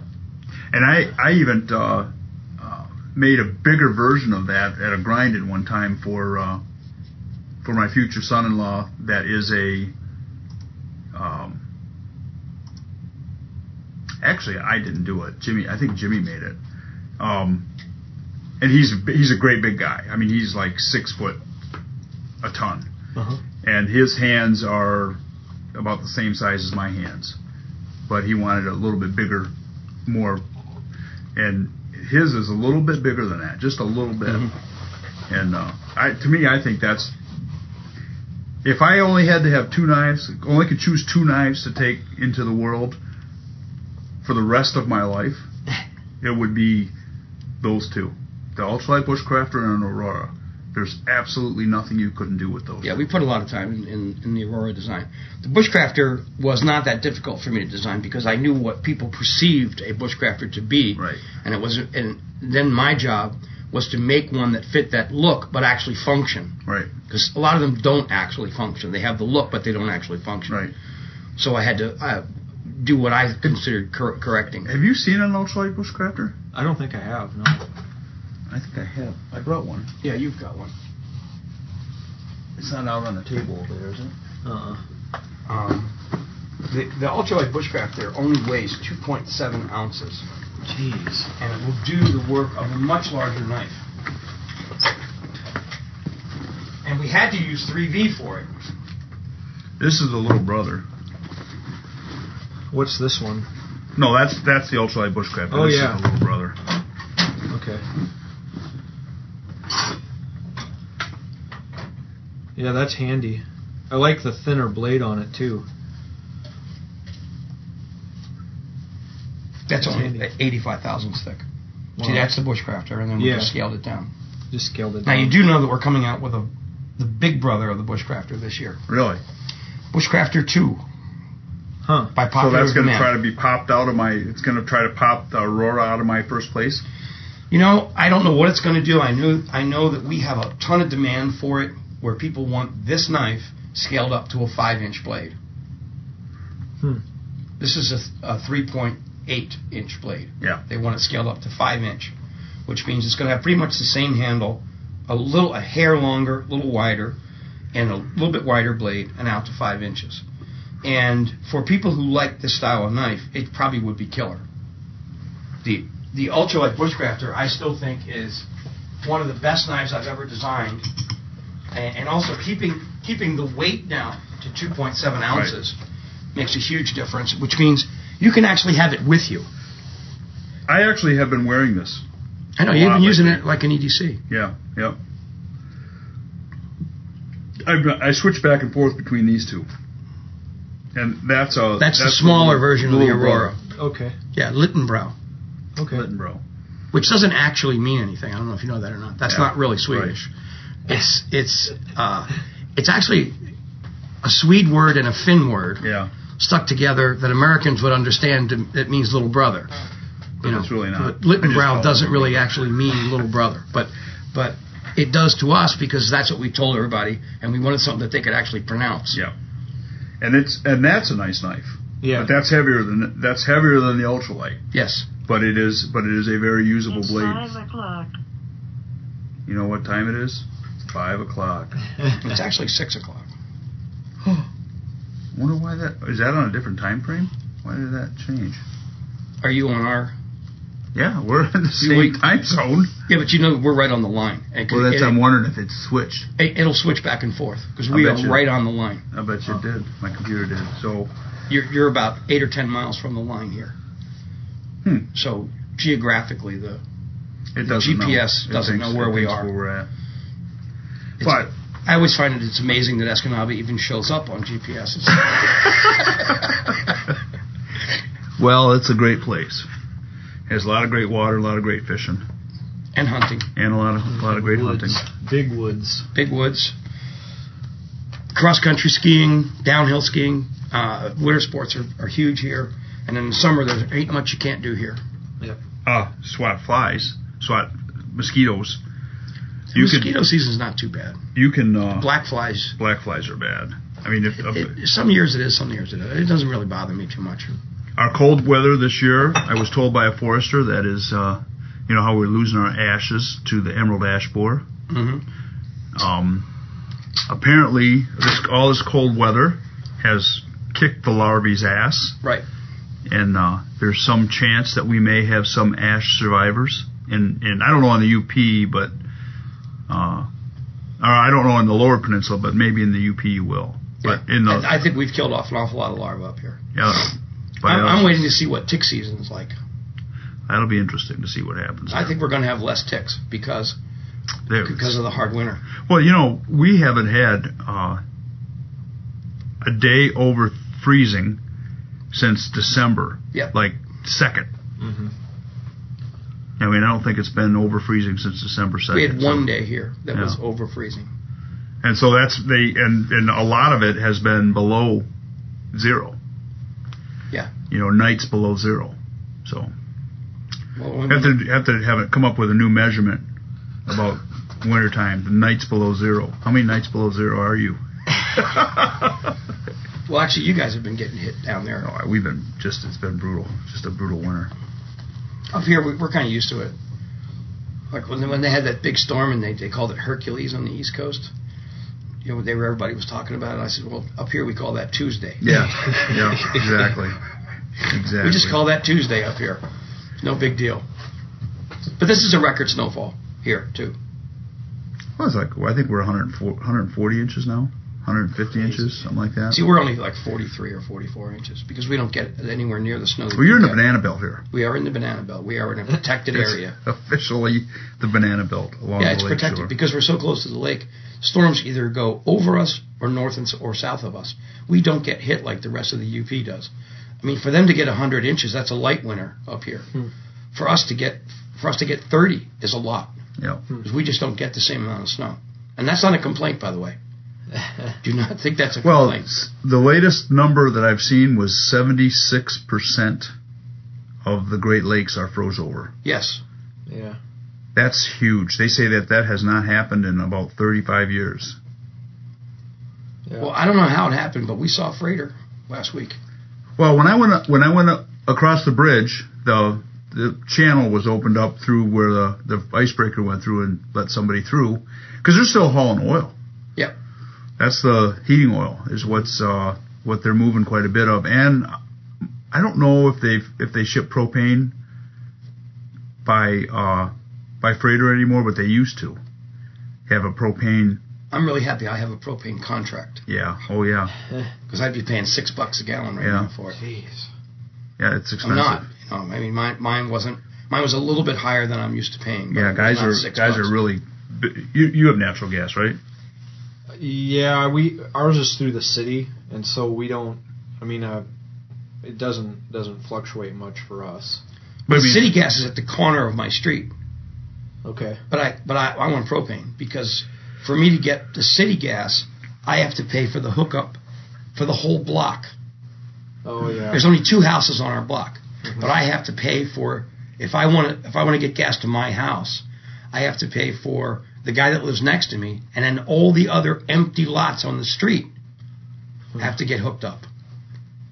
Speaker 2: and I I even uh, uh, made a bigger version of that at a grind at one time for uh, for my future son-in-law. That is a um, actually I didn't do it. Jimmy, I think Jimmy made it. Um, and he's a bi- he's a great big guy. I mean, he's like six foot a ton,
Speaker 4: Uh-huh.
Speaker 2: and his hands are about the same size as my hands, but he wanted a little bit bigger more, and his is a little bit bigger than that, just a little bit. And uh, I, to me, I think that's if I only had to have two knives, only could choose two knives to take into the world for the rest of my life, it would be those two. the ultralight bushcrafter and an aurora. There's absolutely nothing you couldn't do with those.
Speaker 4: Yeah, we put a lot of time in, in, in the Aurora design. The Bushcrafter was not that difficult for me to design because I knew what people perceived a Bushcrafter to be,
Speaker 2: Right.
Speaker 4: and it was and then my job was to make one that fit that look but actually function
Speaker 2: Right,
Speaker 4: because a lot of them don't actually function. They have the look but they don't actually function.
Speaker 2: right.
Speaker 4: So I had to uh, do what I considered cor- correcting.
Speaker 2: Have you seen an ultralight bushcrafter?
Speaker 1: I don't think I have. No.
Speaker 2: I think I have. I brought one.
Speaker 4: Yeah, you've got one.
Speaker 2: It's not out on the table over there, is it?
Speaker 1: Uh-uh.
Speaker 4: Um, the, the ultralight bushcraft there only weighs 2.7 ounces.
Speaker 1: Jeez.
Speaker 4: and it will do the work of a much larger knife. And we had to use 3V for it.
Speaker 2: This is the little brother.
Speaker 1: What's this one?
Speaker 2: No, that's that's the ultralight bushcrafter.
Speaker 1: Oh,
Speaker 2: this
Speaker 1: yeah.
Speaker 2: is the little brother.
Speaker 1: Okay. Yeah, that's handy. I like the thinner blade on it too.
Speaker 4: That's
Speaker 1: That's
Speaker 4: only
Speaker 1: handy.
Speaker 4: 85 thousandths thick. See,
Speaker 1: Wow.
Speaker 4: that's the bushcrafter, and then we
Speaker 1: Yeah.
Speaker 4: just scaled it down.
Speaker 1: Just scaled it
Speaker 4: Now
Speaker 1: down.
Speaker 4: you do know that we're coming out with a the big brother of the bushcrafter this year,
Speaker 2: Really?
Speaker 4: Bushcrafter 2
Speaker 1: Huh.
Speaker 4: by
Speaker 2: So
Speaker 4: popular
Speaker 2: that's going to
Speaker 4: demand.
Speaker 2: try to be popped out of my. It's going to try to pop the aurora out of my first place.
Speaker 4: You know, I don't know what it's going to do. I knew I know that we have a ton of demand for it, where people want this knife scaled up to a five-inch blade.
Speaker 1: Hmm.
Speaker 4: This is a, a 3.8-inch blade.
Speaker 2: Yeah.
Speaker 4: They want it scaled up to five-inch, which means it's going to have pretty much the same handle, a little a hair longer, a little wider, and a little bit wider blade, and out to five inches. And for people who like this style of knife, it probably would be killer the the ultralight bushcrafter I still think is one of the best knives I've ever designed, and, and also keeping keeping the weight down to 2.7 ounces makes a huge difference, which means you can actually have it with you.
Speaker 2: I actually have been wearing this.
Speaker 4: I know
Speaker 2: A
Speaker 4: you've
Speaker 2: lot
Speaker 4: been
Speaker 2: like
Speaker 4: using
Speaker 2: that.
Speaker 4: it like an E EDC.
Speaker 2: Yeah. Yep. I I switch back and forth between these two. And that's a
Speaker 4: That's, the smaller
Speaker 2: little-
Speaker 4: version of the
Speaker 2: little brother.
Speaker 4: Aurora.
Speaker 1: Okay.
Speaker 4: Yeah, Littenbrow,
Speaker 1: Okay.
Speaker 2: Littenbrow.
Speaker 4: which doesn't actually mean anything. I don't know if you know that or not. That's
Speaker 2: Yeah,
Speaker 4: not really Swedish. It's it's uh, it's actually a Swede word and a Finn word.
Speaker 2: Yeah.
Speaker 4: stuck together that Americans would understand to, it means little brother.
Speaker 2: But it's really not.
Speaker 4: But Litton
Speaker 2: I just
Speaker 4: Brown
Speaker 2: call
Speaker 4: doesn't
Speaker 2: it
Speaker 4: really actually mean little brother, but but it does to us because that's what we told everybody, and we wanted something that they could actually pronounce.
Speaker 2: Yeah. And it's and that's a nice knife.
Speaker 1: Yeah.
Speaker 2: But that's heavier than that's heavier than the ultralight.
Speaker 4: Yes.
Speaker 2: But it is but it is a very usable
Speaker 10: It's
Speaker 2: blade.
Speaker 10: five o'clock.
Speaker 2: You know what time it is? It's Five o'clock.
Speaker 4: It's actually six o'clock.
Speaker 2: Wonder why that is that on a different time frame? Why did that change?
Speaker 4: Are you on our?
Speaker 2: Yeah, we're in the same
Speaker 4: wait.
Speaker 2: time zone.
Speaker 4: Yeah, but you know we're right on the line. And
Speaker 2: Well, that's
Speaker 4: it,
Speaker 2: I'm wondering if it's switched.
Speaker 4: it, will switch back and forth because
Speaker 2: I
Speaker 4: we are
Speaker 2: bet you.
Speaker 4: right on the line.
Speaker 2: I bet you it did. My computer did. So
Speaker 4: You're, you're about eight or ten miles from the line here.
Speaker 2: Hmm.
Speaker 4: So geographically, the
Speaker 2: it
Speaker 4: The
Speaker 2: doesn't
Speaker 4: GPS
Speaker 2: know. It
Speaker 4: doesn't
Speaker 2: thinks-
Speaker 4: know where
Speaker 2: it
Speaker 4: we
Speaker 2: thinks
Speaker 4: are.
Speaker 2: Where we're at.
Speaker 4: It's-
Speaker 2: But
Speaker 4: I always find it it's amazing that Escanaba even shows up on GPSs.
Speaker 2: well, it's a great place. Has a lot of great water, a lot of great fishing,
Speaker 4: and hunting,
Speaker 2: and a lot of a lot of great
Speaker 1: woods.
Speaker 2: hunting.
Speaker 1: Big woods.
Speaker 4: big woods, cross country skiing, downhill skiing. Uh, winter sports are, are huge here, and in the summer there ain't much you can't do here.
Speaker 2: Ah, swat flies, swat mosquitoes.
Speaker 4: The
Speaker 2: You
Speaker 4: mosquito season's not too bad.
Speaker 2: can you can uh, black,
Speaker 4: Black flies.
Speaker 2: flies are bad. I mean, if,
Speaker 4: It, some years it is, some years it is. It doesn't really bother me too much.
Speaker 2: our cold weather this year, I was told by a forester that is, uh, you know, how we're losing our ashes to the emerald ash borer.
Speaker 4: hmm
Speaker 2: Um, apparently, this, all this cold weather has kicked the larvae's ass,
Speaker 4: Right.
Speaker 2: and uh, there's some chance that we may have some ash survivors. And and I don't know on the UP, but uh, or I don't know on the Lower Peninsula, but maybe in the UP you will. But in the
Speaker 4: I, I think we've killed off an awful lot of larvae up here.
Speaker 2: yeah, by
Speaker 4: I'm,
Speaker 2: us,
Speaker 4: I'm waiting to see what tick season's like.
Speaker 2: that'll be interesting to see what happens.
Speaker 4: I think we're going to have less ticks because
Speaker 2: there.
Speaker 4: because of the hard winter.
Speaker 2: Well, you know, we haven't had uh, a day over freezing since December.
Speaker 4: Yeah.
Speaker 2: Like second.
Speaker 1: Mm-hmm.
Speaker 2: I mean, I don't think it's been over freezing since December second.
Speaker 4: We had one day here that was
Speaker 2: Yeah.
Speaker 4: over freezing.
Speaker 2: and so that's they and and a lot of it has been below zero.
Speaker 4: Yeah.
Speaker 2: you know, nights below zero. So
Speaker 4: Well, when-
Speaker 2: have to have to have it come up with a new measurement about wintertime, the nights below zero. How many nights below zero are you?
Speaker 4: well, actually, you guys have been getting hit down there.
Speaker 2: No, we've been just it's been brutal, just a brutal winter.
Speaker 4: Up here, we, we're kind of used to it. Like when, when they had that big storm and they, they called it Hercules on the East Coast. You know, they were everybody was talking about it. I said, well, up here we call that Tuesday.
Speaker 2: Yeah, yeah, exactly, exactly.
Speaker 4: We just call that Tuesday up here. No big deal. But this is a record snowfall here too.
Speaker 2: Well, it's like well, I think we're 140, 140 inches now, 150 inches, something like that.
Speaker 4: See, we're only like 43 or 44 inches because we don't get anywhere near the snow. that
Speaker 2: Well, you're in
Speaker 4: you
Speaker 2: the
Speaker 4: get.
Speaker 2: banana belt here.
Speaker 4: We are in the banana belt. We are in a protected
Speaker 2: It's
Speaker 4: area.
Speaker 2: officially the banana belt along the
Speaker 4: Yeah, it's
Speaker 2: lake
Speaker 4: protected
Speaker 2: shore.
Speaker 4: because we're so close to the lake. Storms either go over us or north and s- or south of us. We don't get hit like the rest of the UP does. I mean, for them to get 100 inches, that's a light winter up here. For us to get for us to get 30 is a lot
Speaker 2: yeah,
Speaker 4: because we just don't get the same amount of snow. And that's not a complaint, by the way. Do not think that's a
Speaker 2: Well,
Speaker 4: complaint.
Speaker 2: s- the latest number that I've seen was 76% of the Great Lakes are froze over.
Speaker 4: yes,
Speaker 5: Yeah.
Speaker 2: That's huge. They say that that has not happened in about 35 years.
Speaker 5: Yeah.
Speaker 4: Well, I don't know how it happened, but we saw a freighter last week.
Speaker 2: Well, when I went up, when I went up across the bridge, the the channel was opened up through where the, the icebreaker went through and let somebody through because they're still hauling oil.
Speaker 4: Yep.
Speaker 2: That's the heating oil is what's uh, what they're moving quite a bit of, and I don't know if they if they ship propane by uh, by freighter anymore, but they used to have a propane.
Speaker 4: I'm really happy I have a propane contract
Speaker 2: Yeah. Oh yeah.
Speaker 4: because I'd be paying six bucks a gallon right
Speaker 2: Yeah.
Speaker 4: now for it.
Speaker 5: Jeez.
Speaker 2: Yeah. It's
Speaker 4: I'm
Speaker 2: expensive.
Speaker 4: not. You know, I mean, mine, mine wasn't. Mine was a little bit higher than I'm used to paying. but
Speaker 2: Yeah.
Speaker 4: it was
Speaker 2: Guys
Speaker 4: not
Speaker 2: are
Speaker 4: six
Speaker 2: guys
Speaker 4: bucks.
Speaker 2: are really. You you have natural gas, right?
Speaker 9: Yeah, we ours is through the city, and so we don't. I mean, uh, it doesn't doesn't fluctuate much for us.
Speaker 2: But I mean,
Speaker 4: City gas is at the corner of my street,
Speaker 9: Okay.
Speaker 4: but I but I, I want propane because for me to get the city gas, I have to pay for the hookup for the whole block.
Speaker 9: Oh yeah.
Speaker 4: There's only two houses on our block, but I have to pay for if I want to if I want to get gas to my house, I have to pay for the guy that lives next to me, and then all the other empty lots on the street have to get hooked up.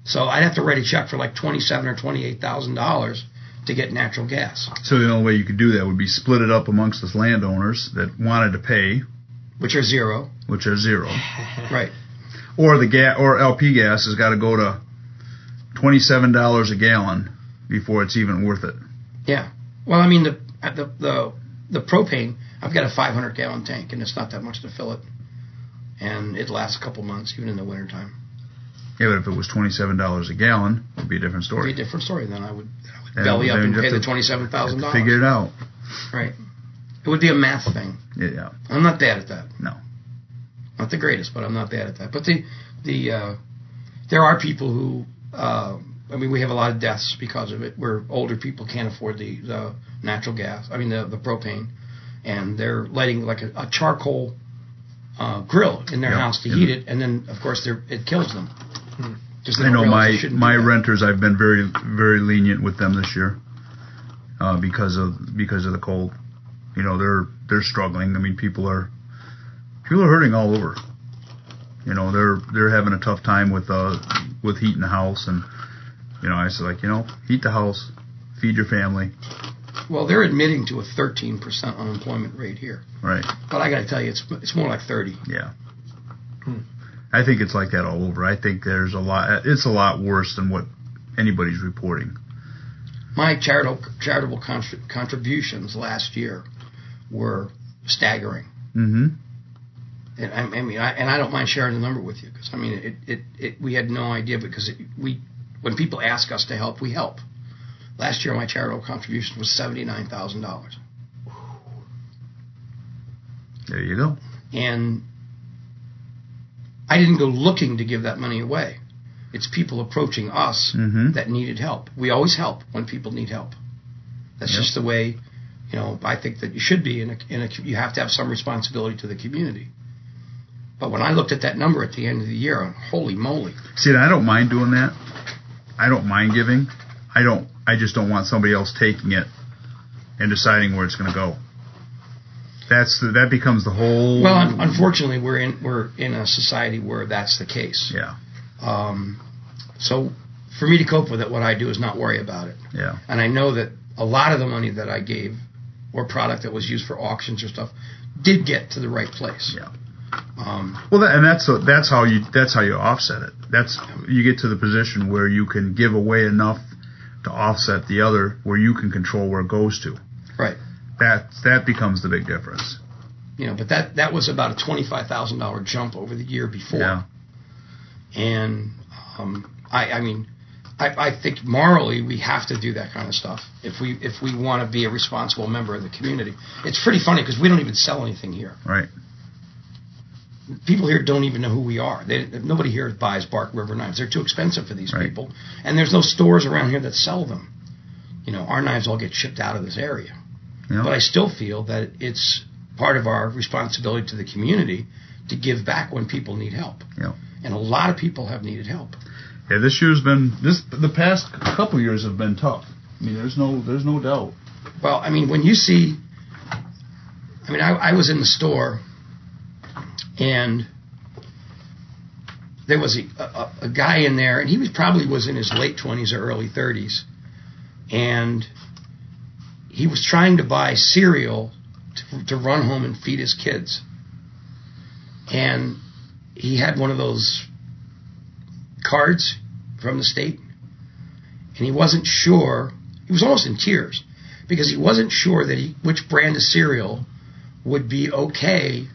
Speaker 4: So I'd have to write a check for like twenty-seven or twenty-eight thousand dollars to get natural gas,
Speaker 2: so the only way you could do that would be split it up amongst the landowners that wanted to pay,
Speaker 4: which are zero.
Speaker 2: which are zero,
Speaker 4: Right.
Speaker 2: or the gas or LP gas has got to go to twenty seven dollars a gallon before it's even worth it.
Speaker 4: Well, I mean the the the, the propane. I've got a five hundred gallon tank, and it's not that much to fill it, and it lasts a couple months, even in the wintertime.
Speaker 2: Yeah, but if it was twenty seven dollars a gallon, it'd be a different
Speaker 4: would
Speaker 2: story.
Speaker 4: be a different story. Then I would, then I would
Speaker 2: Yeah,
Speaker 4: belly up
Speaker 2: then
Speaker 4: and
Speaker 2: you
Speaker 4: pay
Speaker 2: have
Speaker 4: the
Speaker 2: to-
Speaker 4: twenty-seven thousand
Speaker 2: Have to
Speaker 4: dollars.
Speaker 2: Figure it out.
Speaker 4: It would be a math thing.
Speaker 2: Yeah, yeah.
Speaker 4: I'm not bad at that.
Speaker 2: No.
Speaker 4: not the greatest, but I'm not bad at that. But the the uh, there are people who uh, I mean, we have a lot of deaths because of it. Where older people can't afford the, the natural gas. I mean, the the propane, and they're lighting like a, a charcoal uh, grill in their
Speaker 2: Yeah,
Speaker 4: house to
Speaker 2: yeah.
Speaker 4: heat it, and then of course they're, it kills them. Just
Speaker 2: I know my my
Speaker 4: rent.
Speaker 2: renters. I've been very very lenient with them this year uh, because of because of the cold. You know they're they're struggling. I mean people are people are hurting all over. You know they're they're having a tough time with uh with heating the house and you know I said like you know heat the house, feed your family.
Speaker 4: Well, they're admitting to a 13% unemployment rate here.
Speaker 2: Right.
Speaker 4: But I got to tell you, it's it's more like 30.
Speaker 2: Yeah. I think it's like that all over. I think there's a lot. It's a lot worse than what anybody's reporting.
Speaker 4: My charitable charitable contri- contributions last year were staggering.
Speaker 2: Mm-hmm.
Speaker 4: And I, I mean, I, and I don't mind sharing the number with you because I mean, it, it, it we had no idea because it, we when people ask us to help, we help. Last year, my charitable contribution was seventy nine thousand dollars.
Speaker 2: There you go.
Speaker 4: and I didn't go looking to give that money away. It's people approaching us
Speaker 2: Mhm.
Speaker 4: that needed help. We always help when people need help. That's
Speaker 2: Yep.
Speaker 4: just the way you know, I think that you should be in a, in a you have to have some responsibility to the community. But when I looked at that number at the end of the year, holy moly!
Speaker 2: See, I don't mind doing that. I don't mind giving. I don't. I just don't want somebody else taking it and deciding where it's going to go. That's the, that becomes the whole.
Speaker 4: Well, un- unfortunately, we're in we're in a society where that's the case.
Speaker 2: Yeah.
Speaker 4: Um, so, for me to cope with it, what I do is not worry about it.
Speaker 2: Yeah.
Speaker 4: And I know that a lot of the money that I gave, or product that was used for auctions or stuff, did get to the right place.
Speaker 2: Yeah.
Speaker 4: Um,
Speaker 2: Well, that, and that's that's how you that's how you offset it. That's you get to the position where you can give away enough to offset the other, where you can control where it goes to.
Speaker 4: right.
Speaker 2: That that becomes the big difference.
Speaker 4: You know, but that that was about a twenty five thousand dollar jump over the year before.
Speaker 2: Yeah.
Speaker 4: And um, I, I mean, I, I think morally we have to do that kind of stuff if we if we want to be a responsible member of the community. It's pretty funny because we don't even sell anything here.
Speaker 2: Right.
Speaker 4: People here don't even know who we are. They, nobody here buys Bark River knives. They're too expensive for these
Speaker 2: Right.
Speaker 4: people, and there's no stores around here that sell them. You know, our knives all get shipped out of this area.
Speaker 2: Yeah.
Speaker 4: But I still feel that it's part of our responsibility to the community to give back when people need help.
Speaker 2: Yeah.
Speaker 4: And a lot of people have needed help.
Speaker 2: yeah. This year's been
Speaker 6: This the past couple years have been tough. I mean, there's no there's no doubt.
Speaker 4: Well, I mean, when you see, I mean, I, I was in the store, and there was a, a, a guy in there, and he was probably was in his late twenties or early thirties, and he was trying to buy cereal to, to run home and feed his kids, and he had one of those cards from the state, and he wasn't sure. He was almost in tears because he wasn't sure that he, which brand of cereal would be okay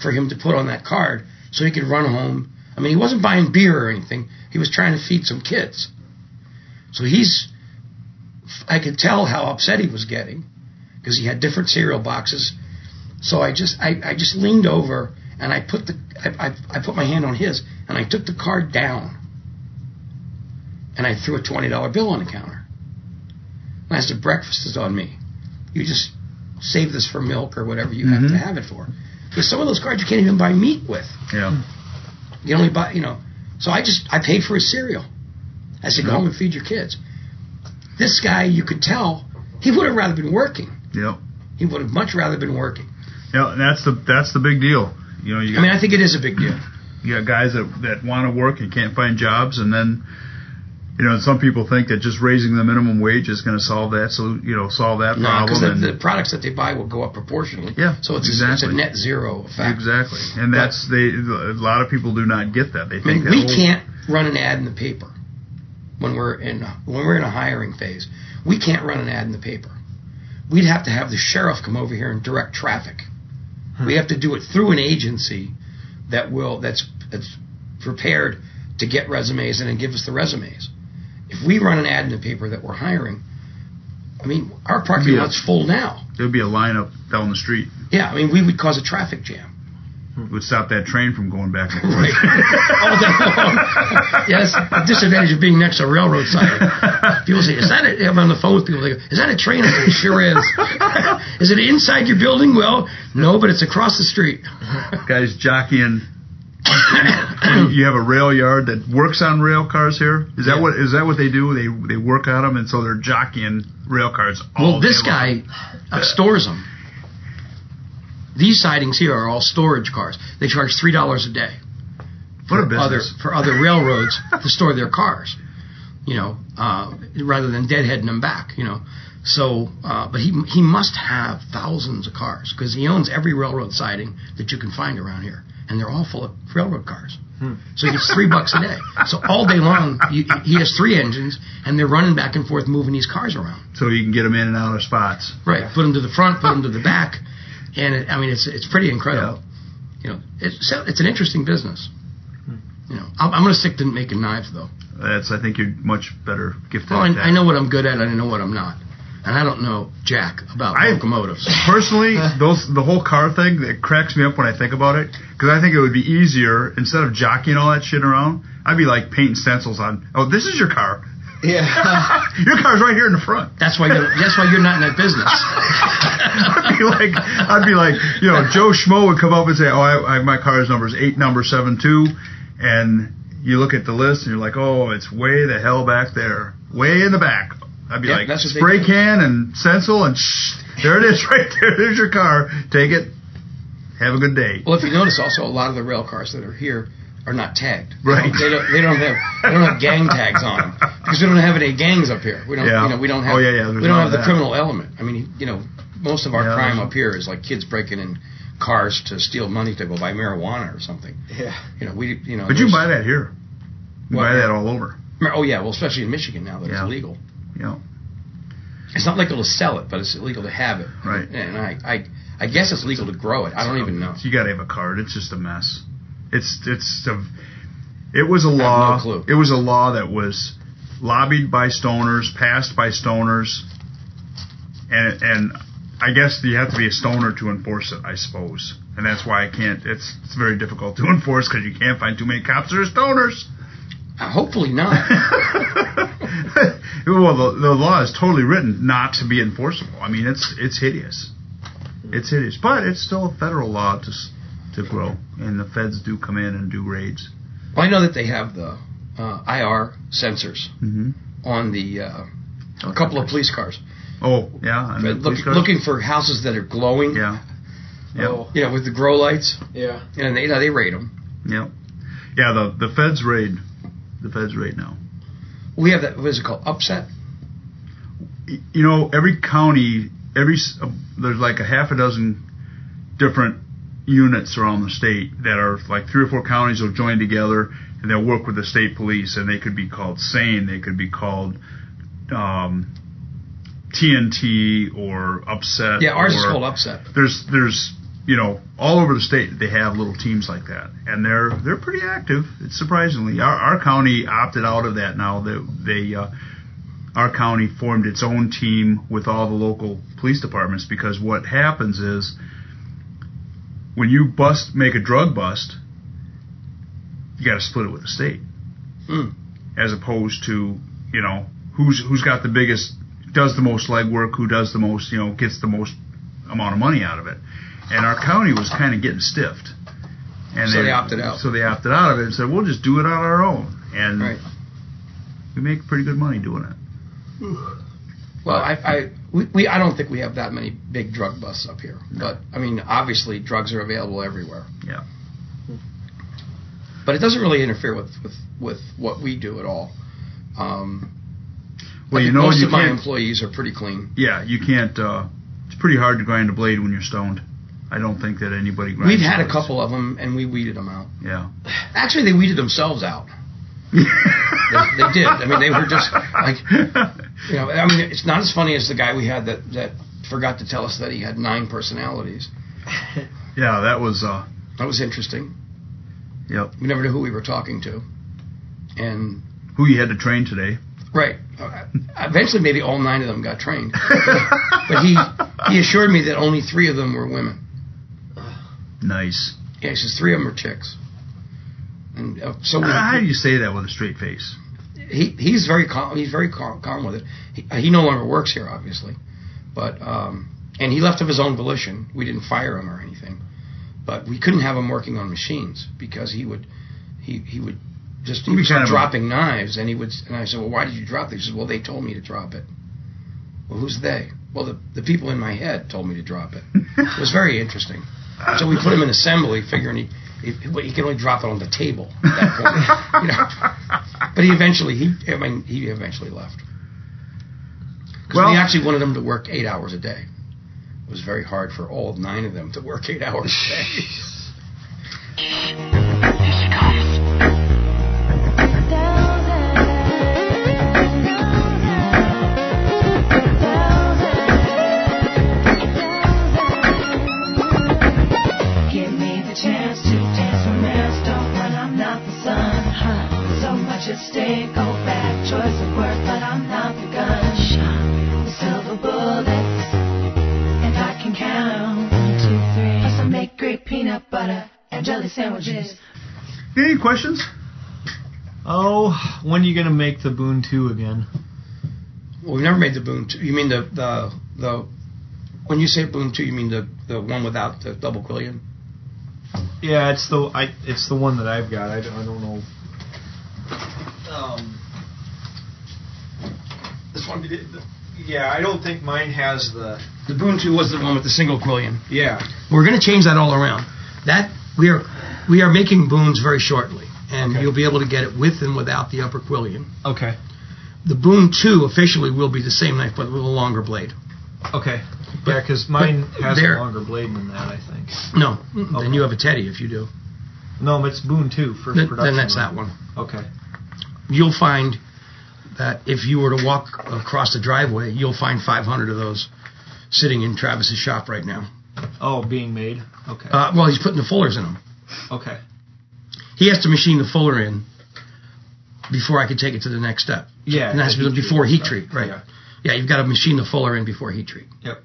Speaker 4: for him to put on that card so he could run home. I mean, he wasn't buying beer or anything. He was trying to feed some kids. So he's, I could tell how upset he was getting because he had different cereal boxes. So I just, I, I just leaned over and I put the, I, I, I put my hand on his and I took the card down and I threw a $20 bill on the counter. And I said, breakfast is on me. You just save this for milk or whatever you have
Speaker 2: Mhm.
Speaker 4: to have it for. Because some of those cards you can't even buy meat with.
Speaker 2: yeah
Speaker 4: You only buy, you know. So I just, I paid for his cereal. I said, go home and feed your kids. This guy, you could tell, he would have rather been working.
Speaker 2: yeah
Speaker 4: He would have much rather been working.
Speaker 2: yeah. And that's the that's the big deal. You know, you
Speaker 4: I mean, I think it is a big deal.
Speaker 2: you got guys that that want to work and can't find jobs, and then you know some people think that just raising the minimum wage is going to solve that so you know solve that
Speaker 4: No, because
Speaker 2: problem. and-
Speaker 4: Uh, the, the products that they buy will go up proportionally.
Speaker 2: Yeah,
Speaker 4: So it's, a, it's a
Speaker 2: exactly.
Speaker 4: net zero effect.
Speaker 2: exactly, and
Speaker 4: But-
Speaker 2: that's they. A lot of people do not get that. They
Speaker 4: I
Speaker 2: think
Speaker 4: mean,
Speaker 2: that,
Speaker 4: we
Speaker 2: oh,
Speaker 4: can't run an ad in the paper when we're in when we're in a hiring phase. We can't run an ad in the paper. We'd have to have the sheriff come over here and direct traffic. We have to do it through an agency that will that's that's prepared to get resumes and then give us the resumes. If we run an ad in the paper that we're hiring, I mean, our parking
Speaker 2: Yeah.
Speaker 4: lot's full now.
Speaker 2: There'd be a lineup down the street.
Speaker 4: Yeah, I mean, we would cause a traffic jam.
Speaker 2: It would stop that train from going back and forth.
Speaker 4: Right. All day long. yes, oh. the disadvantage of being next to a railroad siding. People say, "Is that?" A, I'm on the phone with people. They go, "Is that a train?" I go, "It sure is." is it inside your building? Well, no, but it's across the street.
Speaker 2: Guys jockeying. you have a rail yard that works on rail cars here. Is that
Speaker 4: Yeah.
Speaker 2: what is that what they do? They they work on them, and so they're jockeying rail cars. All
Speaker 4: Well, this
Speaker 2: day long.
Speaker 4: guy uh, stores them. These sidings here are all storage cars. They charge three dollars a day
Speaker 2: What a
Speaker 4: for other
Speaker 2: business.
Speaker 4: for other railroads to store their cars. You know, uh, rather than deadheading them back. You know, so uh, but he he must have thousands of cars because he owns every railroad siding that you can find around here, and they're all full of railroad cars.
Speaker 2: Hmm.
Speaker 4: So he gets three bucks a day. So all day long, he, he has three engines, and they're running back and forth, moving these cars around.
Speaker 2: so you can get them in and out of spots.
Speaker 4: Right. Put them to the front. Put them to the back. And it, I mean, it's it's pretty incredible. You know, it's so it's an interesting business. You know, I'm, I'm going to stick to making knives though.
Speaker 2: That's I think you're much better gifted.
Speaker 4: Well, I,
Speaker 2: at that.
Speaker 4: I know what I'm good at. I know what I'm not, and I don't know jack about
Speaker 2: I-
Speaker 4: locomotives.
Speaker 2: Personally, those the whole car thing that cracks me up when I think about it because I think it would be easier instead of jockeying all that shit around. I'd be like painting stencils on. Oh, this is your car.
Speaker 5: Yeah.
Speaker 2: your car's right here in the front.
Speaker 4: That's why you're that's why you're not in that business.
Speaker 2: like I'd be like, you know, Joe Schmo would come up and say, "Oh, I, I, my car's number is eight number seven two," and you look at the list and you're like, "Oh, it's way the hell back there, way in the back." I'd be
Speaker 4: Yeah,
Speaker 2: like,
Speaker 4: that's what they
Speaker 2: "Spray
Speaker 4: do.
Speaker 2: can and stencil and shh, there it is, right there. There's your car. Take it. Have a good day."
Speaker 4: Well, if you notice, also a lot of the rail cars that are here are not tagged. They
Speaker 2: Right.
Speaker 4: don't- They don't, they don't have they don't have gang tags on them because we don't have any gangs up here. We don't.
Speaker 2: Yeah.
Speaker 4: You know, we don't have.
Speaker 2: Oh, yeah, yeah, there's
Speaker 4: We don't
Speaker 2: none of
Speaker 4: have the
Speaker 2: that.
Speaker 4: criminal element. I mean, you know, most of our
Speaker 2: Yeah,
Speaker 4: crime
Speaker 2: there's-
Speaker 4: up here is like kids breaking in cars to steal money to go buy marijuana or something.
Speaker 9: Yeah.
Speaker 4: You know, we you know.
Speaker 2: But you
Speaker 4: there's-
Speaker 2: buy that here. You
Speaker 4: What?
Speaker 2: buy that all over.
Speaker 4: Oh yeah, well, especially in Michigan now that
Speaker 2: Yeah.
Speaker 4: it's legal.
Speaker 2: You know.
Speaker 4: It's not legal to sell it, but it's illegal to have it.
Speaker 2: Right.
Speaker 4: And I I, I guess it's legal to grow it. I don't even know.
Speaker 2: You got to have a card. It's just a mess. It's it's a, it was a
Speaker 4: no
Speaker 2: law.
Speaker 4: clue.
Speaker 2: It was a law that was lobbied by stoners, passed by stoners, and and I guess you have to be a stoner to enforce it. I suppose, and that's why I can't. It's it's very difficult to enforce because you can't find too many cops that are stoners.
Speaker 4: Uh, Hopefully not.
Speaker 2: well, the, the law is totally written not to be enforceable. I mean, it's it's hideous. It's hideous, but it's still a federal law to s- to grow, and the feds do come in and do raids.
Speaker 4: Well, Oh, I know that they have the uh, IR sensors
Speaker 2: Mm-hmm.
Speaker 4: on the uh, a couple of police cars,
Speaker 2: Oh yeah, and the
Speaker 4: Look-
Speaker 2: police cars?
Speaker 4: looking for houses that are glowing.
Speaker 2: Yeah, yeah,
Speaker 9: Oh,
Speaker 4: You know, with the grow lights,
Speaker 9: yeah.
Speaker 4: and they you know, they rate them.
Speaker 2: yeah, yeah. The the feds raid, the feds raid now.
Speaker 4: We have that. What is it called? Upset.
Speaker 2: Y- You know, every county, every s- uh, there's like a half a dozen different units around the state that are like three or four counties will join together and they'll work with the state police and they could be called sane they could be called um, tnt or upset
Speaker 4: Yeah, ours is
Speaker 2: or-
Speaker 4: called upset.
Speaker 2: there's there's you know all over the state they have little teams like that and they're they're pretty active it's surprisingly our, our county opted out of that now that they uh, our county formed its own team with all the local police departments because what happens is when you bust make a drug bust you got to split it with the state
Speaker 4: Mm.
Speaker 2: as opposed to you know who's who's got the biggest does the most legwork who does the most you know gets the most amount of money out of it and our county was kind of getting stiffed and
Speaker 4: So they opted out.
Speaker 2: so they opted out of it and said we'll just do it on our own and
Speaker 4: Right.
Speaker 2: we make pretty good money doing it
Speaker 4: Well, I, I we, we I don't think we have that many big drug busts up here, but I mean, obviously, drugs are available everywhere.
Speaker 2: Yeah.
Speaker 4: But it doesn't really interfere with with, with what we do at all. Um,
Speaker 2: well
Speaker 4: I
Speaker 2: you
Speaker 4: think
Speaker 2: know
Speaker 4: most
Speaker 2: you
Speaker 4: of my
Speaker 2: can't
Speaker 4: employees are pretty clean.
Speaker 2: yeah you can't uh, it's pretty hard to grind a blade when you're stoned I don't think that anybody grinds
Speaker 4: We've had a
Speaker 2: blades.
Speaker 4: couple of them, and we weeded them out.
Speaker 2: yeah
Speaker 4: Actually, they weeded themselves out. they, they did. I mean, they were just like, you know, I mean, it's not as funny as the guy we had that that forgot to tell us that he had nine personalities.
Speaker 2: yeah that was uh
Speaker 4: That was interesting.
Speaker 2: Yep.
Speaker 4: We never knew who we were talking to, and
Speaker 2: who you had to train today
Speaker 4: right, uh, eventually, maybe all nine of them got trained. But he he assured me that only three of them were women.
Speaker 2: nice
Speaker 4: Yeah, he says three of them are chicks. And uh, so we,
Speaker 2: How do you say that with a straight face?
Speaker 4: he he's very calm. He's very calm, calm with it. He, uh, he no longer works here, obviously, but um, and he left of his own volition. We didn't fire him or anything, but we couldn't have him working on machines because he would he he would just he
Speaker 2: He'd be kind
Speaker 4: would start
Speaker 2: of a-
Speaker 4: dropping knives, and he would and I said, well, why did you drop it? He says, well, they told me to drop it. Well, who's they? Well, the the people in my head told me to drop it. It was very interesting. So we put him in assembly, figuring he. He, he can only drop it on the table at that point. you know? But he eventually he I mean he eventually left. Because
Speaker 2: Well-
Speaker 4: we actually wanted him to work eight hours a day. It was very hard for all nine of them to work eight hours a day.
Speaker 10: Give me the chance to dance some master when I'm not the sun. Huh. So much at stake, go back. Choice of words, but I'm not the gun. The silver bullets, and I can count. One, two, three. Plus, I make great peanut butter and jelly sandwiches.
Speaker 2: Any questions?
Speaker 1: Oh, when are you gonna make the Boon Two again?
Speaker 4: well, we never made the boom. T- you mean the the the When you say boom two, you mean the, the one without the double quillion?
Speaker 1: Yeah, it's the I, it's the one that I've got. I, don't- I don't know. Um, this one. Yeah, I don't think mine has the.
Speaker 4: The boom two was the one with the single quillion.
Speaker 1: Yeah.
Speaker 4: We're going to change that all around. That we are we are making booms very shortly, and
Speaker 1: Okay.
Speaker 4: you'll be able to get it with and without the upper quillion.
Speaker 1: Okay.
Speaker 4: The boom two officially will be the same knife, but with a longer blade.
Speaker 1: Okay. Yeah, because mine
Speaker 4: but
Speaker 1: has
Speaker 4: there-
Speaker 1: a longer blade than that. I think.
Speaker 4: No, then you have a teddy if you do.
Speaker 1: No, but it's Boone too. First
Speaker 4: Then,
Speaker 1: production.
Speaker 4: then that's that one.
Speaker 1: Okay.
Speaker 4: You'll find that if you were to walk across the driveway, you'll find 500 of those sitting in Travis's shop right now.
Speaker 1: Oh, being made. Okay.
Speaker 4: Uh, well, he's putting the fullers in them.
Speaker 1: okay.
Speaker 4: He has to machine the fuller in before I could take it to the next step.
Speaker 1: Yeah.
Speaker 4: And that's
Speaker 1: the heat
Speaker 4: before heat
Speaker 1: treat
Speaker 4: treat,
Speaker 1: stuff.
Speaker 4: right? Yeah. you've got to machine the fuller in before heat treat.
Speaker 1: Yeah. Yep.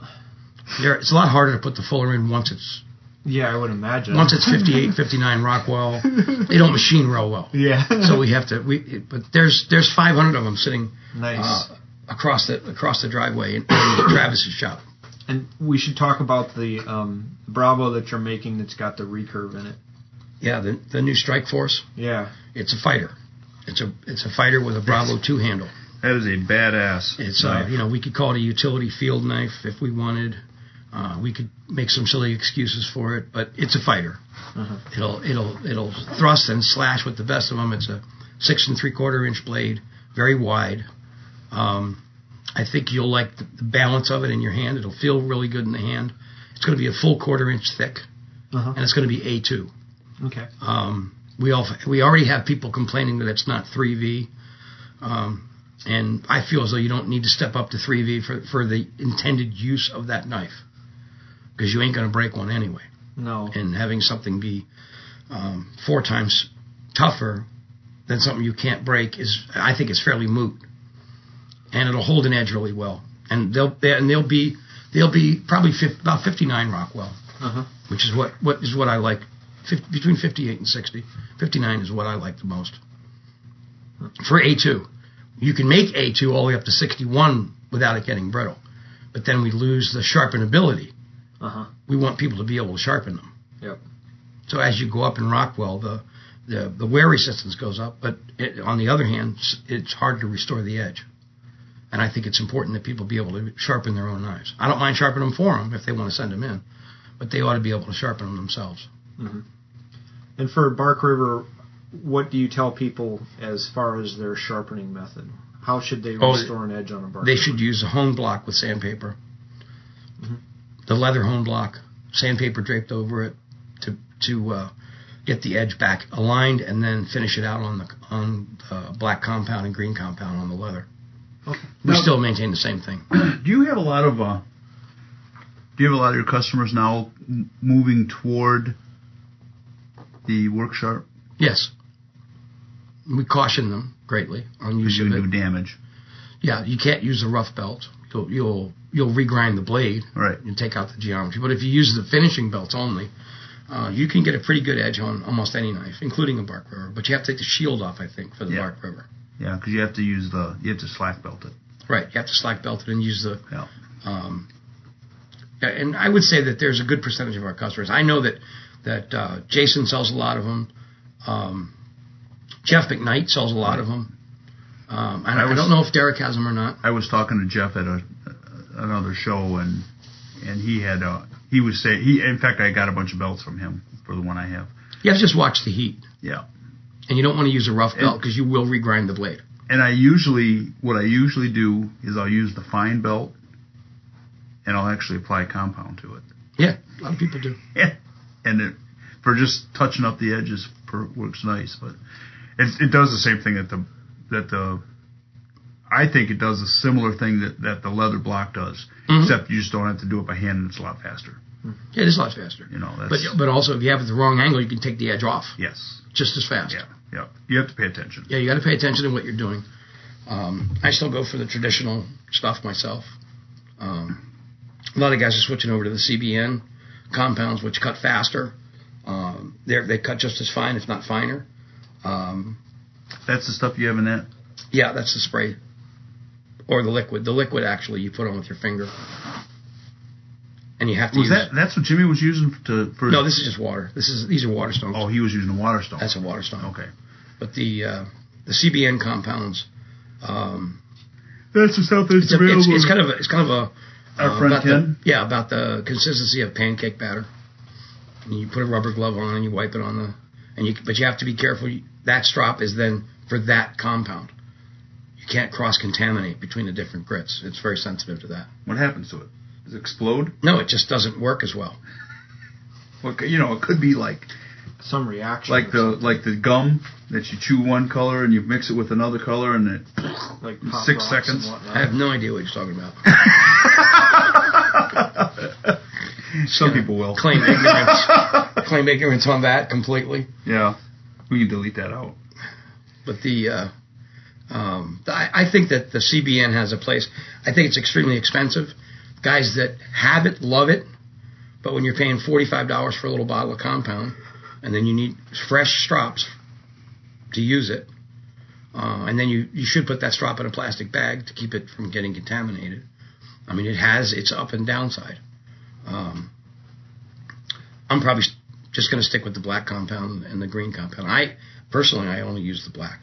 Speaker 4: There, it's a lot harder to put the fuller in once it's
Speaker 1: Yeah, I would imagine.
Speaker 4: once it's 58, 59 Rockwell. They don't machine real well,
Speaker 1: yeah.
Speaker 4: so we have to. We but there's there's 500 of them sitting
Speaker 2: Uh-huh.
Speaker 1: nice.
Speaker 4: uh, across the across the driveway in, in Travis's shop.
Speaker 1: and we should talk about the um, Bravo that you're making that's got the recurve in it.
Speaker 4: Yeah, the the new Strike Force.
Speaker 1: Yeah.
Speaker 4: It's a fighter. It's a it's a fighter with a Bravo two handle.
Speaker 2: That is a badass.
Speaker 4: It's uh, you know we could call it a utility field knife if we wanted. Uh, we could make some silly excuses for it, but it's a fighter. Uh-huh. It'll it'll it'll thrust and slash with the best of them. It's a six and three quarter inch blade, very wide. Um, I think you'll like the, the balance of it in your hand. It'll feel really good in the hand. It's going to be a full quarter inch thick,
Speaker 1: Uh-huh.
Speaker 4: and it's going to be A two.
Speaker 1: Okay.
Speaker 4: Um, we all we already have people complaining that it's not 3V, um, and I feel as though you don't need to step up to 3V for for the intended use of that knife, because you ain't going to break one anyway.
Speaker 1: No.
Speaker 4: And having something be um, four times tougher than something you can't break is, I think, is fairly moot. And it'll hold an edge really well, and they'll they- and they'll be they'll be probably fif- about 59 Rockwell
Speaker 1: Uh-huh.
Speaker 4: which is what, what is what I like. Fif- between 58 and 60, 59 is what I like the most. For A2, you can make A2 all the way up to 61 without it getting brittle, but then we lose the sharpenability.
Speaker 1: Uh-huh.
Speaker 4: We want people to be able to sharpen them.
Speaker 1: Yep.
Speaker 4: So as you go up in Rockwell, the the, the wear resistance goes up, but it, on the other hand, s- it's hard to restore the edge. And I think it's important that people be able to sharpen their own knives. I don't mind sharpening them for them if they want to send them in, but they ought to be able to sharpen them themselves.
Speaker 1: And for Bark River, what do you tell people as far as their sharpening method? How should they
Speaker 4: Oh,
Speaker 1: restore an edge on a bark?
Speaker 4: They
Speaker 1: River?
Speaker 4: should use a hone block with sandpaper.
Speaker 1: Mhm.
Speaker 4: The leather hone block, sandpaper draped over it to to uh, get the edge back aligned, and then finish it out on the on uh, black compound and green compound on the leather.
Speaker 1: Okay.
Speaker 4: We
Speaker 2: Now-
Speaker 4: still maintain the same thing.
Speaker 2: do you have a lot of uh, do you have a lot of your customers now m- moving toward the work sharp
Speaker 4: Yes, we caution them greatly on
Speaker 2: because
Speaker 4: use
Speaker 2: you
Speaker 4: of
Speaker 2: can
Speaker 4: it.
Speaker 2: do damage?
Speaker 4: Yeah, you can't use a rough belt. You'll you'll you'll regrind the blade.
Speaker 2: Right.
Speaker 4: and take out the geometry. But if you use the finishing belts only, uh, you can get a pretty good edge on almost any knife, including a bark river. But you have to take the shield off, I think, for the
Speaker 2: Yeah.
Speaker 4: bark river.
Speaker 2: Yeah, because you have to use the you have to slack belt it.
Speaker 4: Right. You have to slack belt it and use the.
Speaker 2: Yeah.
Speaker 4: Um, yeah, and I would say that there's a good percentage of our customers. I know that that uh, Jason sells a lot of them. Um, Jeff McKnight sells a lot of them. Um, I,
Speaker 2: I
Speaker 4: I
Speaker 2: was-
Speaker 4: don't know if Derek has them or not.
Speaker 2: I was talking to Jeff at a another show and and he had uh he was saying he in fact I got a bunch of belts from him for the one I have.
Speaker 4: You have to just watch the heat,
Speaker 2: Yeah.
Speaker 4: and you don't want to use a rough
Speaker 2: And-
Speaker 4: belt because you will regrind the blade.
Speaker 2: And I usually what I usually do is I'll use the fine belt and I'll actually apply compound to it.
Speaker 4: Yeah, a lot of people do.
Speaker 2: and it for just touching up the edges per, works nice. But it it does the same thing that the that the I think it does a similar thing that, that the leather block does,
Speaker 4: Mhm.
Speaker 2: except you just don't have to do it by hand and it's a lot faster.
Speaker 4: Yeah, it is a lot faster.
Speaker 2: You know, that's
Speaker 4: But but also, if you have it the wrong angle, you can take the edge off
Speaker 2: yes,
Speaker 4: just as fast.
Speaker 2: yeah, yeah. You have to pay attention.
Speaker 4: Yeah, you got to pay attention to what you're doing. Um, I still go for the traditional stuff myself. Um, a lot of guys are switching over to the CBN compounds, which cut faster. Um, they they cut just as fine, if not finer. Um,
Speaker 2: That's the stuff you have in that.
Speaker 4: yeah, that's the spray or the liquid. The liquid actually you put on with your finger. and you have to
Speaker 2: Was
Speaker 4: use.
Speaker 2: that that's what Jimmy was using to for?
Speaker 4: no, this is just water. This is these are water stones.
Speaker 2: Oh, he was using the water stone.
Speaker 4: That's a water stone.
Speaker 2: Okay.
Speaker 4: But the uh, the CBN compounds, um,
Speaker 2: That's the stuff that's
Speaker 4: it's, a,
Speaker 2: available.
Speaker 4: it's, it's kind of a, it's kind of a uh,
Speaker 2: Our friend
Speaker 4: about
Speaker 2: Ken?
Speaker 4: The, yeah, about the consistency of pancake batter. And you put a rubber glove on and you wipe it on the and you but you have to be careful. You- That strop is then for that compound. You can't cross contaminate between the different grits. It's very sensitive to that.
Speaker 2: what happens to it? Does it explode?
Speaker 4: No, it just doesn't work as well.
Speaker 2: Well, c- you know, it could be like
Speaker 9: Some reaction.
Speaker 2: like
Speaker 9: or
Speaker 2: the like the gum that you chew one color and you mix it with another color and it.
Speaker 9: something, like pop
Speaker 2: six
Speaker 9: rocks and
Speaker 2: seconds.
Speaker 4: I
Speaker 9: whatnot.
Speaker 4: have no idea what he's talking about.
Speaker 2: Some people will.
Speaker 4: Claim ignorance. Claim ignorance on that completely.
Speaker 2: Yeah, we can delete that out.
Speaker 4: But the, uh, um, I, I think that the CBN has a place. I think it's extremely expensive. Guys that have it love it, but when you're paying forty-five dollars for a little bottle of compound, and then you need fresh strops to use it, uh, and then you you should put that strop in a plastic bag to keep it from getting contaminated. I mean, it has its up and downside. Um, I'm probably s- just going to stick with the black compound and the green compound. I personally, I only use the black.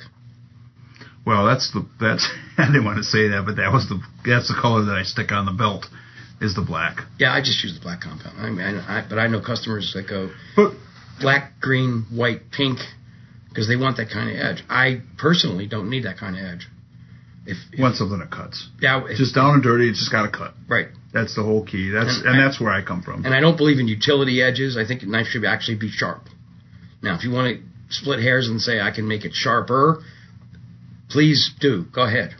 Speaker 2: Well, that's the that's I didn't want to say that, but that was the that's the color that I stick on the belt is the black.
Speaker 4: Yeah, I just use the black compound. I mean, I, I, but I know customers that go
Speaker 2: But
Speaker 4: black, green, white, pink because they want that kind of edge. I personally don't need that kind of edge. If, if
Speaker 2: want something that cuts,
Speaker 4: yeah, if-
Speaker 2: just down and dirty. It's just got to cut.
Speaker 4: right,
Speaker 2: That's the whole key. That's
Speaker 4: And
Speaker 2: and
Speaker 4: I-
Speaker 2: that's where I come from.
Speaker 4: and I don't believe in utility edges. I think a knife should actually be sharp. Now, if you want to split hairs and say I can make it sharper, please do. Go ahead.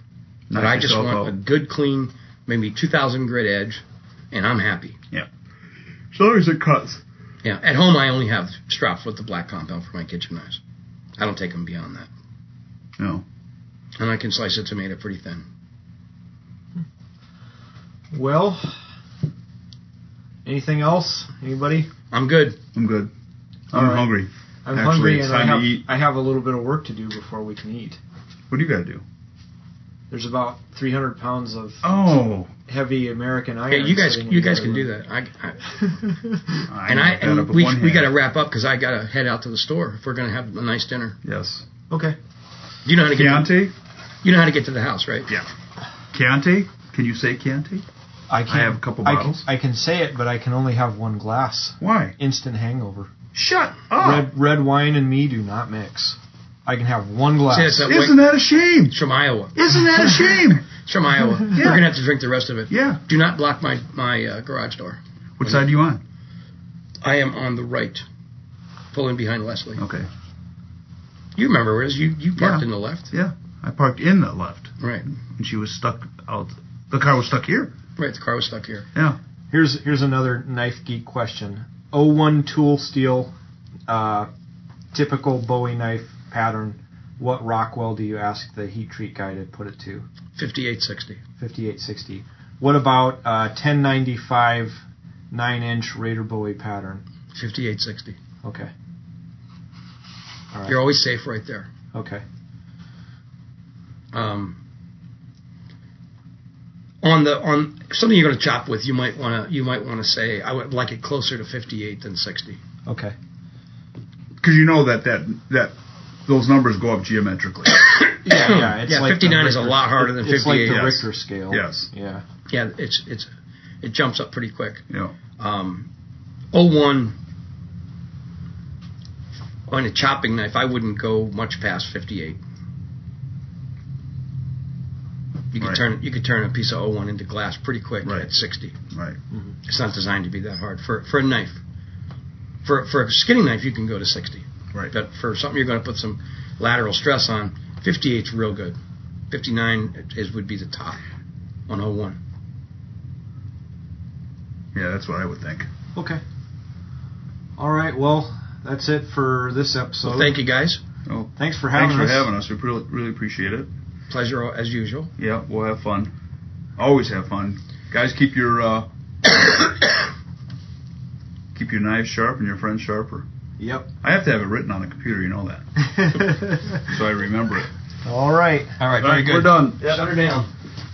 Speaker 4: But
Speaker 2: Knock
Speaker 4: I just
Speaker 2: yourself
Speaker 4: want
Speaker 2: out.
Speaker 4: a good, clean, maybe 2,000 grit edge, and I'm happy.
Speaker 2: As long as it cuts.
Speaker 4: Yeah, at home I only have straps with the black compound for my kitchen knives. I don't take them beyond that,
Speaker 2: No.
Speaker 4: and I can slice a tomato pretty thin.
Speaker 1: Well, anything else? Anybody?
Speaker 4: I'm good.
Speaker 2: I'm good. I'm
Speaker 1: All right.
Speaker 2: hungry.
Speaker 1: I'm
Speaker 2: Actually,
Speaker 1: hungry
Speaker 2: it's
Speaker 1: and I
Speaker 2: time to
Speaker 1: have
Speaker 2: eat.
Speaker 1: I have a little bit of work to do before we can eat.
Speaker 2: What do you got to do?
Speaker 1: There's about 300 pounds of
Speaker 2: Oh,
Speaker 1: heavy American iron.
Speaker 4: Okay, you guys,
Speaker 1: sitting in
Speaker 4: you
Speaker 1: the
Speaker 4: guys can
Speaker 1: other
Speaker 4: do
Speaker 1: room.
Speaker 4: that. I,
Speaker 2: I
Speaker 4: I and I
Speaker 2: can pick that up
Speaker 4: and
Speaker 2: with
Speaker 4: we
Speaker 2: one
Speaker 4: we got
Speaker 2: hand.
Speaker 4: to wrap up because I got to head out to the store if we're gonna have a nice dinner.
Speaker 2: yes.
Speaker 1: okay.
Speaker 4: You know how to get
Speaker 2: Chianti,
Speaker 4: you know how to get to the house, right?
Speaker 2: yeah. Chianti, can you say Chianti?
Speaker 1: I can.
Speaker 2: have a couple
Speaker 1: I
Speaker 2: bottles.
Speaker 1: Can, I can say it, but I can only have one glass.
Speaker 2: Why?
Speaker 1: Instant hangover.
Speaker 2: Shut up!
Speaker 1: Red red wine and me do not mix. I can have one
Speaker 4: See,
Speaker 1: glass.
Speaker 4: it's that
Speaker 2: Isn't
Speaker 4: white-
Speaker 2: that a shame?
Speaker 4: it's from Iowa.
Speaker 2: Isn't that a shame?
Speaker 4: It's from Iowa. We're gonna have to drink the rest of it.
Speaker 2: yeah.
Speaker 4: Do not block my my uh, garage door.
Speaker 2: Which side are you on?
Speaker 4: I am on the right, pulling behind Leslie.
Speaker 2: Okay.
Speaker 4: You remember where it is? You you parked
Speaker 2: Oh. Yeah.
Speaker 4: in the left,
Speaker 2: Yeah. I parked in the left,
Speaker 4: right?
Speaker 2: and she was stuck out. The car was stuck here.
Speaker 4: Right. The car was stuck here.
Speaker 1: Here's here's another knife geek question. 01 tool steel, uh, typical Bowie knife pattern. What Rockwell do you ask the heat treat guy to put it to?
Speaker 4: Fifty-eight sixty.
Speaker 1: 5860. What about uh, 1095 9 inch Raider Bowie pattern?
Speaker 4: Fifty-eight sixty.
Speaker 1: Okay. All right.
Speaker 4: You're always safe right there.
Speaker 1: okay.
Speaker 4: um, on the on something you're going to chop with, you might want to you might want to say I would like it closer to 58 than 60.
Speaker 1: Okay.
Speaker 2: Because you know that that that those numbers go up geometrically.
Speaker 1: Yeah, yeah. It's
Speaker 4: Yeah,
Speaker 1: like the
Speaker 4: 59 is a
Speaker 1: Richter-
Speaker 4: lot harder than
Speaker 1: It's like
Speaker 4: 58,
Speaker 1: the
Speaker 2: yes.
Speaker 1: Richter scale.
Speaker 2: Yes.
Speaker 1: Yeah.
Speaker 4: Yeah, it's it's it jumps up pretty quick.
Speaker 2: yeah.
Speaker 4: Um, 01 on a chopping knife, I wouldn't go much past 58. You could
Speaker 2: Right.
Speaker 4: turn you could turn a piece of 01 into glass pretty quick
Speaker 2: Right.
Speaker 4: at 60.
Speaker 2: Right.
Speaker 4: It's not designed to be that hard for for a knife. For for a skinning knife, you can go to 60.
Speaker 2: Right.
Speaker 4: But for something you're going to put some lateral stress on, 58's real good. 59 is would be the top on 01.
Speaker 2: Yeah, that's what I would think.
Speaker 1: Okay. All right. Well, that's it for this episode.
Speaker 4: Well, thank you guys.
Speaker 2: Oh,
Speaker 1: Thanks for having
Speaker 2: thanks for
Speaker 1: us.
Speaker 2: having us. We really really appreciate it.
Speaker 4: Pleasure as usual.
Speaker 2: Yeah, we'll have fun. Always have fun, guys. Keep your uh, keep your knives sharp and your friends sharper.
Speaker 1: Yep.
Speaker 2: I have to have it written on a computer. You know that, so I remember it.
Speaker 1: All right.
Speaker 4: All right, very good.
Speaker 2: We're done.
Speaker 4: Shut her down.